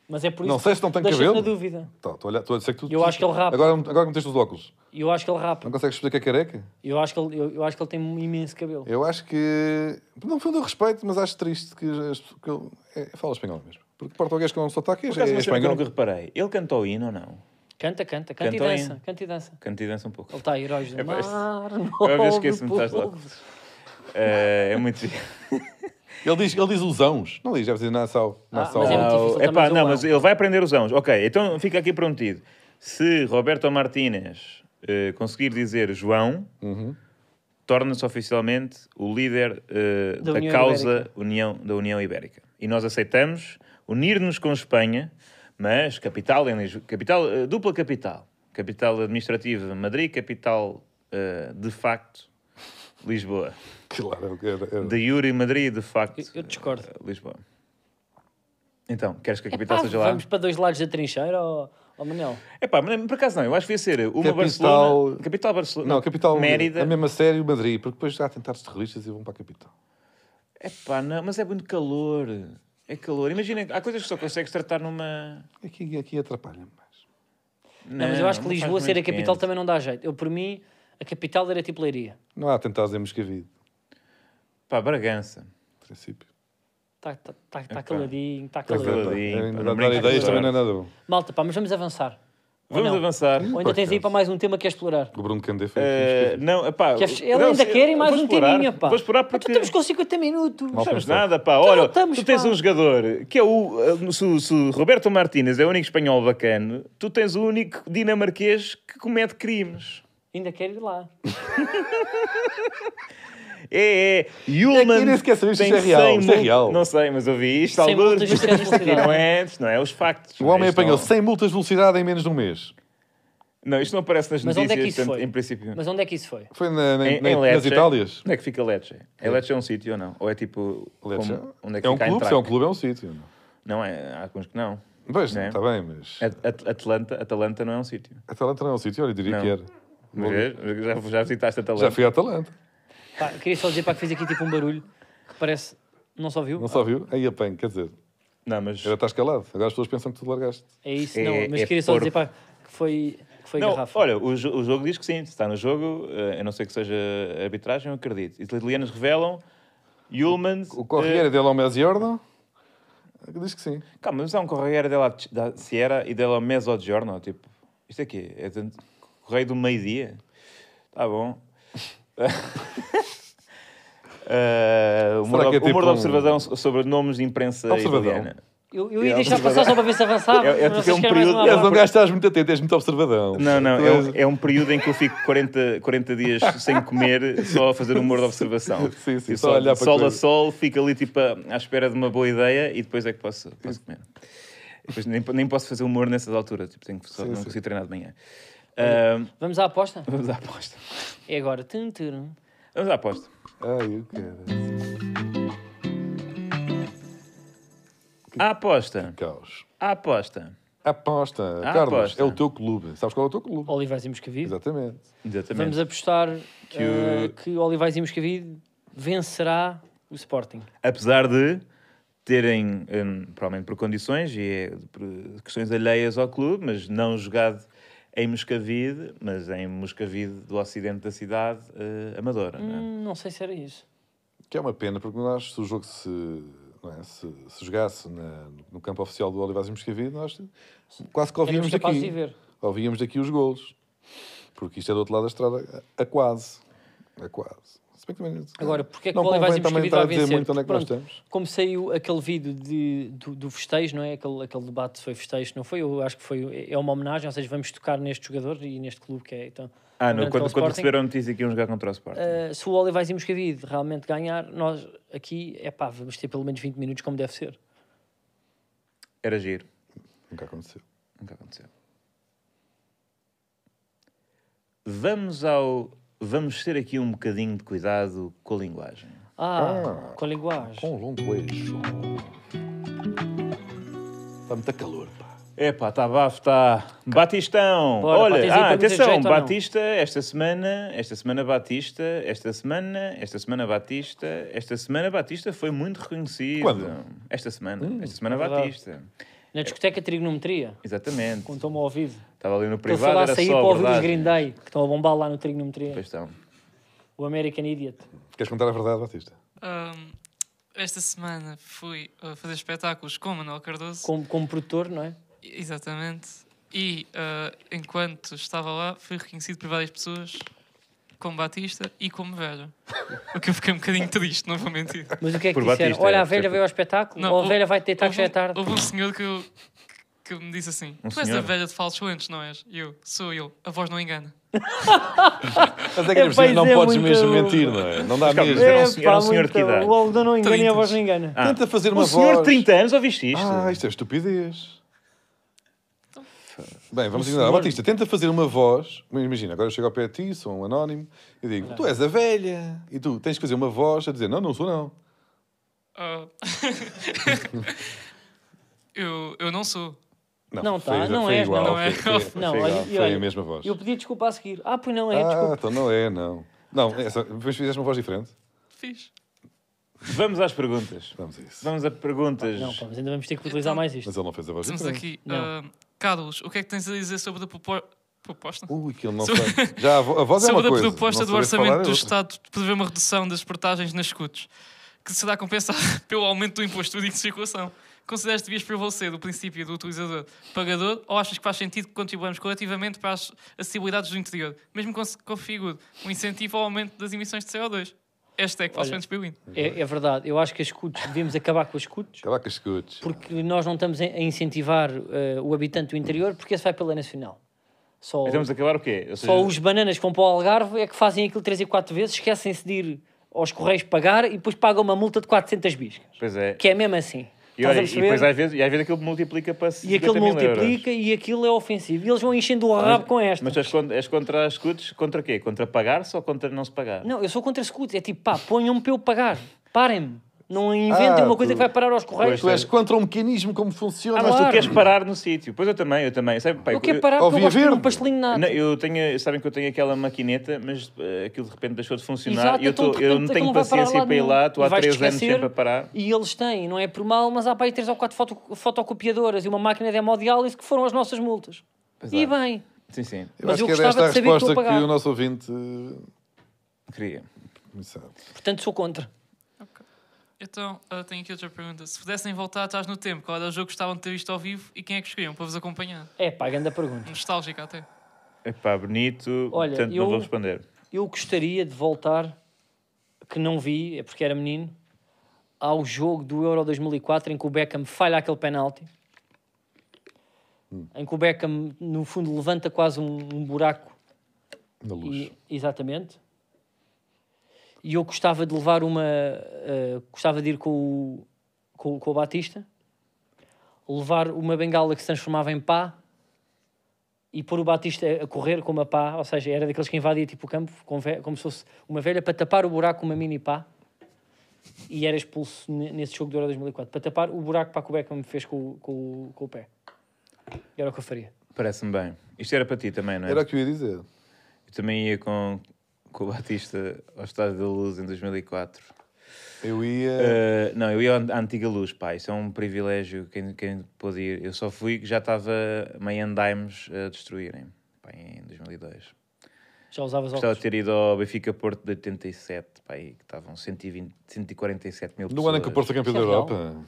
Speaker 2: Mas é por isso
Speaker 3: Não sei se não tem
Speaker 2: deixa-te
Speaker 3: cabelo.
Speaker 2: na dúvida.
Speaker 3: Tá, estou a olhar- estou a dizer que tu.
Speaker 2: Eu acho que ele rapa.
Speaker 3: Agora, agora meteste os óculos.
Speaker 2: E eu acho que ele rapa.
Speaker 3: Não consegues perceber que é careca?
Speaker 2: Eu acho que ele, eu, eu acho que ele tem um imenso cabelo.
Speaker 3: Eu acho que. Não fundo eu respeito, mas acho triste que. as- que ele- é, fala espanhol mesmo. Porque português com sotaque é,
Speaker 1: Por acaso,
Speaker 3: é
Speaker 1: uma cena que eu
Speaker 3: espanhol.
Speaker 1: Eh, nunca reparei. Ele cantou o hino ou não?
Speaker 2: Canta, canta, canta e
Speaker 1: Cantou, hein?
Speaker 2: dança, canta e dança.
Speaker 1: Canta e dança um pouco.
Speaker 2: Ele está a heróis do
Speaker 1: É, pá, este-
Speaker 2: mar.
Speaker 1: Eu às vezes
Speaker 2: nobre
Speaker 1: esqueço-me de estás lá.
Speaker 2: povo.
Speaker 1: Eh, é muito giro.
Speaker 3: Ele diz, ele diz ilusãos. Não diz, deve dizer Nassau.
Speaker 2: Ah,
Speaker 3: Nassau.
Speaker 2: mas é muito-
Speaker 1: Ah,
Speaker 2: difícil
Speaker 1: o- epá,
Speaker 2: também
Speaker 1: não,
Speaker 2: zoar.
Speaker 1: mas ele vai aprender os anos. Ok, então fica aqui prometido. Se Roberto Martínez eh, conseguir dizer João, torna-se oficialmente o líder eh,
Speaker 2: Da
Speaker 1: da,
Speaker 2: União
Speaker 1: causa
Speaker 2: Ibérica.
Speaker 1: União, da União Ibérica. E nós aceitamos unir-nos com Espanha, mas capital, em Lisbo- capital eh, dupla capital. Capital administrativa Madrid, capital eh, de facto Lisboa.
Speaker 3: Claro, é era, era.
Speaker 1: De Yuri Madrid, de facto
Speaker 2: Eu- eu discordo.
Speaker 1: eh, Lisboa. Então, queres que a capital
Speaker 2: Pá,
Speaker 1: seja lá?
Speaker 2: Vamos para dois lados da trincheira, ó ó Manel?
Speaker 1: É pá, mas por acaso não, eu acho que ia ser uma
Speaker 3: Capital-
Speaker 1: Barcelona. Capital Barcelona.
Speaker 3: Não, a capital. é
Speaker 1: Mérida.
Speaker 3: A mesma série, o Madrid. Porque depois já há atentados terroristas e vão para a capital.
Speaker 1: É pá, não, mas é muito calor. É calor. Imagina, há coisas que só consegues tratar numa.
Speaker 3: Aqui, aqui atrapalha-me mais.
Speaker 2: Não, mas eu acho que
Speaker 1: não faz
Speaker 2: Lisboa ser a
Speaker 1: muito
Speaker 2: capital
Speaker 1: quente.
Speaker 2: também não dá jeito. Eu, por mim, a capital era tipo Leiria.
Speaker 3: Não há atentados em Moscavide,
Speaker 1: Pá, Bragança.
Speaker 3: em princípio.
Speaker 2: Está tá, tá, tá
Speaker 1: Epá.
Speaker 2: caladinho, está
Speaker 1: Tá
Speaker 2: calor.
Speaker 1: caladinho,
Speaker 3: É,
Speaker 1: pá,
Speaker 3: é,
Speaker 1: não
Speaker 3: Dar
Speaker 1: brinques
Speaker 3: ideias
Speaker 1: com
Speaker 3: também não é
Speaker 1: sorte.
Speaker 3: nada bom.
Speaker 2: Malta, pá, mas vamos avançar.
Speaker 1: Vamos
Speaker 2: não.
Speaker 1: avançar.
Speaker 2: Ou ainda tens aí para mais um tema que é explorar.
Speaker 3: O Bruno Candé foi
Speaker 1: Eh,
Speaker 3: aqui.
Speaker 1: não, pá.
Speaker 2: Que as- Ele ainda quer e mais um teminha, pá.
Speaker 1: Vou explorar
Speaker 2: Mas tu
Speaker 1: porque.
Speaker 2: estamos com 50 minutos.
Speaker 1: Não
Speaker 3: Mal
Speaker 1: sabes
Speaker 3: pensado.
Speaker 1: nada, pá.
Speaker 2: não Então
Speaker 1: Olha,
Speaker 2: estamos,
Speaker 1: tu tens
Speaker 2: pá.
Speaker 1: um jogador que é o. eh, Se, o- se o Roberto Martínez é o único espanhol bacano, tu tens o único dinamarquês que comete crimes.
Speaker 2: Ainda quer ir lá.
Speaker 1: É, é. Yulman.
Speaker 3: É que nem sequer sabes se isto é real,
Speaker 1: 100
Speaker 3: isto é
Speaker 1: mul-
Speaker 3: real.
Speaker 1: Não sei, mas ouvi isto.
Speaker 2: 100
Speaker 1: alguns.
Speaker 2: multas de excesso de
Speaker 1: Aqui não
Speaker 2: velocidade.
Speaker 1: é, isto não é os factos.
Speaker 3: O homem
Speaker 1: Isto
Speaker 3: apanhou
Speaker 1: não-
Speaker 3: 100 multas de velocidade em menos de um mês.
Speaker 1: Não, isto não aparece nas
Speaker 2: Mas
Speaker 1: notícias,
Speaker 2: onde é que isso
Speaker 1: portanto,
Speaker 2: foi?
Speaker 1: em princípio.
Speaker 2: Mas onde é que isso foi?
Speaker 3: Foi na- na-
Speaker 1: Em-
Speaker 3: na-
Speaker 1: em
Speaker 3: nas
Speaker 1: Lecce.
Speaker 3: Itálias.
Speaker 1: Onde é que fica Lecce? É Lecce é um sítio ou não? Ou é tipo.
Speaker 3: Lecce.
Speaker 1: como- onde é que
Speaker 3: é um
Speaker 1: fica a
Speaker 3: clube, se
Speaker 1: entrada?
Speaker 3: é um clube, é um sítio. não?
Speaker 1: Não é, há alguns que não.
Speaker 3: Pois,
Speaker 1: É.
Speaker 3: está bem, mas.
Speaker 1: At- At- Atlanta, Atalanta não é um sítio.
Speaker 3: Atalanta não é um sítio, olha, eu diria
Speaker 1: Não. é,
Speaker 3: que era.
Speaker 1: Vamos ver? Já, já visitaste Atalanta?
Speaker 3: Já fui a Atalanta,
Speaker 2: Pá, queria só dizer para que fiz aqui tipo um barulho que parece. Não só viu?
Speaker 3: não só viu? Aí apanho, quer dizer,
Speaker 1: Não, mas.
Speaker 3: era estás calado. Agora as pessoas pensam que tu largaste.
Speaker 2: É isso,
Speaker 1: É-
Speaker 2: não. Mas
Speaker 1: é
Speaker 2: queria só
Speaker 1: porco.
Speaker 2: dizer para que foi, que foi
Speaker 1: Não,
Speaker 2: garrafa.
Speaker 1: olha, o, jo- o jogo diz que sim, está no jogo, eh, a não ser que seja arbitragem, eu acredito. Italianos revelam, Yulman.
Speaker 3: O
Speaker 1: É.
Speaker 3: Corriere della Mezzogiorno diz que sim.
Speaker 1: Calma, mas há um Corriere della, da Sierra e della Mezzogiorno, tipo, isto aqui é tanto, Correio do meio-dia? Tá bom. Eh, o humor,
Speaker 3: Será que é
Speaker 1: da- o humor
Speaker 3: tipo
Speaker 1: da
Speaker 3: um-
Speaker 1: observação so- sobre nomes de imprensa
Speaker 3: Observadão.
Speaker 1: italiana.
Speaker 2: Eu, eu ia deixar passar só para ver se avançava.
Speaker 1: É- é
Speaker 2: mas
Speaker 1: porque é
Speaker 2: vocês
Speaker 1: um
Speaker 2: querem mais
Speaker 1: período-
Speaker 2: uma
Speaker 1: é
Speaker 3: És um
Speaker 2: abraço.
Speaker 3: gajo que estás muito atento, és muito observadão.
Speaker 1: Não, não,
Speaker 3: Tu
Speaker 1: é
Speaker 3: és-
Speaker 1: um, é um período em que eu fico 40, 40 dias sem comer, só a fazer humor de observação.
Speaker 3: Sim, sim,
Speaker 1: Tipo,
Speaker 3: só a olhar para
Speaker 1: sol a
Speaker 3: coisas.
Speaker 1: sol, fico ali tipo a- à espera de uma boa ideia e depois é que posso, posso comer. Depois nem, nem posso fazer humor nessas alturas, tipo, tenho que só, não consigo treinar de manhã. Ahm,
Speaker 2: Vamos à aposta?
Speaker 1: vamos à aposta.
Speaker 2: É agora. Tum, tum.
Speaker 1: Vamos à aposta.
Speaker 3: Ai, o cara.
Speaker 1: À aposta.
Speaker 3: Caos.
Speaker 1: À aposta.
Speaker 3: Aposta,
Speaker 1: Ah,
Speaker 3: Carlos,
Speaker 1: aposta.
Speaker 3: é o teu clube. Sabes qual é o teu clube?
Speaker 2: Olivais e Moscavide.
Speaker 3: Exatamente.
Speaker 1: Exatamente.
Speaker 2: Vamos apostar
Speaker 1: Que
Speaker 2: que,
Speaker 1: o-
Speaker 2: que Olivais e Moscavide vencerá o Sporting.
Speaker 1: Apesar de terem, hum, provavelmente por condições e é por questões alheias ao clube, mas não jogado em Moscavide, mas em Moscavide do ocidente da cidade eh, amadora. não é?
Speaker 2: Hum, não sei se era isso.
Speaker 3: Que é uma pena, porque nós, se o jogo se, não é, se, se jogasse na- no campo oficial do Olivais e Moscavide, nós quase
Speaker 2: Éramos
Speaker 3: que ouvíamos
Speaker 2: capazes de
Speaker 3: daqui.
Speaker 2: ver.
Speaker 3: Ouvíamos daqui os golos. Porque isto é do outro lado da estrada, a, a quase. A quase. Se bem que também,
Speaker 2: Agora, porque é que
Speaker 3: não
Speaker 2: o Olivais e
Speaker 3: convém
Speaker 2: Moscavide
Speaker 3: também estar
Speaker 2: vai
Speaker 3: a dizer
Speaker 2: vencer?
Speaker 3: muito onde é que nós
Speaker 2: Pronto,
Speaker 3: estamos.
Speaker 2: Como saiu aquele vídeo de, do, do festejo, não é? Aquele, aquele debate se foi festejo, não foi? Eu acho que foi, é uma homenagem, ou seja, vamos tocar neste jogador e neste clube que é. Então,
Speaker 1: Ah, não,
Speaker 2: durante o
Speaker 1: quando, quando
Speaker 2: Sporting.
Speaker 1: receberam a notícia que iam jogar contra o Sporting.
Speaker 2: Uh, se o Olivais e Moscavide realmente ganhar, nós aqui, é pá, vamos ter pelo menos 20 minutos como deve ser.
Speaker 1: Era giro.
Speaker 3: Nunca aconteceu.
Speaker 1: Nunca aconteceu. Vamos ao... Vamos ter aqui um bocadinho de cuidado com a linguagem.
Speaker 2: Ah,
Speaker 3: Ah.
Speaker 2: com a linguagem.
Speaker 3: Com um longo eixo. Está muito calor, pá.
Speaker 1: Epá, está bafo, está. Batistão!
Speaker 2: Bora,
Speaker 1: Olha,
Speaker 2: Batista,
Speaker 1: ah,
Speaker 2: tem muito
Speaker 1: atenção,
Speaker 2: jeito ou não?
Speaker 1: Batista, esta semana, esta semana Batista, esta semana, esta semana Batista, esta semana Batista foi muito reconhecido.
Speaker 3: Quando?
Speaker 1: Esta semana, esta semana
Speaker 2: é verdade.
Speaker 1: Batista.
Speaker 2: Na discoteca Trigonometria,
Speaker 1: Exatamente.
Speaker 2: contou-me ao ouvido.
Speaker 1: Estava ali no
Speaker 2: Estou a falar
Speaker 1: privado,
Speaker 2: a
Speaker 1: era
Speaker 2: sair
Speaker 1: só
Speaker 2: para ouvir os
Speaker 1: abordagem.
Speaker 2: Green Day, que estão a bombar lá no Trigonometria.
Speaker 1: Pois então. estão.
Speaker 2: O American Idiot.
Speaker 3: Queres contar a verdade, Batista?
Speaker 2: É
Speaker 4: Ahm, esta semana fui ah, fazer espetáculos com o Manuel Cardoso.
Speaker 2: Como, como produtor, não é?
Speaker 4: Exatamente. E ah, enquanto estava lá, fui reconhecido por várias pessoas, como Batista e como velha. o que eu fiquei um bocadinho triste, não vou mentir.
Speaker 2: Mas o que é que
Speaker 1: Por
Speaker 2: disseram?
Speaker 1: Batista,
Speaker 2: Olha,
Speaker 1: é,
Speaker 2: a velha
Speaker 1: certo.
Speaker 2: veio ao espetáculo,
Speaker 4: Não,
Speaker 2: ou a
Speaker 4: houve-
Speaker 2: velha vai deitar que já é
Speaker 4: houve um-
Speaker 2: tarde.
Speaker 4: Houve um senhor que, eu- que me disse assim:
Speaker 1: Um
Speaker 4: Tu és a
Speaker 1: senhor?
Speaker 4: velha de falos fluentes, não és? E Eu, sou eu, a voz não engana.
Speaker 3: Mas é que é,
Speaker 2: pois
Speaker 3: preciso, não
Speaker 2: é,
Speaker 3: podes
Speaker 2: muito-
Speaker 3: mesmo mentir, não é? Não dá
Speaker 1: calma,
Speaker 3: mesmo.
Speaker 1: era um senhor- era um senhor de que idade?
Speaker 2: o algodão não engana e a
Speaker 4: Trintas.
Speaker 2: voz não engana.
Speaker 1: Ah,
Speaker 3: Tenta fazer uma
Speaker 1: um senhor de
Speaker 3: voz.
Speaker 1: 30 anos, ouviste isto?
Speaker 3: Ah, isto é estupidez. Bem, vamos
Speaker 2: Um
Speaker 3: ignorar.
Speaker 2: senhor.
Speaker 3: Batista, tenta fazer uma voz. Imagina, agora eu chego ao pé de ti, sou um anónimo, e digo: Tu és a velha. E tu tens que fazer uma voz a dizer: Não, não sou, não.
Speaker 4: Ah. eu, eu não sou.
Speaker 2: Não
Speaker 3: foi-
Speaker 2: tá, não
Speaker 3: foi
Speaker 2: és,
Speaker 3: igual,
Speaker 2: não
Speaker 3: foi-
Speaker 4: é.
Speaker 3: foi-
Speaker 4: Não,
Speaker 3: foi
Speaker 2: Não,
Speaker 3: igual,
Speaker 2: olha, e
Speaker 3: Foi
Speaker 2: olha,
Speaker 3: a mesma voz.
Speaker 2: Eu pedi desculpa a seguir. Ah, pois não, é,
Speaker 3: Ah,
Speaker 2: desculpa.
Speaker 3: então não é, não. Não, essa, mas fizeste uma voz diferente.
Speaker 4: Fiz.
Speaker 1: Vamos às perguntas.
Speaker 3: Vamos a isso.
Speaker 1: Vamos a perguntas. Então
Speaker 2: Não, pá, mas ainda vamos ter que utilizar mais isto.
Speaker 3: Mas ele não fez a voz
Speaker 4: Estamos
Speaker 3: diferente.
Speaker 4: aqui.
Speaker 2: Não.
Speaker 4: Ah, Carlos, o que é que tens a dizer sobre a propo- proposta?
Speaker 3: Ui, que ele não
Speaker 4: Sou-
Speaker 3: sabe. Já a, vo- a voz é uma
Speaker 4: sobre a
Speaker 3: coisa.
Speaker 4: proposta
Speaker 3: não saber
Speaker 4: do
Speaker 3: falar
Speaker 4: Orçamento
Speaker 3: é
Speaker 4: do
Speaker 3: outra.
Speaker 4: Estado de prever uma redução das portagens nas escutas, que será compensada pelo aumento do imposto de circulação. Consideras que devias prevalecer do princípio do utilizador pagador ou achas que faz sentido que contribuamos coletivamente para as acessibilidades do interior, mesmo que configure um incentivo ao aumento das emissões de CO2? Hashtag
Speaker 2: Olha.
Speaker 4: Fosfentes Berlim.
Speaker 2: É, é verdade, eu acho que as CUTs, devíamos acabar com as CUTs,
Speaker 3: Caraca, escutes.
Speaker 2: porque nós não estamos a a incentivar eh, o habitante do interior, porque esse vai pela nacional. Só,
Speaker 1: Mas vamos acabar o quê? Ou
Speaker 2: só
Speaker 1: seja,
Speaker 2: os bananas que vão para o Algarve é que fazem aquilo 3 e 4 vezes, esquecem-se de ir aos Correios pagar e depois pagam uma multa de 400 biscas.
Speaker 1: Pois é.
Speaker 2: Que é mesmo assim.
Speaker 1: E,
Speaker 2: Estás a
Speaker 1: olha, e
Speaker 2: perceber?
Speaker 1: depois às vezes, e às vezes aquilo multiplica para
Speaker 2: E
Speaker 1: 50
Speaker 2: aquilo
Speaker 1: mil euros.
Speaker 2: multiplica e aquilo é ofensivo. E eles vão enchendo o rabo com esta.
Speaker 1: Mas és contra, és contra as CUTs? Contra quê? Contra pagar-se ou contra não se pagar?
Speaker 2: Não, eu sou contra scouts. É tipo, pá, ponham-me para eu pagar. Parem-me. Não inventem
Speaker 3: Ah,
Speaker 2: uma coisa
Speaker 3: tu-
Speaker 2: que vai parar aos correios.
Speaker 3: Tu és contra um mecanismo como funciona.
Speaker 1: Ah, mas tu
Speaker 2: Claro.
Speaker 1: queres parar no sítio. Pois eu também, eu também. Sabe, pá,
Speaker 2: Eu quero
Speaker 1: eu-
Speaker 2: parar porque eu
Speaker 3: Ouvi a
Speaker 2: gosto de comer um
Speaker 3: verde.
Speaker 2: pastelinho de nata.
Speaker 1: Não, eu tenho, sabem que eu tenho aquela maquineta, mas eh, aquilo de repente deixou de funcionar
Speaker 2: Exato,
Speaker 1: e eu,
Speaker 2: então,
Speaker 1: tô-
Speaker 2: de
Speaker 1: eu
Speaker 2: repente,
Speaker 1: não
Speaker 2: aquilo
Speaker 1: tenho
Speaker 2: vai parar
Speaker 1: paciência
Speaker 2: lado
Speaker 1: para ir lá,
Speaker 2: nenhum.
Speaker 1: estou há
Speaker 2: E vais-te
Speaker 1: 3 anos
Speaker 2: esquecer,
Speaker 1: sempre a parar.
Speaker 2: E eles têm, não é por mal, mas há para aí três ou quatro foto- fotocopiadoras e uma máquina de hemodiálise que foram as nossas multas. E
Speaker 1: Exato.
Speaker 2: bem,
Speaker 1: Sim, sim,
Speaker 3: Eu
Speaker 2: mas
Speaker 3: acho
Speaker 2: eu
Speaker 3: que era esta
Speaker 2: gostava
Speaker 3: a
Speaker 2: de saber que
Speaker 3: resposta
Speaker 2: estou a
Speaker 3: que,
Speaker 2: pagar.
Speaker 3: o nosso ouvinte. é, eh,
Speaker 1: queria.
Speaker 3: sabe.
Speaker 2: portanto sou contra.
Speaker 4: Então, ah, tenho aqui outra pergunta. Se pudessem voltar atrás no tempo, qual era o jogo que gostavam de ter visto ao vivo e quem é que escolhiam para vos acompanhar?
Speaker 2: É pá, grande a pergunta.
Speaker 4: Nostálgica até.
Speaker 1: Epá, bonito,
Speaker 2: Olha,
Speaker 1: portanto
Speaker 2: eu-
Speaker 1: não vou responder.
Speaker 2: Eu gostaria de voltar, que não vi, é porque era menino, ao jogo do Euro 2004 em que o Beckham falha aquele penalti. Em que o Beckham, no fundo, levanta quase um- um buraco
Speaker 3: Na luz.
Speaker 2: E- exatamente. E eu gostava de levar uma. eh, gostava de ir com o, com, o- com o Batista, levar uma bengala que se transformava em pá e pôr o Batista a correr com uma pá, ou seja, era daqueles que invadia tipo o campo, com ve- como se fosse uma velha, para tapar o buraco com uma mini pá. E era expulso ne- nesse jogo do Euro 2004, para tapar o buraco para que o Beckham fez com, o- com, o- com o pé. Era o que eu faria.
Speaker 1: Parece-me bem. Isto era para ti também, não é?
Speaker 3: Era o que eu ia dizer.
Speaker 1: Eu também ia com, com o Batista ao Estádio da Luz em 2004.
Speaker 3: Eu
Speaker 2: É,
Speaker 3: ia.
Speaker 1: Eh, não, eu ia à Antiga Luz, pá, isso é um privilégio quem, quem pôde ir. Eu só fui que já estava meio Dimes a destruírem, pá, em 2002.
Speaker 2: Já usavas
Speaker 1: Gostava
Speaker 2: óculos.
Speaker 1: de ter ido ao Benfica Porto de 87, pá, aí que estavam 120, 147 mil pessoas.
Speaker 3: no ano em que o Porto é campeão da
Speaker 2: Isso é
Speaker 3: Europa.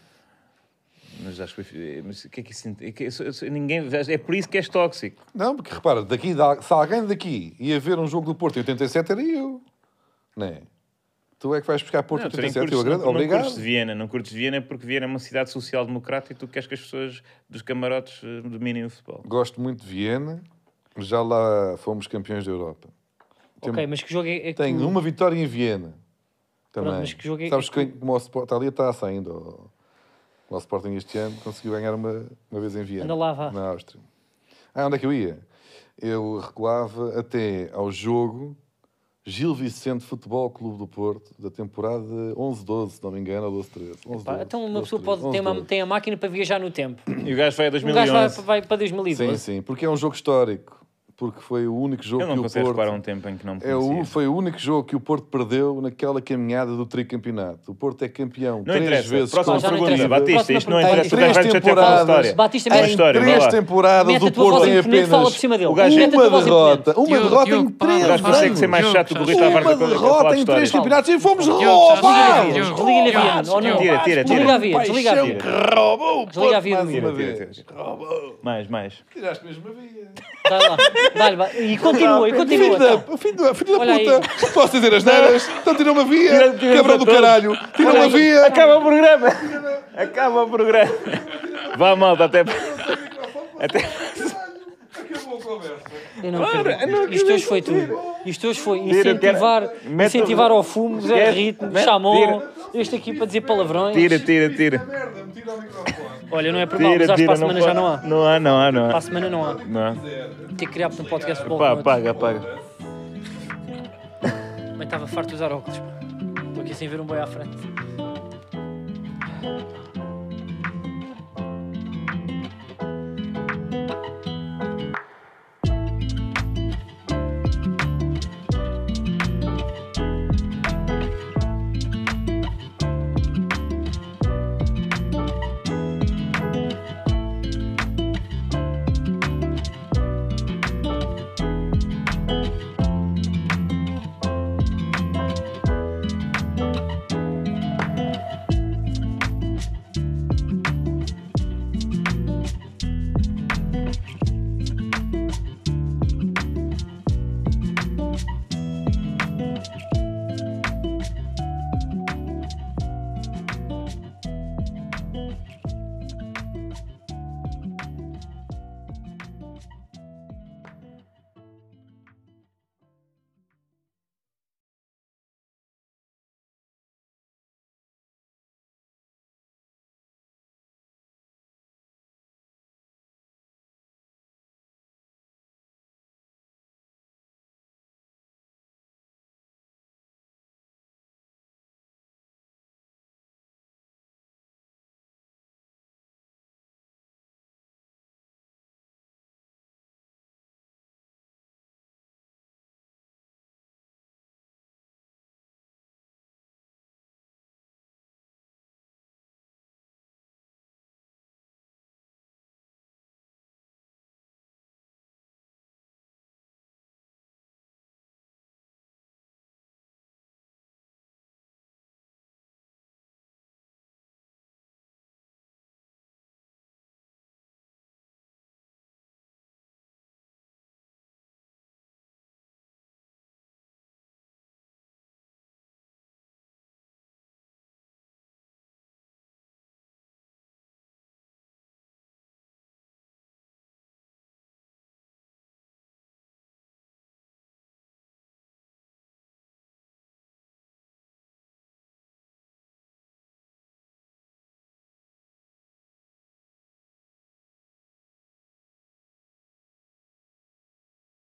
Speaker 1: Mas acho que. Mas o que é que isso. é que isso- isso- Ninguém, é por isso que és tóxico.
Speaker 3: Não, porque repara, daqui, da- se alguém daqui ia ver um jogo do Porto em 87, era eu. Não é? Tu é que vais buscar Porto em
Speaker 1: tu nem
Speaker 3: 87,
Speaker 1: curtes-
Speaker 3: eu
Speaker 2: um
Speaker 3: agradeço.
Speaker 1: não, não
Speaker 3: Obrigado.
Speaker 1: curtes Viena, não curtes Viena porque Viena é uma cidade social-democrata e tu queres que as pessoas dos camarotes eh, dominem o futebol.
Speaker 3: Gosto muito de Viena. Já lá fomos campeões da Europa. um
Speaker 2: Ok, mas que jogo é, é que
Speaker 3: Tenho
Speaker 2: tu-
Speaker 3: uma vitória em Viena. Também.
Speaker 2: Pronto, mas que jogo é-
Speaker 3: Sabes
Speaker 2: é
Speaker 3: que, o nosso Sport- está ali a taça ainda. O o nosso Sporting este ano conseguiu ganhar uma, uma vez em Viena.
Speaker 2: Anda lá, vá.
Speaker 3: Na Áustria. Ah, onde é que eu ia? Eu recuava até ao jogo Gil Vicente Futebol Clube do Porto, da temporada 11-12, se não me engano, ou 12-13. 11-12,
Speaker 2: Pá, então uma
Speaker 3: 12-13,
Speaker 2: pessoa pode ter uma,
Speaker 3: 11-12.
Speaker 2: tem a máquina para viajar no tempo.
Speaker 1: E o gajo vai a
Speaker 2: Um gajo vai,
Speaker 1: 2011.
Speaker 2: vai para
Speaker 3: Sim,
Speaker 2: 2012.
Speaker 3: sim, porque é um jogo histórico. Porque foi o único jogo
Speaker 1: Eu não
Speaker 3: que o
Speaker 1: consigo
Speaker 3: Porto...
Speaker 1: reparar um tempo em que não me
Speaker 3: É
Speaker 1: conhecia.
Speaker 3: o, foi o único jogo que o Porto perdeu naquela caminhada do tricampeonato. O Porto é campeão
Speaker 1: Não
Speaker 3: três
Speaker 1: interessa.
Speaker 3: vezes
Speaker 1: Próxima
Speaker 2: Já não
Speaker 1: pergunta,
Speaker 2: interessa.
Speaker 1: Batista.
Speaker 2: Próxima
Speaker 1: Isto não
Speaker 2: pergunta.
Speaker 1: interessa. O
Speaker 3: Em
Speaker 1: gajo vai
Speaker 3: três
Speaker 1: chatear pela
Speaker 3: temporadas.
Speaker 1: história.
Speaker 2: Batista,
Speaker 1: Pela
Speaker 2: mete-
Speaker 1: história,
Speaker 3: em
Speaker 1: vai
Speaker 3: três
Speaker 1: lá.
Speaker 3: temporadas
Speaker 2: Mete a
Speaker 3: o
Speaker 2: tua
Speaker 3: Porto
Speaker 2: voz
Speaker 3: tem
Speaker 2: imponente,
Speaker 3: apenas
Speaker 2: fala por cima dele.
Speaker 1: O gajo-
Speaker 2: Mete a
Speaker 3: uma
Speaker 2: tua voz
Speaker 3: derrota.
Speaker 2: imponente.
Speaker 3: Uma
Speaker 4: Diogo,
Speaker 3: derrota em
Speaker 4: Diogo, para,
Speaker 1: O
Speaker 3: três
Speaker 1: gajo
Speaker 4: para.
Speaker 1: consegue ser mais
Speaker 4: Diogo,
Speaker 1: chato que o Rui
Speaker 4: já-
Speaker 1: Tavares a
Speaker 3: Uma
Speaker 1: falar- a falar
Speaker 3: derrota
Speaker 1: de
Speaker 3: em três
Speaker 1: história.
Speaker 3: campeonatos e fomos
Speaker 4: Diogo, já- é
Speaker 3: roubados!
Speaker 4: Diogo,
Speaker 2: Desliga-lhe a
Speaker 4: Diogo,
Speaker 2: vida, ou não?
Speaker 1: Tira, tira, tira.
Speaker 2: Desliga a vida, desliga a
Speaker 3: Paixão
Speaker 2: vida.
Speaker 3: que roubou o
Speaker 2: Desliga
Speaker 3: Porto
Speaker 2: a vida,
Speaker 3: mais
Speaker 2: Diogo.
Speaker 3: uma
Speaker 1: Tira, tira,
Speaker 3: vez. Roubou.
Speaker 1: Mais, mais.
Speaker 3: Tiraste mesmo a via.
Speaker 2: Dá lá, dá-lhe, vá. E continua, e
Speaker 3: Filho
Speaker 2: continua.
Speaker 3: da,
Speaker 2: tá.
Speaker 3: filho da, filho
Speaker 2: Olha aí.
Speaker 3: da puta! Posso dizer as neiras? Então tirou uma via!
Speaker 1: Tira- tira
Speaker 3: Cabrão
Speaker 1: para
Speaker 3: do
Speaker 1: todos.
Speaker 3: caralho! Tirou uma via!
Speaker 1: Acaba o programa! Acaba o programa! Vá, malta, até.
Speaker 3: Acabou a conversa.
Speaker 2: Eu não acredito. Isto hoje foi tudo. Isto hoje foi
Speaker 1: Tira,
Speaker 2: incentivar,
Speaker 1: tira. Mete-
Speaker 2: incentivar ao fumo, zero
Speaker 1: Mete-
Speaker 2: ritmo,
Speaker 1: mete-
Speaker 2: chamon.
Speaker 1: tira.
Speaker 2: Este aqui para dizer palavrões.
Speaker 1: Tira, tira, tira.
Speaker 3: Merda, me tira o microfone.
Speaker 2: Olha, não é por mal, mas
Speaker 1: Tira,
Speaker 2: acho que para
Speaker 1: tira.
Speaker 2: a semana já não há.
Speaker 1: pode- Não há, não há, não
Speaker 2: Para
Speaker 1: há.
Speaker 2: a semana não há.
Speaker 1: Não há.
Speaker 2: Ter que criar um podcast de
Speaker 1: Pá,
Speaker 2: futebol.
Speaker 1: apaga, apaga.
Speaker 2: Também estava farto de usar óculos. pá. Estou aqui sem ver um boi à frente.